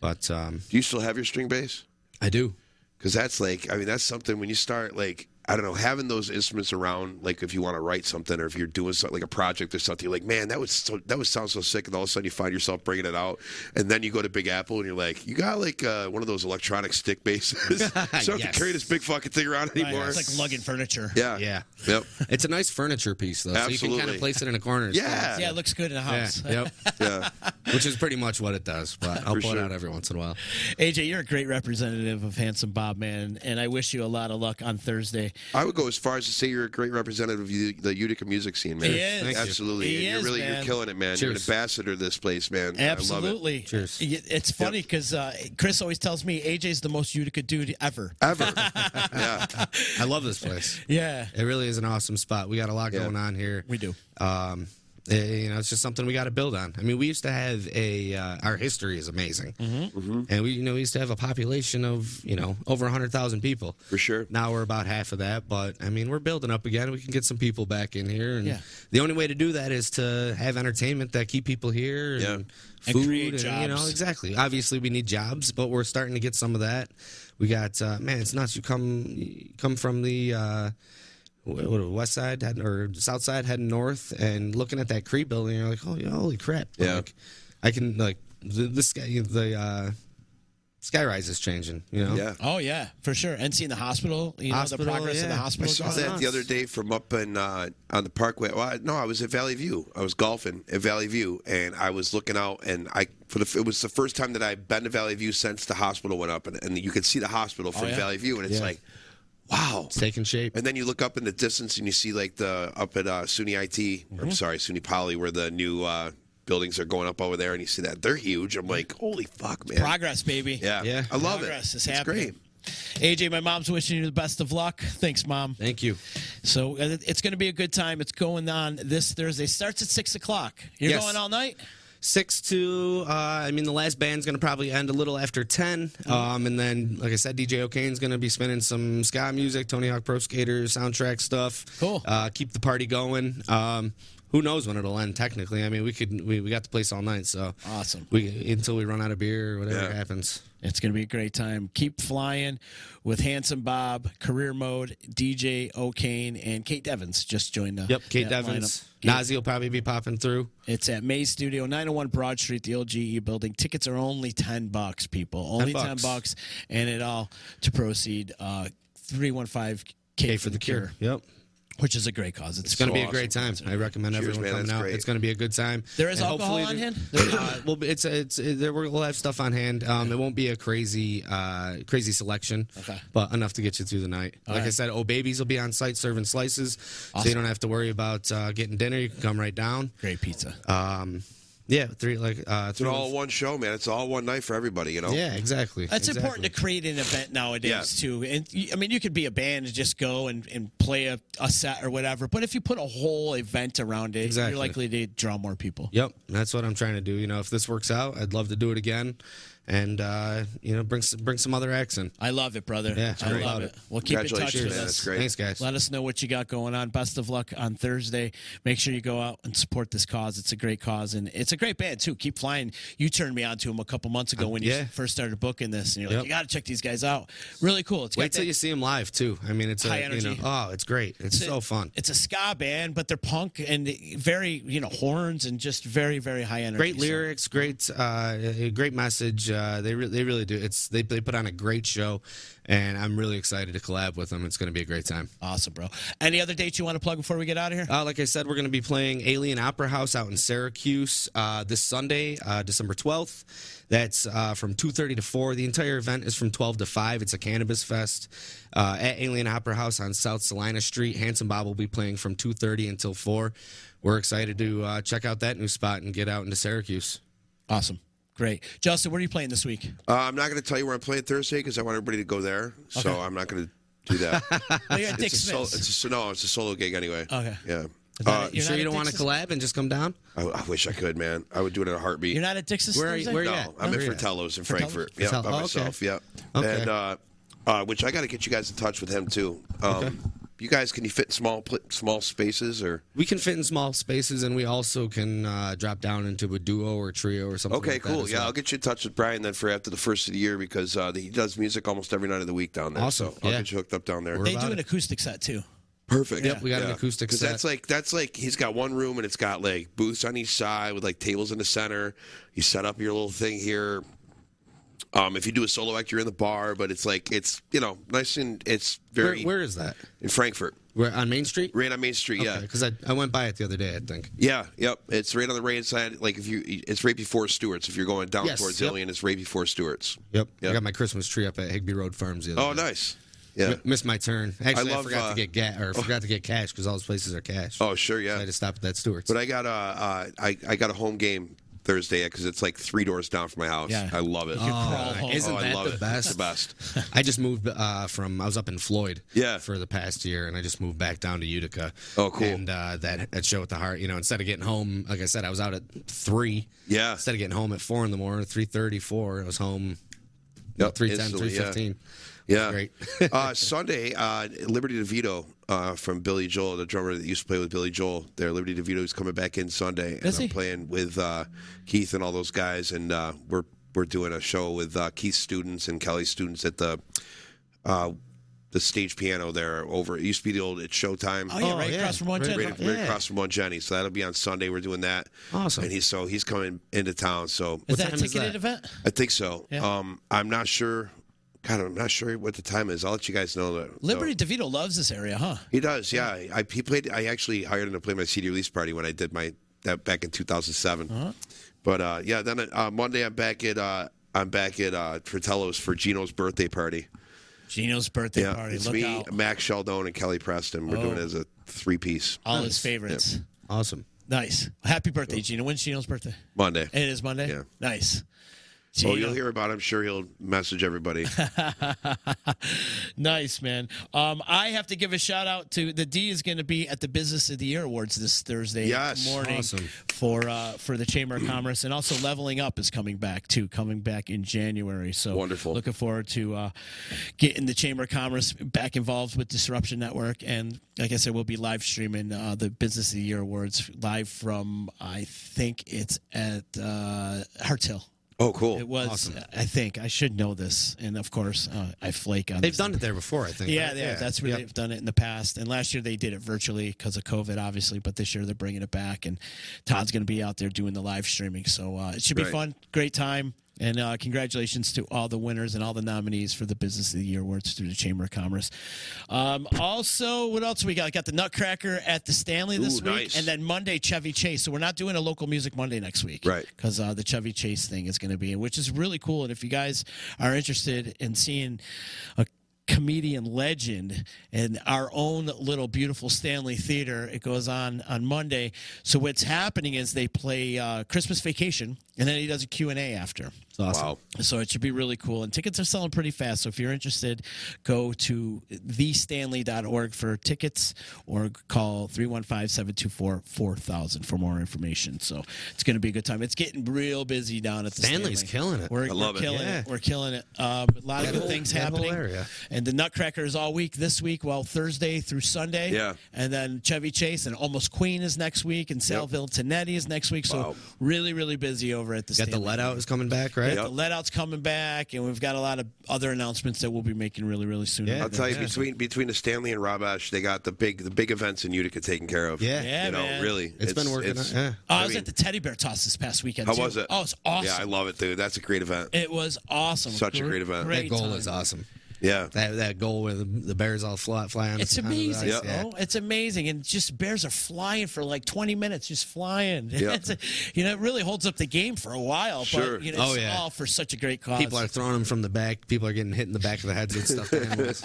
Speaker 6: but um,
Speaker 7: Do you still have your string bass?
Speaker 6: I do.
Speaker 7: Because that's like, I mean, that's something when you start like. I don't know, having those instruments around, like if you want to write something or if you're doing something like a project or something, you're like, man, that was so, that would sound so sick, and all of a sudden you find yourself bringing it out, and then you go to Big Apple and you're like, you got like uh, one of those electronic
Speaker 5: <laughs>
Speaker 7: stick bases, so I don't have
Speaker 6: Yes.
Speaker 7: to carry this big fucking thing around anymore.
Speaker 5: It's like lugging furniture.
Speaker 7: yeah,
Speaker 6: Yeah.
Speaker 7: yep,
Speaker 6: It's a nice furniture piece, though. So you can kind
Speaker 7: Absolutely.
Speaker 6: of place it in a corner. and
Speaker 7: Yeah.
Speaker 5: Yeah, it looks good in a
Speaker 6: Yeah,
Speaker 5: house.
Speaker 6: yep.
Speaker 7: yeah.
Speaker 6: Which is pretty much what it does, but I'll
Speaker 7: For
Speaker 6: pull it
Speaker 7: sure.
Speaker 6: out every once in a while.
Speaker 5: AJ, you're <laughs> a great representative of Handsome Bob, man, and I wish you a lot of luck on Thursday.
Speaker 7: I would go as far as to say you're a great representative of U- the Utica music scene, man.
Speaker 5: He is. Thank you.
Speaker 7: Absolutely.
Speaker 5: He
Speaker 7: and you're
Speaker 5: is,
Speaker 7: really
Speaker 5: man.
Speaker 7: you're killing it, man. You're an
Speaker 6: Cheers.
Speaker 7: ambassador to this place, man. I love it.
Speaker 5: Absolutely.
Speaker 6: Cheers.
Speaker 5: Y- It's funny because uh, Chris always tells me AJ's the most Utica dude ever. <laughs>
Speaker 7: Ever. yeah.
Speaker 6: I love this place.
Speaker 5: Yeah.
Speaker 6: It really is an awesome spot. We got a lot
Speaker 7: Yeah.
Speaker 6: going on here.
Speaker 5: We do.
Speaker 6: Um, eh, you know, it's just something we got to build on. I mean, we used to have a uh, our history is amazing,
Speaker 5: Mm-hmm.
Speaker 7: Mm-hmm.
Speaker 6: and we you know we used to have a population of you know over hundred thousand people
Speaker 7: For sure.
Speaker 6: Now we're about half of that, but I mean we're building up again. We can get some people back in here, and
Speaker 5: Yeah.
Speaker 6: the only way to do that is to have entertainment that keep people here. And
Speaker 7: Yeah.
Speaker 5: And
Speaker 6: Food
Speaker 5: create
Speaker 6: you know
Speaker 5: jobs.
Speaker 6: exactly. Obviously, we need jobs, but we're starting to get some of that. We got uh, man, it's nuts. You come you come from the. Uh, what, what, west side heading, or south side heading north and looking at that Cree building, you're like, oh, yeah, holy crap!
Speaker 7: Yeah.
Speaker 6: Like, I can like the, the sky the uh, sky rise is changing. You know,
Speaker 7: Yeah.
Speaker 5: Oh, yeah, for sure. And seeing the hospital, you know,
Speaker 6: Hospital,
Speaker 5: the progress of the
Speaker 6: yeah.
Speaker 7: I
Speaker 5: hospital.
Speaker 7: saw that the other day from up in uh, on the Parkway. Well, I, no, I was at Valley View. I was golfing at Valley View, and I was looking out, and I for the it was the first time that I've been to Valley View since the hospital went up, and, and you could see the hospital from
Speaker 5: Oh, yeah.
Speaker 7: Valley View, and it's
Speaker 6: Yeah.
Speaker 7: like, wow,
Speaker 6: it's taking shape.
Speaker 7: And then you look up in the distance and you see like the up at uh, SUNY IT, or
Speaker 5: Mm-hmm.
Speaker 7: I'm sorry, SUNY Poly, where the new uh, buildings are going up over there, and you see that they're huge. I'm like, holy fuck, man!
Speaker 5: Progress, baby.
Speaker 7: Yeah,
Speaker 6: Yeah.
Speaker 7: I love
Speaker 5: Mm-hmm. Progress
Speaker 7: it.
Speaker 5: is
Speaker 7: it's
Speaker 5: happening.
Speaker 7: great.
Speaker 5: AJ, my mom's wishing you the best of luck. Thanks, mom.
Speaker 6: Thank you.
Speaker 5: So uh, it's going to be a good time. It's going on this Thursday. Starts at six o'clock. You're
Speaker 6: Yes.
Speaker 5: going all night.
Speaker 6: Six to, uh, I mean, the last band's going to probably end a little after 10. Um, and then, like I said, DJ O'Kane's going to be spinning some ska music, Tony Hawk Pro Skater soundtrack stuff.
Speaker 5: Cool.
Speaker 6: Uh, keep the party going. Um, who knows when it'll end, technically. I mean, we could, we, we got the place all night, so.
Speaker 5: Awesome.
Speaker 6: We, until we run out of beer or whatever
Speaker 7: Yeah.
Speaker 6: happens.
Speaker 5: It's going to be a great time. Keep flying with Handsome Bob, Career Mode, DJ O'Kane, and Kate Devins just joined the
Speaker 6: Yep, Kate
Speaker 5: that
Speaker 6: Devins.
Speaker 5: lineup. Kate-
Speaker 6: Nazi will probably be popping through.
Speaker 5: It's at May Studio, 901 Broad Street, the old GE building. Tickets are only 10 bucks, people. Only 10 bucks.
Speaker 6: bucks.
Speaker 5: And it all to proceed uh, 315K
Speaker 6: K for the cure. Yep.
Speaker 5: which is a great cause. It's,
Speaker 6: It's going to
Speaker 5: so
Speaker 6: be a great
Speaker 5: awesome.
Speaker 6: time. I recommend
Speaker 7: Cheers,
Speaker 6: everyone
Speaker 7: man,
Speaker 6: coming
Speaker 7: that's
Speaker 6: out.
Speaker 7: great.
Speaker 6: It's going to be a good time.
Speaker 5: There is alcohol
Speaker 6: hopefully
Speaker 5: on hand?
Speaker 6: there- uh, well, it's it's it, there. We'll have stuff on hand. Um, it won't be a crazy uh, crazy selection,
Speaker 5: Okay.
Speaker 6: but enough to get you through the night. like I
Speaker 5: right.
Speaker 6: said, oh babies will be on site serving slices, so you don't have to worry about uh, getting dinner. You can come right down.
Speaker 5: Great pizza.
Speaker 6: Um, yeah, three like uh,
Speaker 7: It's
Speaker 6: three.
Speaker 7: an all one show, man. It's all one night for everybody, you know.
Speaker 6: yeah, exactly.
Speaker 5: It's
Speaker 6: exactly.
Speaker 5: important to create an event nowadays
Speaker 7: Yeah.
Speaker 5: too. And y- I mean, you could be a band and just go and, and play a, a set or whatever. But if you put a whole event around it,
Speaker 6: Exactly.
Speaker 5: you're likely to draw more people.
Speaker 6: Yep, that's what I'm trying to do. You know, if this works out, I'd love to do it again, and uh, you know, bring some, bring some other accents.
Speaker 5: I love it, brother.
Speaker 6: Yeah, it's
Speaker 5: I
Speaker 6: great.
Speaker 5: love
Speaker 6: Love
Speaker 5: it.
Speaker 6: it.
Speaker 5: Well, keep in touch
Speaker 7: Congratulations,
Speaker 5: with
Speaker 7: man.
Speaker 5: us.
Speaker 7: That's great.
Speaker 6: Thanks, guys.
Speaker 5: Let us know what you got going on. Best of luck on Thursday. Make sure you go out and support this cause. It's a great cause, and it's a great band too. Keep flying. You turned me on to them a couple months ago when you
Speaker 6: Um, yeah.
Speaker 5: first started booking this, and you're like,
Speaker 6: Yep.
Speaker 5: you got to check these guys out. Really cool. It's got
Speaker 6: Wait till
Speaker 5: that-
Speaker 6: you see him live too. I mean, it's a,
Speaker 5: High
Speaker 6: you know,
Speaker 5: energy.
Speaker 6: oh, it's great. It's,
Speaker 5: a-
Speaker 6: so fun.
Speaker 5: It's a ska band, but they're punk and very you know horns and just very very high energy.
Speaker 6: Great
Speaker 5: So-
Speaker 6: lyrics, great, uh, a great message. Uh, they re- they really do. It's they they put on a great show, and I'm really excited to collab with them. It's going to be a great time.
Speaker 5: Awesome, bro. Any other dates you want to plug before we get out of here?
Speaker 6: Uh, like I said, we're going to be playing Alien Opera House out in Syracuse uh, this Sunday, uh, December 12th. That's uh, from 2.30 to 4. The entire event is from 12 to 5. It's a cannabis fest uh, at Alien Opera House on South Salina Street. Handsome Bob will be playing from 2.30 until 4. We're excited to uh, check out that new spot and get out into Syracuse.
Speaker 5: Awesome. Great. Justin, where are you playing this
Speaker 6: <laughs>
Speaker 5: week?
Speaker 7: Uh, I'm not going to tell you where I'm playing Thursday because I want everybody to go there. So I'm not going to do
Speaker 6: <laughs>
Speaker 7: that.
Speaker 5: Oh, you're at Dick
Speaker 7: it's a solo,
Speaker 5: Smith's.
Speaker 7: it's a, so- no, it's a solo gig anyway.
Speaker 5: Okay.
Speaker 7: Yeah.
Speaker 5: that
Speaker 7: Uh,
Speaker 5: it? You're
Speaker 6: sure
Speaker 5: not
Speaker 6: you
Speaker 5: at
Speaker 6: don't want to
Speaker 5: Dix's?
Speaker 6: collab and just come down?
Speaker 7: I, I wish I could, man. I would do it in a heartbeat.
Speaker 5: You're not at Dix's
Speaker 6: Where are you-
Speaker 5: Thursday?
Speaker 6: where are you
Speaker 7: No,
Speaker 6: at?
Speaker 7: I'm at
Speaker 6: Where you at?
Speaker 7: Fratello's in Frankfurt.
Speaker 6: Fratello's?
Speaker 7: Yeah, by
Speaker 6: Fratello- oh, okay.
Speaker 7: myself. Yeah,
Speaker 6: Okay.
Speaker 7: and uh, uh, which I got to get you guys in touch with him too. Um, You guys, can you fit in small pl- small spaces or?
Speaker 6: We can fit in small spaces, and we also can uh, drop down into a duo or trio or something.
Speaker 7: Okay,
Speaker 6: like that
Speaker 7: cool.
Speaker 6: as
Speaker 7: Yeah,
Speaker 6: well.
Speaker 7: I'll get you in touch with Brian then for after the first of the year because uh, he does music almost every night of the week down there.
Speaker 6: Awesome.
Speaker 7: So I'll
Speaker 6: Yeah.
Speaker 7: get you hooked up down there.
Speaker 5: They
Speaker 6: about
Speaker 5: do an
Speaker 6: it?
Speaker 5: acoustic set too.
Speaker 7: Perfect.
Speaker 6: Yep, we got an acoustic
Speaker 7: 'Cause
Speaker 6: set.
Speaker 7: That's like that's like he's got one room and it's got like booths on each side with like tables in the center. You set up your little thing here. Um, if you do a solo act, you're in the bar, but it's like it's you know nice and it's
Speaker 6: Where,
Speaker 7: very
Speaker 6: where is that?
Speaker 7: in Frankfurt,
Speaker 6: We're on Main Street.
Speaker 7: right on Main Street. Yeah,
Speaker 6: because I, I went by it the other day. I think.
Speaker 7: yeah, yep. It's right on the right side. Like if you, it's right before Stewart's. If you're going down
Speaker 6: Yes,
Speaker 7: towards
Speaker 6: yep.
Speaker 7: Ilion, it's right before Stewart's.
Speaker 6: Yep.
Speaker 7: Yep.
Speaker 6: I got my Christmas tree up at Higby Road Farms the other
Speaker 7: Oh,
Speaker 6: day.
Speaker 7: nice. Yeah.
Speaker 6: M- missed my turn. Actually, I,
Speaker 7: love,
Speaker 6: forgot
Speaker 7: uh,
Speaker 6: to get ga- or forgot to get cash because all those places are cash.
Speaker 7: Oh, sure.
Speaker 6: So I
Speaker 7: Yeah.
Speaker 6: had to stop at that Stewart's.
Speaker 7: But I got a, uh, I, I got a home game Thursday because it's like three doors down from my house.
Speaker 5: Yeah.
Speaker 7: I love it.
Speaker 5: crawl home.
Speaker 6: isn't
Speaker 7: Oh, I
Speaker 6: that
Speaker 7: love
Speaker 6: the
Speaker 7: it. It's
Speaker 6: best?
Speaker 7: the best.
Speaker 6: I just moved uh, from I was up in Floyd
Speaker 7: Yeah.
Speaker 6: for the past year, and I just moved back down to Utica.
Speaker 7: Oh, cool.
Speaker 6: And uh, that that show at the heart, you know, instead of getting home, like I said, I was out at three.
Speaker 7: Yeah.
Speaker 6: Instead of getting home at four in the morning, three thirty four, I was home. Yep, three ten,
Speaker 7: instantly,
Speaker 6: three
Speaker 7: yeah.
Speaker 6: fifteen.
Speaker 7: Yeah.
Speaker 6: Great.
Speaker 7: <laughs> uh, Sunday, uh, Liberty DeVito uh, from Billy Joel, the drummer that used to play with Billy Joel. There, Liberty DeVito is coming back in Sunday, and
Speaker 5: Is
Speaker 7: I'm
Speaker 5: he?
Speaker 7: playing with uh, Keith and all those guys, and uh, we're we're doing a show with uh, Keith's students and Kelly's students at the. Uh, the stage piano there over it used to be the old it's showtime
Speaker 5: Oh yeah,
Speaker 6: Oh,
Speaker 5: right
Speaker 6: yeah.
Speaker 5: across from one
Speaker 6: Right-
Speaker 5: ten.
Speaker 7: right,
Speaker 6: Yeah.
Speaker 7: right across from one Jenny. So that'll be on Sunday. We're doing that.
Speaker 6: Awesome.
Speaker 7: And he's so he's coming into town. So
Speaker 5: Is that
Speaker 6: time
Speaker 5: a
Speaker 6: is
Speaker 5: ticketed
Speaker 6: that?
Speaker 5: event?
Speaker 7: I think so.
Speaker 5: Yeah.
Speaker 7: Um, I'm not sure. God, I'm not sure what the time is. I'll let you guys know that.
Speaker 5: Liberty
Speaker 7: So-
Speaker 5: DeVito loves this area, huh?
Speaker 7: He does. Yeah. I he played. I actually hired him to play my CD release party when I did my that back in 2007.
Speaker 5: Uh-huh.
Speaker 7: But uh, yeah, then uh, Monday I'm back at uh, I'm back at uh, Fratello's for Gino's birthday party.
Speaker 5: Gino's birthday
Speaker 7: yeah,
Speaker 5: party.
Speaker 7: it's
Speaker 5: Look
Speaker 7: me,
Speaker 5: out! Oh.
Speaker 7: Max Sheldon, and Kelly Preston. We're doing it as a three piece
Speaker 5: All his favorites.
Speaker 6: Awesome.
Speaker 5: Nice. Happy birthday, Gino. When's Gino's birthday?
Speaker 7: Monday.
Speaker 5: It is Monday.
Speaker 7: Yeah.
Speaker 5: Nice.
Speaker 7: oh,
Speaker 5: Gino.
Speaker 7: you'll hear about. it. I'm sure he'll message
Speaker 6: <laughs>
Speaker 7: everybody.
Speaker 5: Nice, man. Um, I have to give a shout out to the D is going to be at the Business of the Year Awards this Thursday
Speaker 7: Yes.
Speaker 5: morning
Speaker 6: Awesome.
Speaker 5: for uh, for the Chamber of Commerce, and also Leveling Up is coming back too, coming back in January. So
Speaker 7: Wonderful.
Speaker 5: Looking forward to uh, getting the Chamber of Commerce back involved with Disruption Network, and like I said, we'll be live streaming uh, the Business of the Year Awards live from I think it's at uh, Hartell.
Speaker 7: Oh, cool.
Speaker 5: It was, uh, I think, I should know this, and of course, uh, I flake on.
Speaker 6: They've
Speaker 5: this.
Speaker 6: done it there before, I think.
Speaker 5: Yeah,
Speaker 6: right?
Speaker 5: yeah, that's where
Speaker 6: Yep.
Speaker 5: they've done it in the past. And last year they did it virtually because of COVID, obviously. But this year they're bringing it back, and Todd's going to be out there doing the live streaming. So uh, it should be
Speaker 7: Right.
Speaker 5: fun, great time, and uh, congratulations to all the winners and all the nominees for the Business of the Year awards through the Chamber of Commerce. Um, also, what else we got? Got the Nutcracker at the Stanley this
Speaker 7: Ooh,
Speaker 5: week,
Speaker 7: nice.
Speaker 5: and then Monday Chevy Chase. So we're not doing a local music Monday next week,
Speaker 7: Right.
Speaker 5: Because uh, the Chevy Chase thing is going to be, which is really cool. And if you guys are interested in seeing a comedian legend in our own little beautiful Stanley Theater. It goes on on Monday. So what's happening is they play uh, Christmas Vacation, and then he does a Q and A after.
Speaker 6: It's awesome.
Speaker 7: Wow.
Speaker 5: So it should be really cool. And tickets are selling pretty fast. So if you're interested, go to thestanley.org for tickets or call 315 724 4000 for more information. So it's going to be a good time. It's getting real busy down at the
Speaker 6: Stanley's
Speaker 5: Stanley.
Speaker 6: killing it.
Speaker 5: We're,
Speaker 7: I love
Speaker 5: we're
Speaker 7: it.
Speaker 5: killing
Speaker 6: Yeah.
Speaker 5: it. We're killing it. Uh, a lot of
Speaker 6: That
Speaker 5: good
Speaker 6: whole-
Speaker 5: things
Speaker 6: that whole
Speaker 5: happening.
Speaker 6: area.
Speaker 5: And the Nutcracker is all week this week, well, Thursday through Sunday.
Speaker 7: Yeah.
Speaker 5: And then Chevy Chase and Almost Queen is next week, and Salville Tanetti is next week. So
Speaker 7: Wow.
Speaker 5: really, really busy over at the
Speaker 6: Got the
Speaker 5: Stanley.
Speaker 6: let out is coming back, right?
Speaker 7: Yep.
Speaker 5: The let out's coming back, and we've got a lot of other announcements that we'll be making really, really soon.
Speaker 6: Yeah.
Speaker 7: I'll tell you, between between the Stanley and Rabash, they got the big the big events in Utica taken care of.
Speaker 6: Yeah.
Speaker 5: Yeah,
Speaker 7: you know,
Speaker 5: man.
Speaker 7: really,
Speaker 6: It's been working out, yeah.
Speaker 5: Oh, I,
Speaker 7: I
Speaker 5: was
Speaker 7: mean,
Speaker 5: at the teddy bear toss this past weekend.
Speaker 7: how
Speaker 5: too.
Speaker 7: was it?
Speaker 5: Oh, it's awesome.
Speaker 7: Yeah, I love it, dude. That's a great event.
Speaker 5: it was awesome.
Speaker 7: Such a great event.
Speaker 6: That goal
Speaker 5: time.
Speaker 6: is awesome.
Speaker 7: Yeah,
Speaker 6: That that goal where the, the bears all fly, fly on.
Speaker 5: It's
Speaker 6: on the
Speaker 5: amazing,
Speaker 6: ice, yeah.
Speaker 5: bro. It's amazing, and just bears are flying for like 20 minutes, just flying. <laughs>
Speaker 7: Yeah.
Speaker 5: It's a- you know, it really holds up the game for a while.
Speaker 7: Sure.
Speaker 5: But you know,
Speaker 6: Oh,
Speaker 5: it's
Speaker 6: yeah.
Speaker 5: all for such a great cause.
Speaker 6: People are throwing them from the back. People are getting hit in the back of the heads
Speaker 7: <laughs>
Speaker 6: with stuffed animals.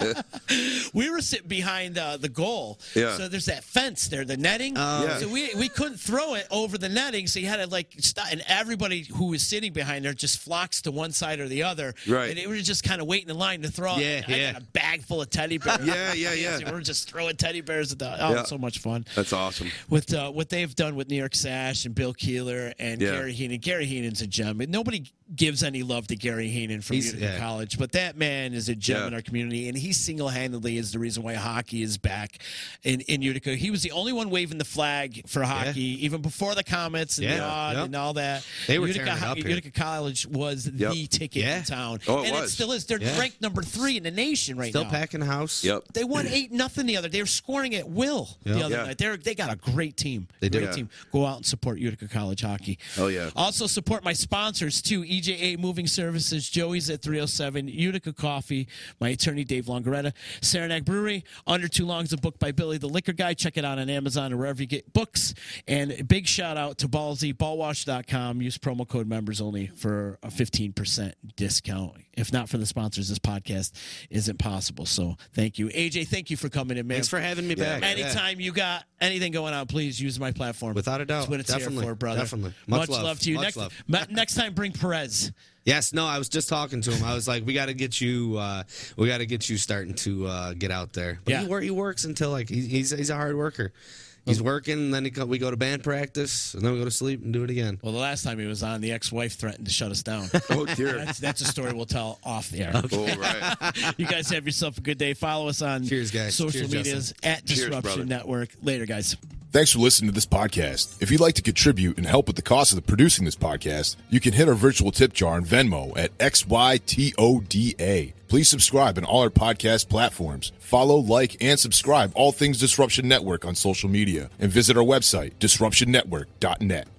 Speaker 5: we were sitting behind uh, the goal.
Speaker 7: Yeah.
Speaker 5: So there's that fence there, the netting.
Speaker 6: Oh.
Speaker 7: Yeah.
Speaker 5: So we, we couldn't throw it over the netting, so you had to like stop. And everybody who was sitting behind there just flocks to one side or the other.
Speaker 7: Right.
Speaker 5: And they were just kind of waiting in line to throw.
Speaker 6: Yeah,
Speaker 5: I
Speaker 6: yeah.
Speaker 5: got a bag full of teddy bears.
Speaker 7: <laughs>
Speaker 5: <laughs>
Speaker 7: Yeah, yeah, yeah.
Speaker 5: We're just throwing teddy bears at the. Oh,
Speaker 7: Yeah.
Speaker 5: it's so much fun.
Speaker 7: That's awesome.
Speaker 5: With uh, what they've done with New York Sash and Bill Keeler and
Speaker 7: Yeah.
Speaker 5: Gary Heenan. Gary Heenan's a gem. Nobody gives any love to Gary Heenan from
Speaker 6: He's-
Speaker 5: Utica
Speaker 6: yeah.
Speaker 5: College, but that man is a gem
Speaker 7: Yeah.
Speaker 5: in our community, and he single handedly is the reason why hockey is back in, in Utica. He was the only one waving the flag for hockey, even before the Comets and the
Speaker 6: Yeah,
Speaker 5: odd
Speaker 6: yep.
Speaker 5: and all that.
Speaker 6: They were
Speaker 5: Utica,
Speaker 6: tearing it up here.
Speaker 5: Utica College was
Speaker 7: Yep.
Speaker 5: the ticket
Speaker 6: Yeah.
Speaker 5: in town.
Speaker 7: Oh, it
Speaker 5: and it
Speaker 7: was.
Speaker 5: still is. They're
Speaker 6: Yeah.
Speaker 5: ranked number three in the nation right
Speaker 6: Still
Speaker 5: now.
Speaker 6: packing the house.
Speaker 7: Yep.
Speaker 5: They won eight nothing the other. They were scoring at will the
Speaker 6: Yeah.
Speaker 5: other
Speaker 7: Yeah.
Speaker 5: night. They they got a great team. They
Speaker 6: did.
Speaker 5: Great
Speaker 7: Yeah.
Speaker 5: team. Go out and support Utica College hockey.
Speaker 7: Hell yeah.
Speaker 5: Also support my sponsors too. EJA Moving Services, Joey's at 307, Utica Coffee, my attorney Dave Longaretta, Saranac Brewery, Under Two Longs, a book by Billy the Liquor Guy. Check it out on Amazon or wherever you get books. And a big shout out to Ballsy, ballwash.com. Use promo code members only for a 15% discount. If not for the sponsors, this podcast isn't possible. So thank you. AJ, thank you for coming in, man.
Speaker 6: Thanks for having me back. Yeah.
Speaker 5: Anytime you got anything going on, please use my platform.
Speaker 6: Without a doubt.
Speaker 5: That's what it's
Speaker 6: Definitely.
Speaker 5: here for, brother.
Speaker 6: Definitely.
Speaker 5: Much,
Speaker 6: Much
Speaker 5: love.
Speaker 6: love.
Speaker 5: to you.
Speaker 6: Much
Speaker 5: next,
Speaker 6: love.
Speaker 5: ma- next time, bring Perez.
Speaker 6: Yes, no, I was just talking to him. I was like, we got to get you, uh, we got to get you starting to uh, get out there. But
Speaker 5: Yeah. Oh.
Speaker 6: he, wor- he works until like he's he's, he's a hard worker. He's working, then he co- we go to band practice, and then we go to sleep and do it again.
Speaker 5: Well, the last time he was on, the ex-wife threatened to shut us
Speaker 6: <laughs>
Speaker 5: down.
Speaker 7: Oh dear.
Speaker 5: that's, that's a story we'll tell off the air.
Speaker 7: All right.
Speaker 5: <laughs> You guys have yourself a good day. Follow us on
Speaker 6: Cheers, guys.
Speaker 5: social
Speaker 6: Cheers,
Speaker 5: medias at Disruption
Speaker 7: brother.
Speaker 5: Network. Later, guys.
Speaker 1: Thanks for listening to this podcast. If you'd like to contribute and help with the cost of the producing this podcast, you can hit our virtual tip jar on Venmo at XYTODA. Please subscribe on all our podcast platforms. Follow, like, and subscribe all things Disruption Network on social media. And visit our website, disruptionnetwork.net.